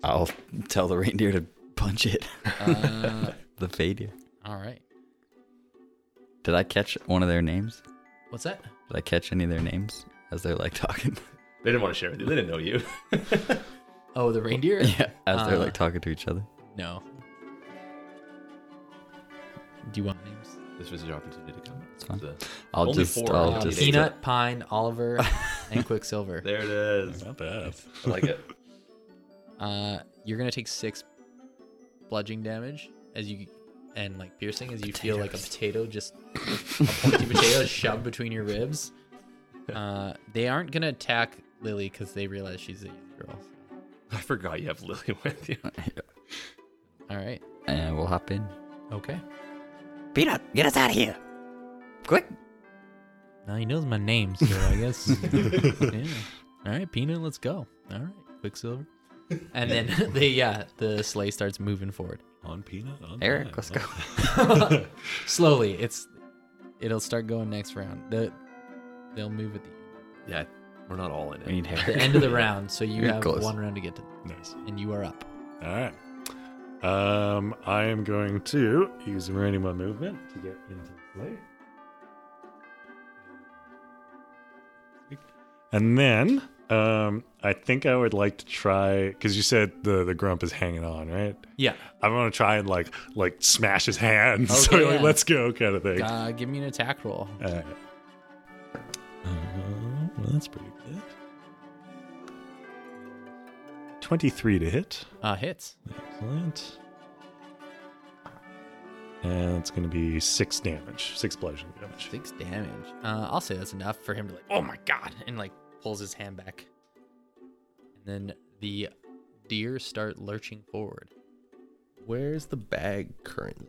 I'll tell the reindeer to punch it. Uh, the failure. all right. Did I catch one of their names? What's that? Did I catch any of their names as they're like talking? They didn't want to share with you. They didn't know you. Oh, the reindeer. yeah, as they're Uh. like talking to each other. No. Do you want names? this was your opportunity to come. It's fine. The- I'll Only just, four. I'll Yeah, just. Peanut, Pine, Oliver, and Quicksilver. There it is. Not bad. I like it. Uh, you're gonna take six bludgeoning damage as you and like piercing as you feel like a potato just a pointy potato shoved between your ribs. Uh, they aren't gonna attack Lily because they realize she's a young girl. I forgot you have Lily with you. All right. And we'll hop in. Okay. Peanut, get us out of here. Quick. Now he knows my name, so I guess. yeah. All right, Peanut, let's go. All right, Quicksilver. And then they yeah, the sleigh starts moving forward On peanut. On Eric, Pine. let's go. slowly. It's it'll start going next round. The they'll move at the Yeah, we're not all in it. We need hair. the end of the round, so you You're have close. one round to get to, them, Nice. and you are up. All right. Um, I am going to use the remaining of my movement to get into the play. And then, um, I think I would like to try because you said the the grump is hanging on, right? Yeah. I want to try and like like smash his hand, so Okay, like, yeah. let's go kind of thing. Uh, give me an attack roll. All right. Uh, well, that's pretty good. Twenty-three to hit. Uh, hits. Excellent. And it's going to be six damage, six bludgeoning damage. Six damage. Uh, I'll say that's enough for him to like, oh my god, and like pulls his hand back. And then the deer start lurching forward. Where's the bag currently?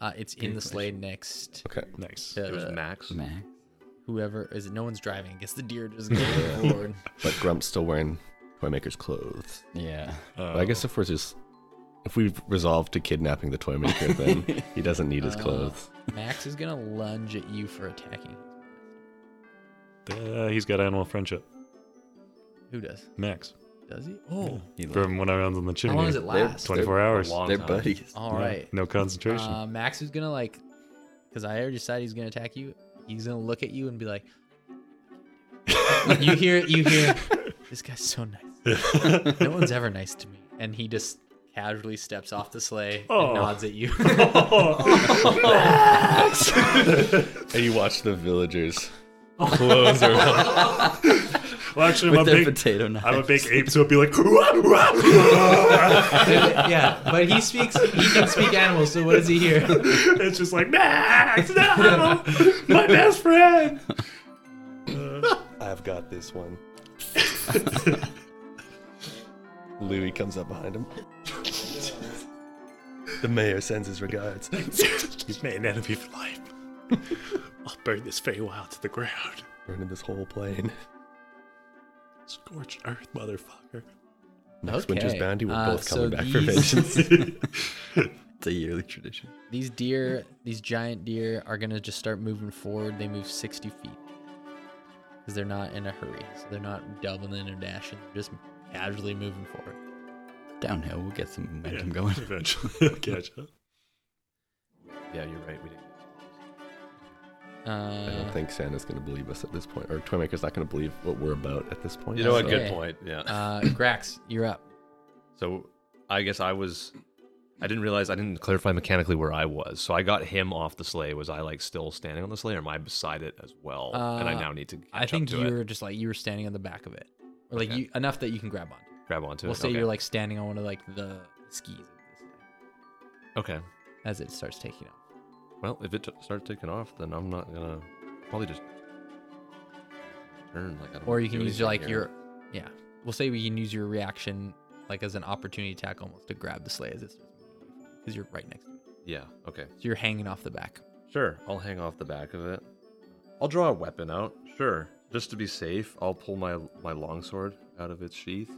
Uh, it's in the sleigh next Okay. Nice. to It was Max. Max. whoever is it no one's driving. I guess the deer just goes forward. But Grump's still wearing Toymaker's clothes. Yeah. Uh, But I guess if we're just. If we've resolved to kidnapping the Toymaker, then he doesn't need his Uh, clothes. Max is gonna lunge at you for attacking. Uh, he's got animal friendship. Who does? Max. Does he? Oh. From when I was on the chimney. How long does it last? 24 hours. Long They're time. buddies. All Yeah, right. No concentration. Uh, Max is gonna like, because I already decided he's gonna attack you. He's gonna look at you and be like, "You hear? You hear? This guy's so nice. no one's ever nice to me." And he just casually steps off the sleigh Oh. and nods at you. And you watch the villagers. well, actually, I'm With a, their big, potato knife. I'm a big ape, so it'd be like. "Wah, wah, wah." yeah, but he speaks. He can speak animal. So what does he hear? it's just like, Max, no! My best friend! I've got this one. Louis comes up behind him. the mayor sends his regards. You've made an enemy for life. I'll burn this Feywild to the ground. Burning this whole plane. Scorched earth, motherfucker. Next winter's Okay. bounty, we're Uh, both coming so back for these- vengeance. It's a yearly tradition. These deer, these giant deer, are gonna just start moving forward. They move sixty feet because they're not in a hurry. So they're not doubling or dashing. They're just casually moving forward. Downhill, we'll get some momentum going. Eventually, I'll catch up. Yeah, you're right. We didn't. I Uh, don't think Santa's going to believe us at this point, or Toymaker's not going to believe what we're about at this point. You know what? Good Okay. point. Yeah. uh, Grax, you're up. So I guess I was I didn't realize I didn't clarify mechanically where I was. So I got him off the sleigh. Was I like still standing on the sleigh or am I beside it as well? and I Uh, now need to catch I think up to you it, were just like you were standing on the back of it, or like Okay. you enough that you can grab on. grab onto We'll it. say okay. you're like standing on one of like the skis of this thing Okay. as it starts taking off. Well, if it t- starts taking off, then I'm not gonna probably just turn like I don't Or wanna you do can use your, like anything here. your, yeah. We'll say we can use your reaction like as an opportunity attack almost to grab the sleigh as it starts moving away from because you're right next to it. Yeah, okay. So you're hanging off the back. Sure, I'll hang off the back of it. I'll draw a weapon out. Sure, just to be safe, I'll pull my my longsword out of its sheath.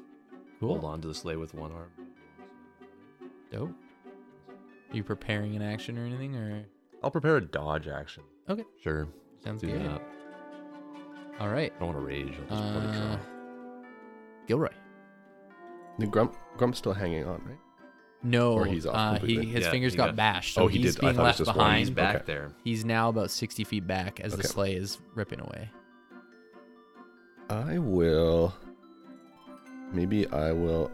Hold on to the sleigh with one arm. Dope. You preparing an action or anything or? I'll prepare a dodge action. Okay. Sure. Sounds do good. that. All right. I don't want to rage. I'll just play Uh, draw. Gilroy. The Grump, Grump's still hanging on, right? No, Or he's off uh, he, completely. his Yeah, fingers he got got- bashed, so Oh, he he's did. I being thought it left was just one. behind. He's He's, Back Okay. there. now about sixty feet back as Okay. the sleigh is ripping away. I will. Maybe I will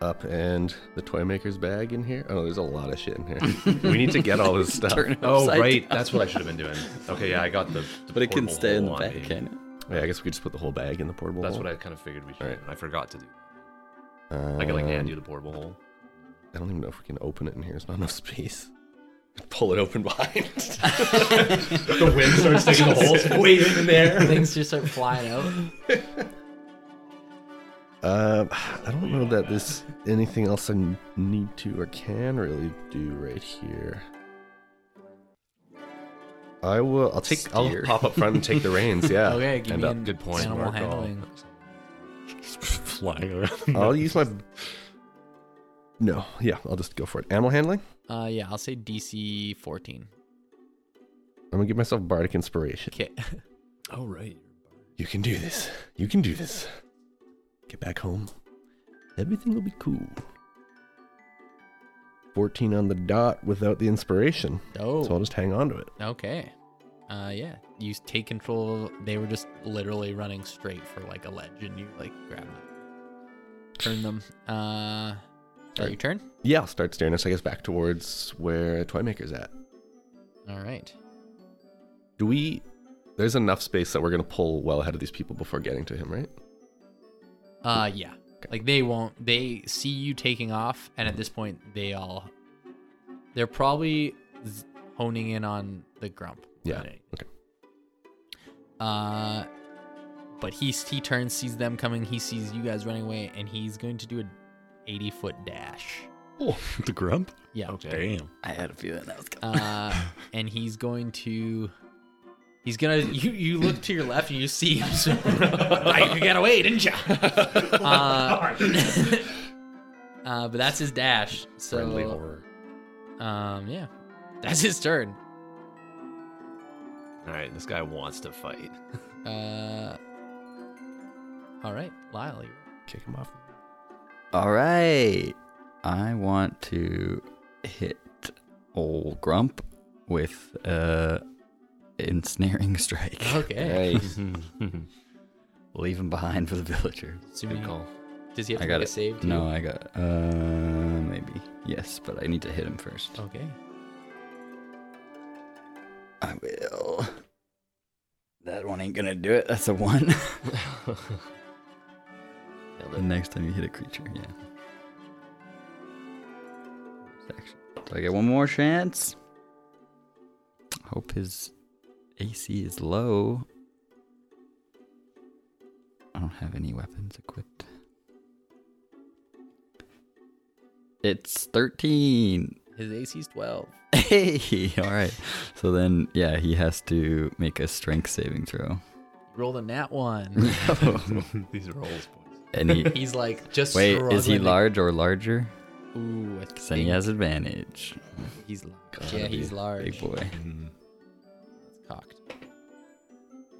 upend the Toymaker's bag in here. Oh, there's a lot of shit in here. we need to get all this stuff. Turn it Oh upside right, down. that's what I should have been doing. Okay, yeah, I got the. the But it can portable stay in the hole on back, me. can it? Yeah, I guess we could just put the whole bag in the portable. That's what I kind of figured we should. Alright. and I forgot to do. I. I can like hand you the portable hole. Um, I don't even know if we can open it in here. There's not enough space. Pull it open behind. The wind starts taking the holes. Waving in there. Things just start flying out. Um, I don't know that there's anything else I need to or can really do right here. I will. I'll take. Steer. I'll pop up front and take the reins. Yeah. Okay, give And, me uh, an good point. animal Smart call. handling. flying around. I'll use my. No. Yeah. I'll just go for it. Animal handling. Uh, yeah, I'll say DC fourteen. I'm gonna give myself bardic inspiration. Okay, All right. You can do this. You can do this. Get back home. Everything will be cool. 14 on the dot without the inspiration. So I'll dope. just hang on to it. Okay, uh, yeah, you s- take control. They were just literally running straight for like a ledge, and you like grab them, turn them. Uh, is that Alright. your turn. Yeah, I'll start staring us, I guess, back towards where Toymaker's at. All right. Do we. There's enough space that we're going to pull well ahead of these people before getting to him, right? Uh, yeah. Like they won't. They see you taking off, and at this point, they all they're probably z- honing in on the grump. Yeah, Right. okay. Uh, but he he turns, sees them coming. He sees you guys running away, and he's going to do a eighty foot dash. the grump. Yeah. Damn. I had a feeling that was coming. Uh, and he's going to. He's gonna. You you look to your left and you see him. So, "Ah, you could get away, didn't you? Uh, uh, but that's his dash. So Friendly horror. um, yeah, that's his turn. All right, this guy wants to fight. Uh, all right, Lyle. you- Kick him off. All right. I want to hit old Grump with uh ensnaring strike. Okay. Nice. Leave him behind for the villagers. Assuming- Does he have I to got make a it. save? too? No, I got uh maybe. Yes, but I need to hit him first. Okay. I will. That one ain't gonna do it. That's a one. the next time you hit a creature, yeah. Action. So I get one more chance. Hope his AC is low. I don't have any weapons equipped. It's 13. His AC's twelve. Hey, all right. So then, yeah, he has to make a strength saving throw. Rolled a nat one. These rolls, boys. and he He's like just. wait, is he struggling to- large or larger? Ooh, I Because then he think has advantage. He's large. Yeah, he's large. Big boy. Cocked.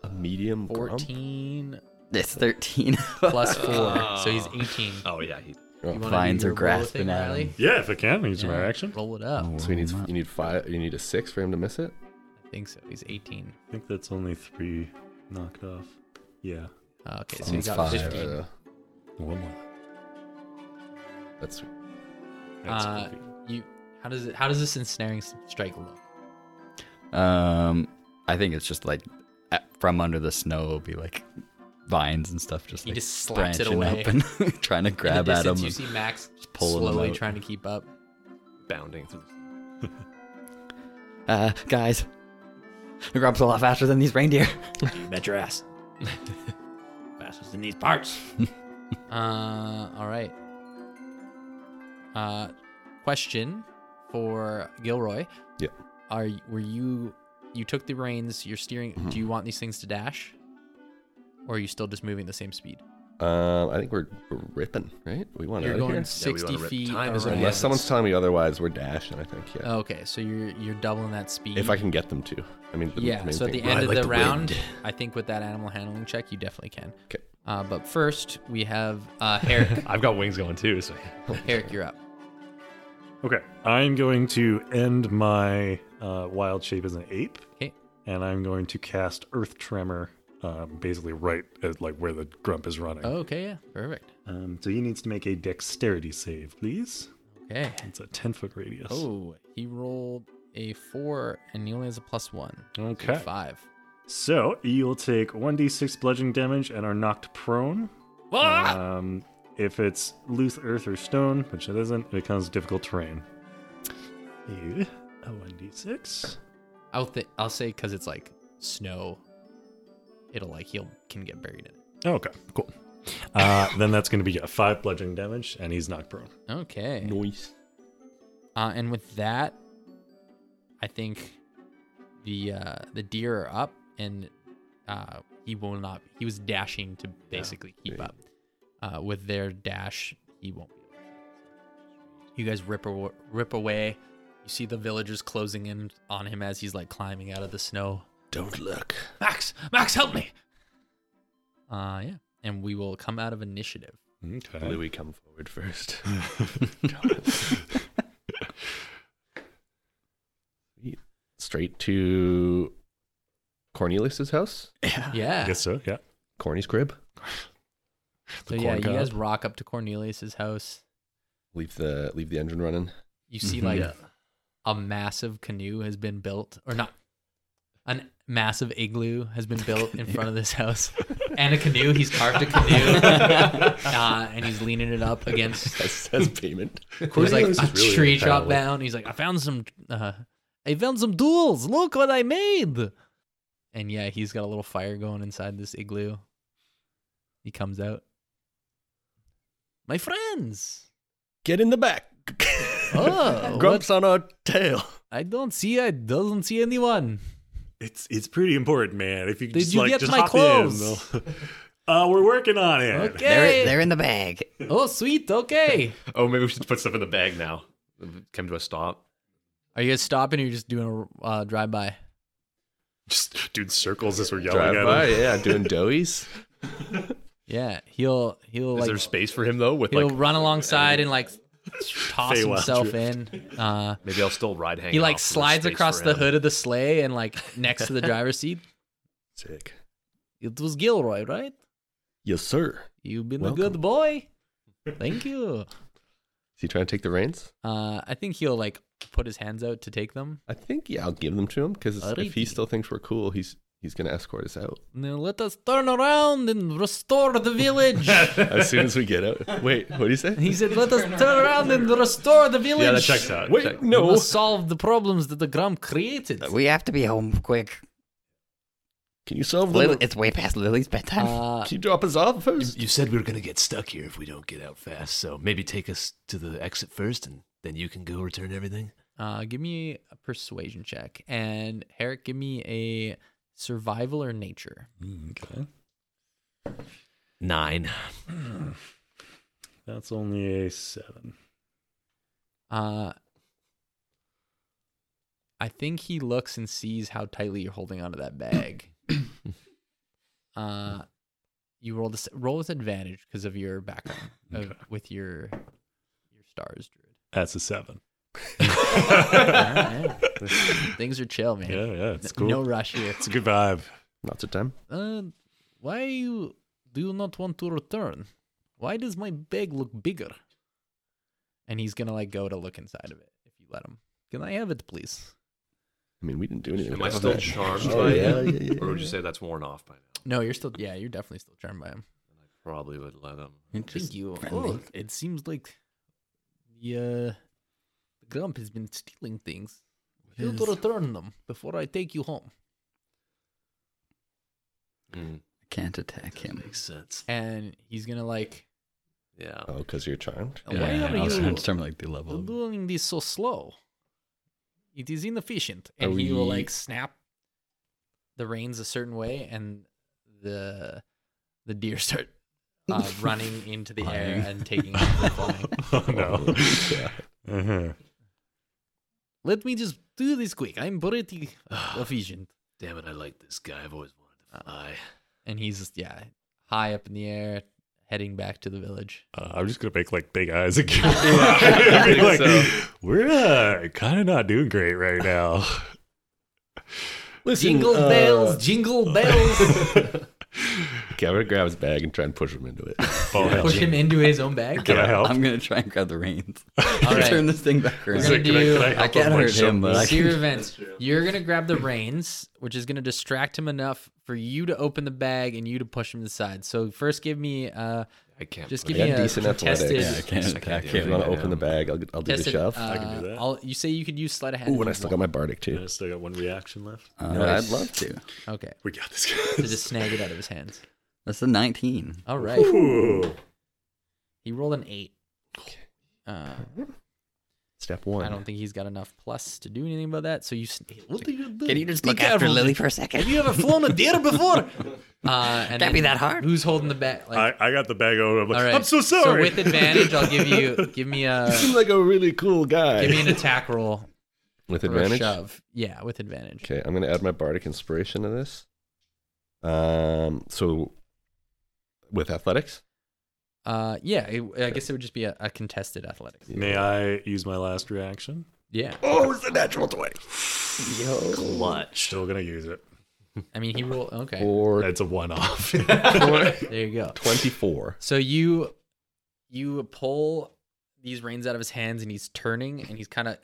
A medium grump. 14 That's thirteen. plus 4. so he's 18. Oh yeah, he You wanna do Vines your are roll grasping thing, at Riley? him. Mm. Yeah, if I can, I use my Yeah. action. Roll it up. So he needs, you need five. You need a six for him to miss it? I think so. He's 18. I think that's only three knocked off. Yeah. Oh, okay, so you got 15. Uh, One more. That's That's uh, creepy. you. How does it? How does this ensnaring s- strike look? Um, I think it's just like at- from under the snow will be like vines and stuff just He like just slaps it branching away. up and trying to In the grab at him. distance, You and see Max just pulling 'em slowly out. trying to keep up. bounding through. Uh, guys, the grub's a lot faster than these reindeer. Bet your ass. Fastest in these parts. Uh, all right. Uh, question for Gilroy. Yep. Are y- were you you took the reins? You're steering. Do you want these things to dash, or are you still just moving the same speed? Um, I think we're, we're ripping, right? We want You're out of going here. we 60 wanna rip. feet. Time is on around. Unless someone's telling me otherwise, we're dashing. I think yeah. Okay, so you're you're doubling that speed. If I can get them to. I mean, the Oh, Yeah, main so at the thing- end Ride of like the, the round, wind. I think with that animal handling check, you definitely can. 'Kay. Uh, but first, we have uh, Herrick. I've got wings going too, so Herrick, you're up. Okay. I'm going to end my uh, wild shape as an ape. 'Kay. And I'm going to cast Earth Tremor, um, basically right at like where the grump is running. Oh, Okay, yeah, perfect. Um, so he needs to make a dexterity save, please. Okay. It's a 10 foot radius. Oh, he rolled a four, and he only has a plus one. So Okay. Five. So you'll take 1d6 bludgeoning damage and are knocked prone. Uh, Um, if it's loose earth or stone, which it isn't, it becomes difficult terrain. You, a 1d6. I'll th- I'll say because it's like snow, it'll like he'll can get buried in it. Oh, Okay, cool. Uh, then that's going to be yeah, 5 bludgeoning damage, and he's knocked prone. Okay. Noise. Uh, and with that, I think the uh, the deer are up, and uh, he will not. He was dashing to basically keep up. Uh, with their dash, he won't. be able to. You guys rip aw- rip away. You see the villagers closing in on him as he's like climbing out of the snow. Don't look. Max, Max, help me! Uh, yeah, and we will come out of initiative. Okay. Louis, come forward first. Straight to Cornelius's house, Yeah. I guess so, yeah. Corny's crib. So The yeah, corn you cob. guys rock up to Cornelius's house. Leave the leave the engine running. You see Mm-hmm, Mhm. like Yeah. a massive canoe has been built, or not, an massive igloo has been built in front of this house, and a canoe. He's carved a canoe, uh, and he's leaning it up against. That's, that's payment. There's like Cornelius a is really tree the dropped talent. down. He's like, I found some. Uh, I found some tools. Look what I made. And yeah, he's got a little fire going inside this igloo. He comes out. My friends. Get in the back. Oh, Grump's on our tail. I don't see. I doesn't see anyone. It's it's pretty important, man. If you Did just you like get just my hop clothes? in, they'll- uh, we're working on it. Okay. They're, they're in the bag. Oh, sweet. Okay. Oh, maybe we should put stuff in the bag now. Come to a stop. Are you guys stopping or you're just doing a uh, drive by? Just doing circles as we're yelling Drive at by, him. Oh, yeah, doing doughies. Yeah, he'll he'll Is like there space for him though? With he'll like, run alongside and like toss Feywild himself drift. in. Uh, Maybe I'll still ride hanging. he like off, so there's slides space across for the him. hood of the sleigh and like next to the driver's seat. Sick. It was Gilroy, right? Yes, sir. You've been Welcome. a good boy. Thank you. Is he trying to take the reins? Uh, I think he'll like put his hands out to take them. I think yeah, I'll give them to him because if he Alrighty. still thinks we're cool, he's he's gonna escort us out Now let us turn around and restore the village. as soon as we get out. Wait, what do you say? he said, "Let us turn around and restore the village." yeah, that checks out. Wait, Check. We no. must solve the problems that the Grum created. Uh, We have to be home quick. Can you solve the? Lily, it's way past Lily's bedtime. Uh, Can you drop us off first? You said we were going to get stuck here if we don't get out fast, so maybe take us to the exit first and then you can go return everything. uh, give me a persuasion check, and Herrick, give me a survival or nature. Mm, Okay. Nine. That's only a seven. Uh, I think he looks and sees how tightly you're holding onto that bag. uh, you roll this roll with advantage because of your background of, Okay. with your your stars, druid. That's a seven. Yeah, yeah. Things are chill, man. Yeah, yeah, it's N- cool. No rush here. It's a good vibe. Lots of time. Uh, why you- do you not want to return? Why does my bag look bigger? And he's gonna like go to look inside of it if you let him. Can I have it, please? I mean, we didn't do anything. Am I about still that. charmed Oh, by yeah, it? yeah, yeah, or would you yeah. say that's worn off by now? No, you're still. Yeah, you're definitely still charmed by him. Probably would let him. Thank you. friendly. Oh, it seems like the uh, the grump has been stealing things. You to Yes. return them before I take you home. Mm, Can't attack him. makes sense. And he's gonna like. Yeah. Oh, because you're charmed. Why Yeah, are I was you trying to determine, like the level. of- doing this so slow? It is inefficient. And Oh, Are he will we- like snap the reins a certain way, and the the deer start uh, running into the air Flying. and taking off and flying. Oh, no. yeah. Uh-huh. Let me just do this quick. I'm pretty efficient. Uh, Damn it, I like this guy. I've always wanted to fly. And he's just yeah, high up in the air, heading back to the village. Uh, I'm just gonna make like big eyes again. yeah, think so. We're uh, kind of not doing great right now. Listen, jingle uh, bells, jingle bells. Okay, I'm gonna grab his bag and try and push him into it. Oh, hell. Push him into his own bag. Can I help? I'm gonna try and grab the reins. All right. Turn this thing back around. Is it- can I, do- can I help I can't him, like, hurt him, shove but I this- can- Seer events. You're gonna grab the reins, which is gonna distract him enough for you to open the bag and you to push him to the side. So first, give me uh, I can't. just play give I me got a decent contested. athletics. Yeah, I can't I attack can't do If you him. anything. want to open the bag, I'll, I'll do the tested, shove. Uh, I can do that. you say you could use sleight of hand. Ooh, and I if you still got my bardic I too. still got one reaction left. No, I'd love Uh, to. want. Okay, We got this to guy. just snag it out of his hands. That's a 19. All right. Ooh. He rolled an eight. Uh, Step one. I don't think he's got enough plus to do anything about that. So you. s- What do you do? Can you just look after Lily for a second? Have you ever flown a deer before? Uh, and Can't be then that hard. Who's holding the bag? Like, I, I got the bag over. I'm like, all right. I'm so sorry. So with advantage, I'll give you give me a You seem like a really cool guy. give me an attack roll With for a advantage. shove. Yeah, with advantage. Okay, I'm gonna add my bardic inspiration to this. Um, so with athletics, Uh, yeah, it, I guess it would just be a, a contested athletics. May I use my last reaction? Yeah, oh, it's a natural twenty. Clutch. Still gonna use it. I mean he rolled. Okay, Or That's a one-off. there you go. twenty-four. So you you pull these reins out of his hands and he's turning and he's kind of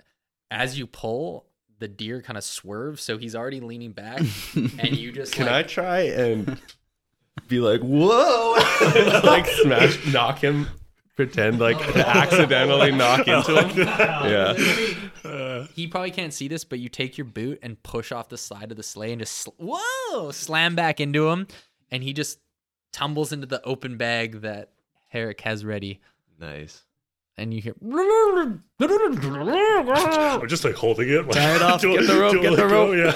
as you pull the deer kind of swerves so he's already leaning back and you just Can I like try and be like, whoa, like smash, knock him, pretend like to accidentally knock into him? Yeah. he probably can't see this but you take your boot and push off the side of the sleigh and just sl- whoa slam back into him and he just tumbles into the open bag that Herrick has ready Nice. and you hear I'm just like holding it. Like, Tie it off, do- get the rope, do I get the let go? Yeah,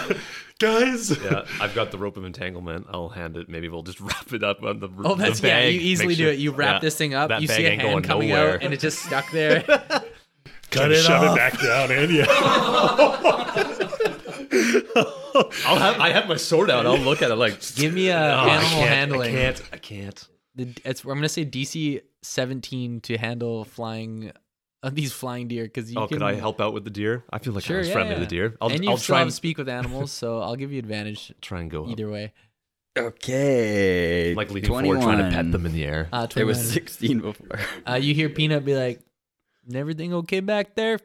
guys. Yeah, I've got the rope of entanglement. I'll hand it. Maybe we'll just wrap it up on the. Oh, that's the yeah. bag, You easily make do sure- it. You wrap yeah, this thing up. that You see bag a ain't going hand coming nowhere. out, and it's just stuck there. Cut it shove it back down in. Yeah. I'll have. I have my sword out. I'll look at it like. Give me a Oh, I animal can't, handling. I can't. I can't. The- It's, I'm gonna say DC 17 to handle flying uh, these flying deer because you Oh, can. could I help out with the deer? I feel like Sure, I was yeah, friendly to yeah. the deer. I'll, and you I'll still try have and Oh. speak with animals, so I'll give you advantage try and go up. either way. Okay. like leaning forward, trying to pet 21. them in the air. Uh, There was 29. 16 before. Uh, you hear Peanut be like, "And "Everything okay back there?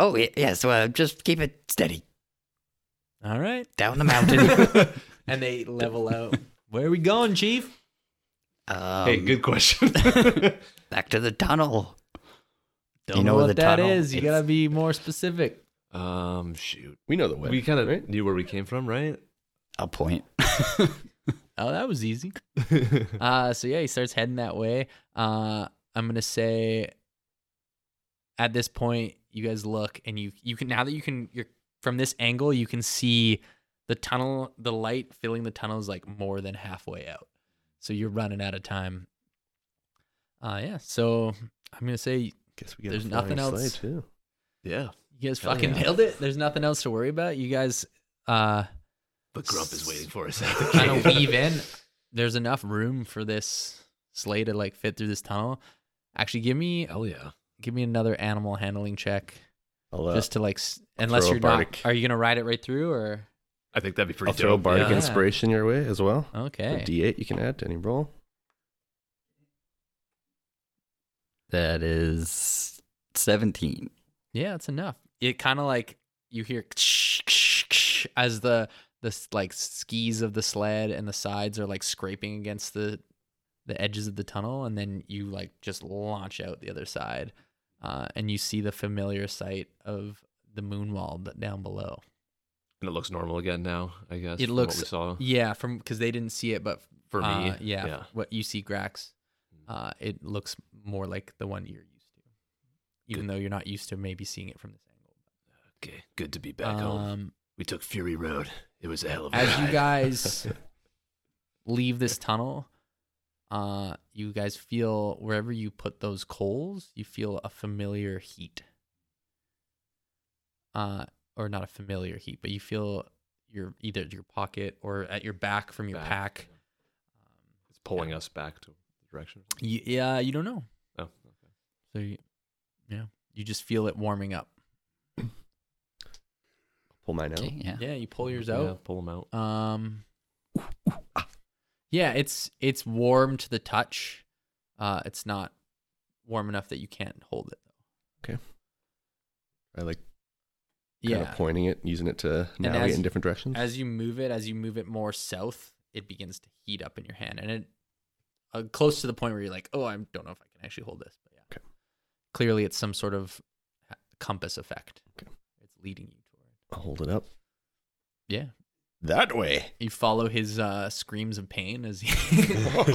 Oh y- yes, uh, well just keep it steady All right." down the mountain. And they level out. Where are we going, Chief? Uh, um, Hey, good question. Back to the tunnel. Don't You know, know what the that tunnel? is. You It's- gotta be more specific. um, shoot. We know the way. We kind of right? knew where we came from, right? I'll point. Oh, that was easy. uh, so yeah, he starts heading that way. Uh, I'm gonna say, at this point, you guys look and you you can now that you can you're from this angle, you can see the tunnel, the light filling the tunnel is like more than halfway out. So you're running out of time. Uh, yeah. So I'm gonna say Guess we got There's a flying nothing sleigh, else. too. yeah. you guys Hell fucking yeah. nailed it. There's nothing else to worry about. You guys. Uh, But Grump is waiting for us. kind of weave in. There's enough room for this sleigh to like fit through this tunnel. Actually, give me Hell yeah. Give me another animal handling check. I'll, uh, just to like, s- unless throw a you're not, bardic- are you gonna ride it right through or? I think that'd be pretty I'll throw a dope, bardic yeah. inspiration your way as well. Okay. D D8 you can add to any roll. That is 17. Yeah, it's enough. It kind of like you hear as the the s- like skis of the sled and the sides are like scraping against the the edges of the tunnel, and then you like just launch out the other side, uh, and you see the familiar sight of the moon wall d- down below. And it looks normal again now, I guess. it from looks what we saw. yeah from because they didn't see it, but For me, uh, yeah, yeah. what you see Grax, uh, it looks more like the one you're used to, even though you're not used to maybe seeing it from this angle. Okay, good to be back home. Um, We took Fury Road. It was a hell of a as you ride. guys leave this tunnel, uh, you guys feel wherever you put those coals, you feel a familiar heat. Uh, or not a familiar heat, but you feel your either your pocket or at your back from your Back, pack. It's pulling us back to the direction. Y- yeah, you don't know. Oh, okay. So you, yeah, you just feel it warming up. Pull mine out. Yeah. Yeah, you pull yours Yeah, out. pull them out. Um, yeah, it's it's warm to the touch. Uh, it's not warm enough that you can't hold it. I like kind Yeah. of pointing it, using it to navigate as- in different directions. As you move it, as you move it more south, it begins to heat up in your hand, and it uh, close to the point where you're like, oh, I don't know if I can actually hold this. But yeah, clearly it's some sort of ha- compass effect. Okay. It's leading you toward. I'll hold it up. Yeah. That way. You follow his uh, screams of pain as he.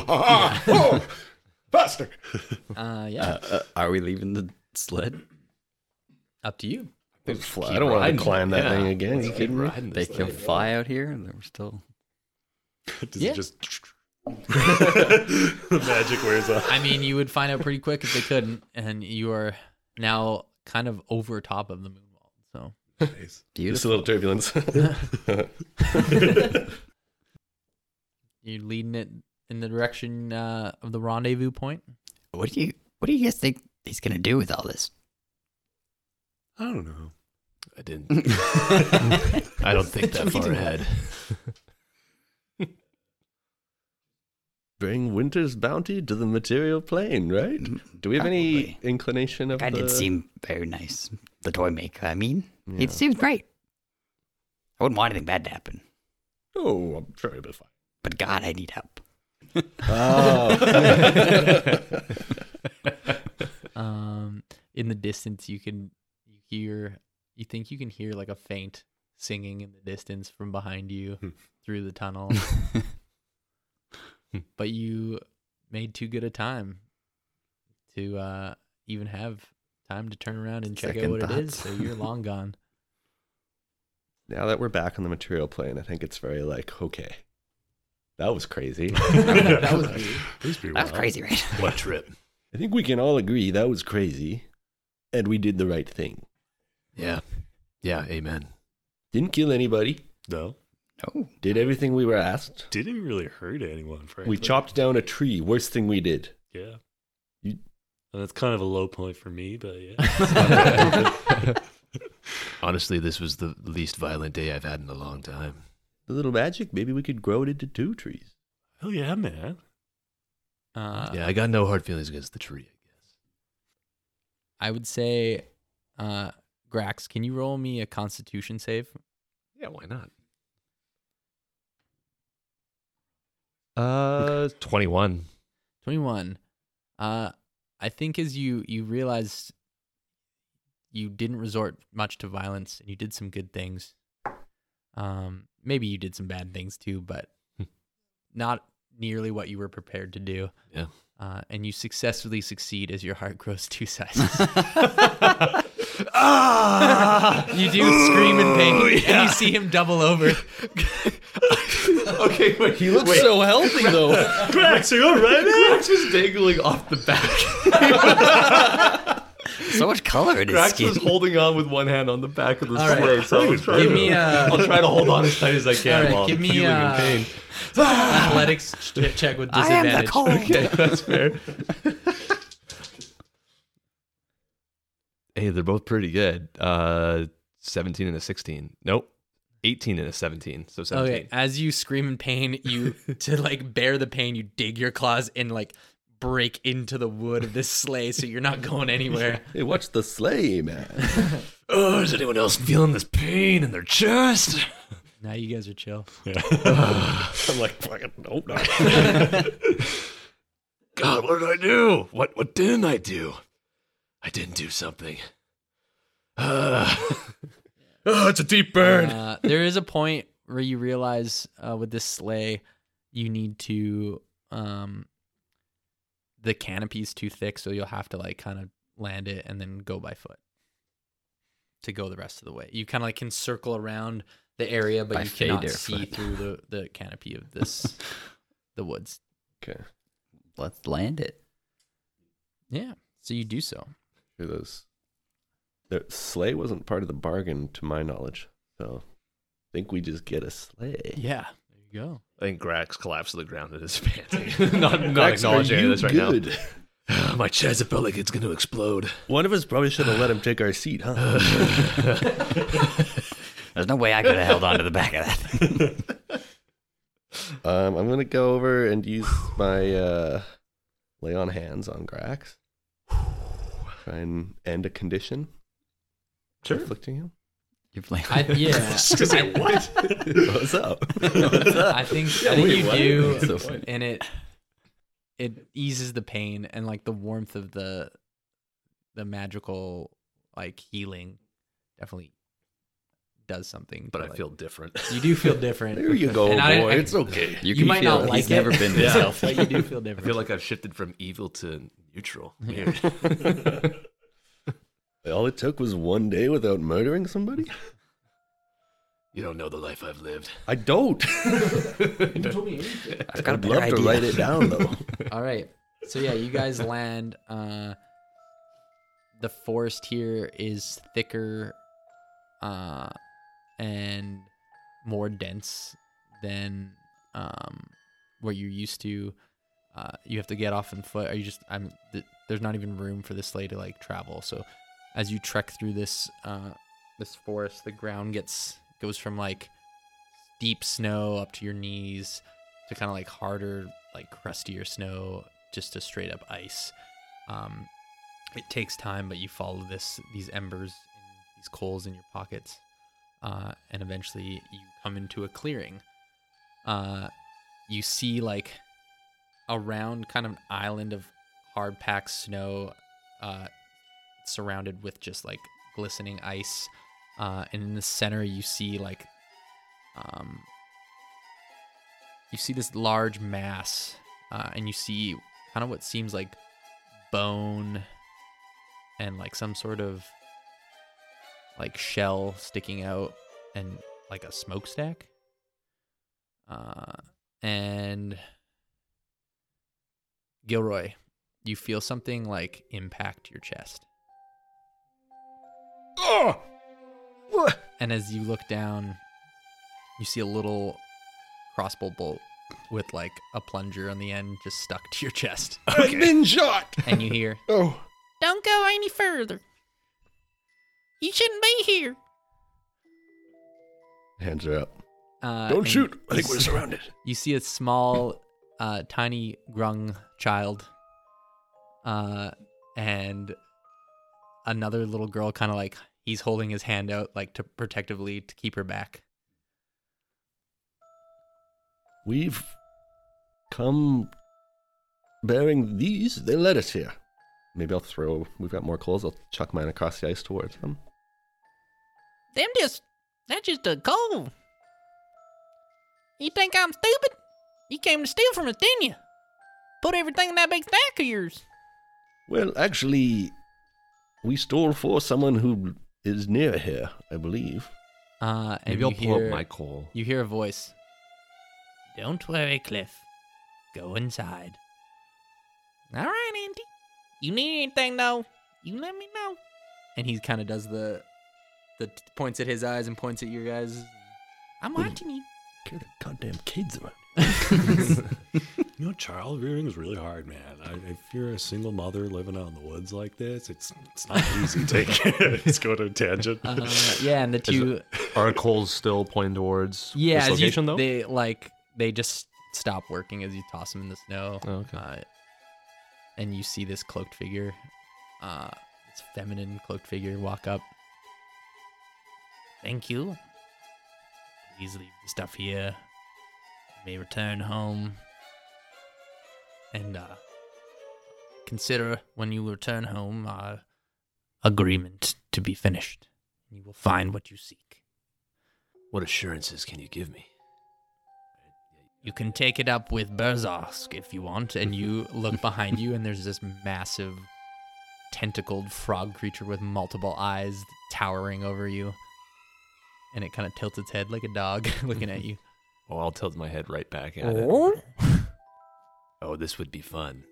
Ah, oh, faster! uh, yeah, Uh, uh, are we leaving the sled? up to you. Fly- I don't want to climb that thing again. Are you kidding me? They can fly out here and they're still. Does Yeah. it just the magic wears off? I mean, you would find out pretty quick if they couldn't, and you are now kind of over top of the moon wall. So Just a little turbulence. you're leading it in the direction uh, of the rendezvous point. What do you What do you guys think he's gonna do with all this? I don't know. I didn't. I don't think that far ahead. Bring winter's bounty to the material plane, right? Do we have any Probably. inclination of Guy the... did seem very nice. The toy maker. I mean, Yeah. it seemed great. I wouldn't want anything bad to happen. Oh, I'm sure it'll be fine. But God, I need help. Oh. Um, in the distance, you can you hear you think you can hear like a faint singing in the distance from behind you Hmm. through the tunnel, but you made too good a time to uh, even have time to turn around and check out Second what it is. thoughts. So you're long gone. Now that we're back on the material plane, I think it's very like, okay, that was crazy. that was weird. That's pretty That's wild. crazy, right? What trip? I think we can all agree that was crazy, and we did the right thing. Yeah. Yeah, amen. Didn't kill anybody. No, Oh, Did everything we were asked. didn't really hurt anyone. Frankly. We chopped down a tree. Worst thing we did. Yeah. You- And that's kind of a low point for me, but yeah. Honestly, this was the least violent day I've had in a long time. The little magic. Maybe we could grow it into two trees. Hell yeah, man. Uh, yeah, I got no hard feelings against the tree. I would say, uh, Grax, can you roll me a Constitution save? Yeah, why not? Uh, 21. Twenty-one. Uh, I think as you you realized you didn't resort much to violence and you did some good things. Um, maybe you did some bad things too, but Hmm. not nearly what you were prepared to do. Yeah. Uh, and you successfully succeed as your heart grows two sizes. you do scream in Oh, pain, and you see him double over. Okay, wait. He looks So healthy though. Grax, are you alright, man? just dangling off the back. so much color in his Grax skin. was holding on with one hand on the back of the right. sleigh, so I was trying Give to, me a- I'll try to hold on as tight as I can All right, while give I'm me uh, feeling a- in pain. Athletics ch- check with I am disadvantage. the cold. Okay, that's fair. Hey, they're both pretty good. Uh, 17 and a 16. Nope. 18 and a 17. So 17. Okay, as you scream in pain, you to like bear the pain, you dig your claws and like break into the wood of this sleigh, so you're not going anywhere. Hey, watch the sleigh, man. Oh, is anyone else feeling this pain in their chest? Now you guys are chill. I'm like, fucking, nope, no. God, what did I do? What what didn't I do? I didn't do something. Ah. oh, it's a deep burn. Uh, there is a point where you realize uh, with this sleigh, you need to um, the canopy's too thick, so you'll have to like kind of land it and then go by foot to go the rest of the way. You kind of like can circle around the area, but By you cannot fader see foot. through the the canopy of this the woods. okay. Let's land it. Yeah, so you do so. Hear those. The sleigh wasn't part of the bargain, to my knowledge. So, I think we just get a sleigh. Yeah, there you go. I think Grax collapsed to the ground and is panting. not not acknowledging any of this right now. Good. My chest, it felt like it's gonna explode. One of us probably should have let him take our seat, huh? There's no way I could have held on to the back of that. um, I'm gonna go over and use my uh, lay on hands on Grax. Try and end a condition Sure. afflicting him. You've landed. I, yeah, What's up? I think I think you do, That's so funny. and it it eases the pain and like the warmth of the the magical like healing definitely does something. But to, I like- feel different. you do feel different. There you go, And I- boy. I- it's okay. you you can might feel not it. like He's it. never been this Yeah. healthy. but you do feel I different. feel like I've shifted from evil to neutral. Weird. All it took was one day without murdering somebody. You don't know the life I've lived. I don't. I've got a I'd better love idea. to write it down though. All right. So yeah, you guys land. Uh, the forest here is thicker, uh, and more dense than um, what you're used to. Uh, you have to get off on foot. Are you just? I'm. Th- there's not even room for the sleigh to like travel. So, as you trek through this uh, this forest, the ground gets goes from like deep snow up to your knees to kind of like harder, like crustier snow, just to straight up ice. Um, it takes time, but you follow this these embers, and these coals in your pockets, uh, and eventually you come into a clearing. Uh, you see like a round kind of an island of hard packed snow, uh, surrounded with just like glistening ice, uh, and in the center you see like um, you see this large mass uh, and you see kind of what seems like bone and like some sort of like shell sticking out and like a smokestack uh, and gilroy you feel something like impact your chest and as you look down you see a little crossbow bolt with like a plunger on the end just stuck to your chest. I've been shot. and you hear, Oh. Don't go any further. You shouldn't be here. Hands are up. uh, Don't and shoot. I think you we're see- surrounded. You see a small, uh, tiny grung child, uh, and another little girl. Kind of like he's holding his hand out, like to protectively to keep her back. We've come bearing these. They led us here. Maybe I'll throw. We've got more coals. I'll chuck mine across the ice towards them. Them just, that's just a cold. You think I'm stupid? You came to steal from us, didn't you? Put everything in that big stack of yours. Well, actually, we stole for someone who is near here, I believe. Uh, Maybe and you I'll pull hear- up my coal. You hear a voice. Don't worry, Cliff. Go inside. All right, Auntie. You need anything, though, you let me know. and he kind of does the the t- points at his eyes and points at your guys. I'm watching you. Kill the goddamn kids around. you know, child rearing is really hard, man. I, if you're a single mother living out in the woods like this, it's it's not easy. Take it. Let's go to a tangent. Uh-huh. Uh, yeah, and the two. Are coals still pointing towards yeah, this as you- location, though? they like they just stop working as you toss them in the snow. Oh, okay. Uh, and you see this cloaked figure, uh, this feminine cloaked figure, walk up. Thank you. Please leave the stuff here. You may return home. And uh, Consider when you return home uh, our agreement to be finished. You will find what you seek. What assurances can you give me? You can take it up with Berzosk if you want, and you look behind you, and there's this massive tentacled frog creature with multiple eyes towering over you. And it kind of tilts its head like a dog looking at you. Oh, I'll tilt my head right back at Oh. it. Oh, this would be fun.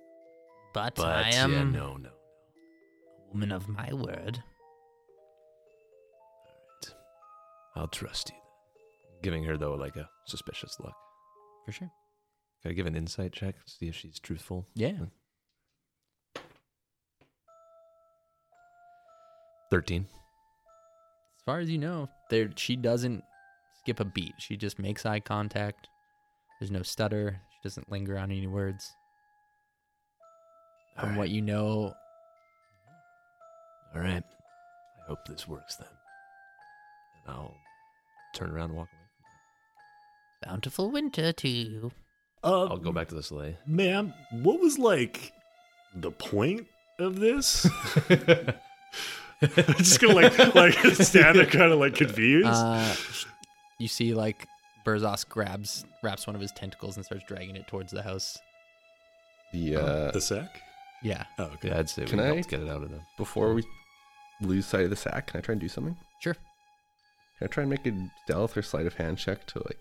But, But I yeah, am no, no. a woman of my word. I'll trust you. Giving her though like a suspicious look. For sure. Can I give an insight check? See if she's truthful. Yeah. Thirteen. As far as you know, there she doesn't skip a beat. She just makes eye contact. There's no stutter. She doesn't linger on any words. From what you know, All right. I hope this works then. And I'll turn around and walk away. Bountiful winter to you. Um, I'll Um, go back to the sleigh. Ma'am, what was like the point of this? I'm just gonna like like stand there kind of like confused. uh, sh- you see like Berzos grabs wraps one of his tentacles and starts dragging it towards the house. The Oh, uh, the sack. Yeah. Oh, okay. Yeah, I'd say Can we I helped get it out of them. Before we lose sight of the sack, can I try and do something? Sure. Can I try and make a stealth or sleight of hand check to like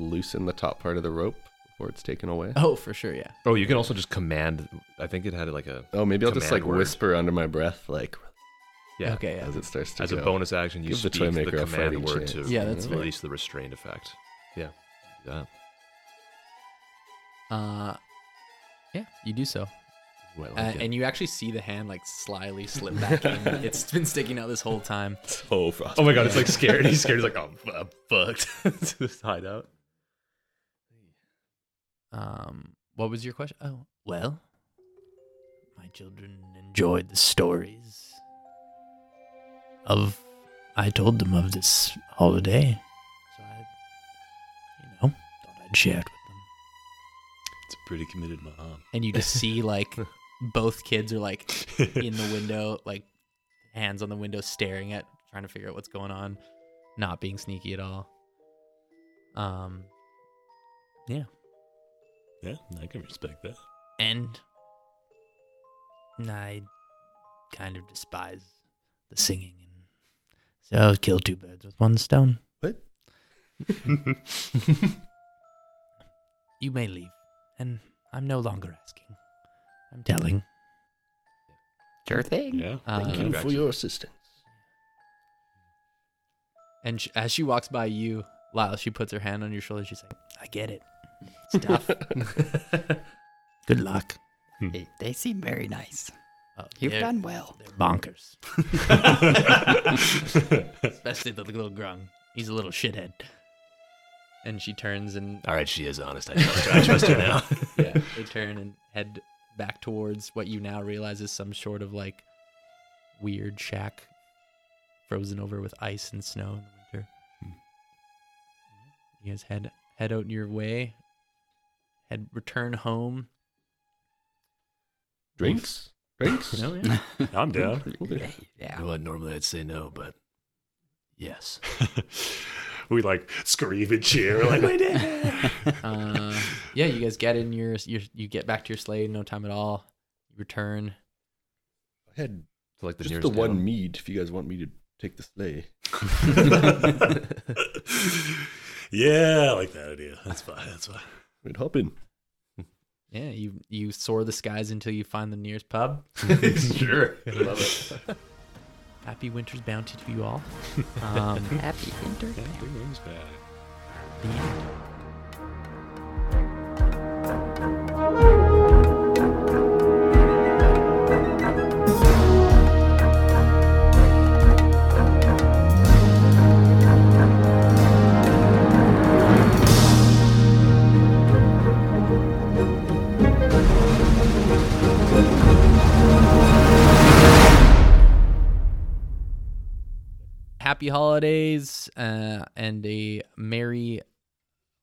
loosen the top part of the rope before it's taken away? Oh, for sure, yeah. Oh, you can also just command. I think it had like a. Oh, maybe I'll just command like word. whisper under my breath, like Yeah. Okay, yeah. as it starts to As go. a bonus action, you Give speak the toy maker a command fighting word chance. to Yeah, that's fair. release the restraint effect. Yeah. Yeah. Uh, yeah, you do so. Ooh, I like Uh, it. and you actually see the hand like slyly slip back in. It's been sticking out this whole time. Oh, Oh my god, it's like scared. He's scared. He's like, oh, I'm fucked. to this hideout. Um, what was your question? Oh, Well, my children enjoyed the stories of I told them of this holiday. So I, you know, thought I'd share it with It's a pretty committed mom. and you just see like both kids are like in the window, like hands on the window, staring at, trying to figure out what's going on, not being sneaky at all. Um, yeah, Yeah, I can respect that. And I kind of despise the singing. So I killed two birds with one stone. What? you may leave, and I'm no longer asking. I'm telling. Sure thing. Yeah. Thank you Uh, for your assistance. And sh- as she walks by you, Lyle, she puts her hand on your shoulder. She's like, "I get it. Stuff. Good luck. they, they seem very nice. You've they're- done well. They're bonkers. Especially the little grung. He's a little shithead. And she turns and All right, she is honest. I trust her, I trust her now. yeah, they turn and head back towards what you now realize is some sort of like weird shack, frozen over with ice and snow in the winter. You guys head head out your way, head return home. Drinks? Drinks? No, yeah. I'm down. You know what? Normally I'd say no, but yes. we like scream and cheer. Like we did. it." uh, yeah, you guys get in your, your you get back to your sleigh in no time at all. You return. I had So like the just nearest the one town. mead. If you guys want me to take the sleigh, yeah, I like that idea. That's fine. That's fine. we'd hop in. Yeah, you you soar the skies until you find the nearest pub. sure. Love it. Happy winter's bounty to you all. Um, Yeah, big wings back. the end. All happy holidays uh, and a merry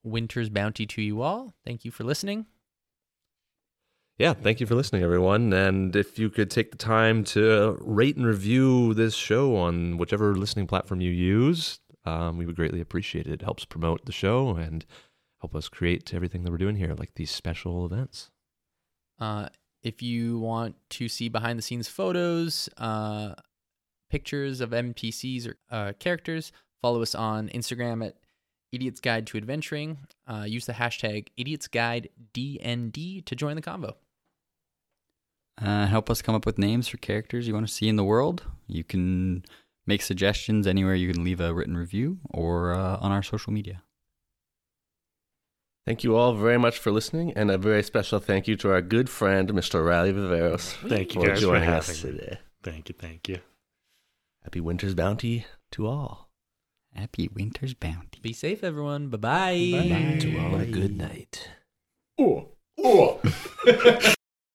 winter's bounty to you all. Thank you for listening. yeah, thank you for listening, everyone. And if you could take the time to rate and review this show on whichever listening platform you use, um, we would greatly appreciate it. It helps promote the show and help us create everything that we're doing here, like these special events. Uh, if you want to see behind the scenes photos, uh, pictures of NPCs or uh, characters, follow us on Instagram at Idiot's Guide to Adventuring. Uh, use the hashtag Idiot's Guide DND to join the convo. Uh, help us come up with names for characters you want to see in the world. You can make suggestions anywhere. You can leave a written review or uh, on our social media. Thank you all very much for listening, and a very special thank you to our good friend, Mr. Riley Viveros. Thank you for guys for joining having us me. today. Thank you, thank you. Happy Winter's Bounty to all. Happy Winter's Bounty. Be safe, everyone. Bye-bye. Oh, To all a good night. Oh.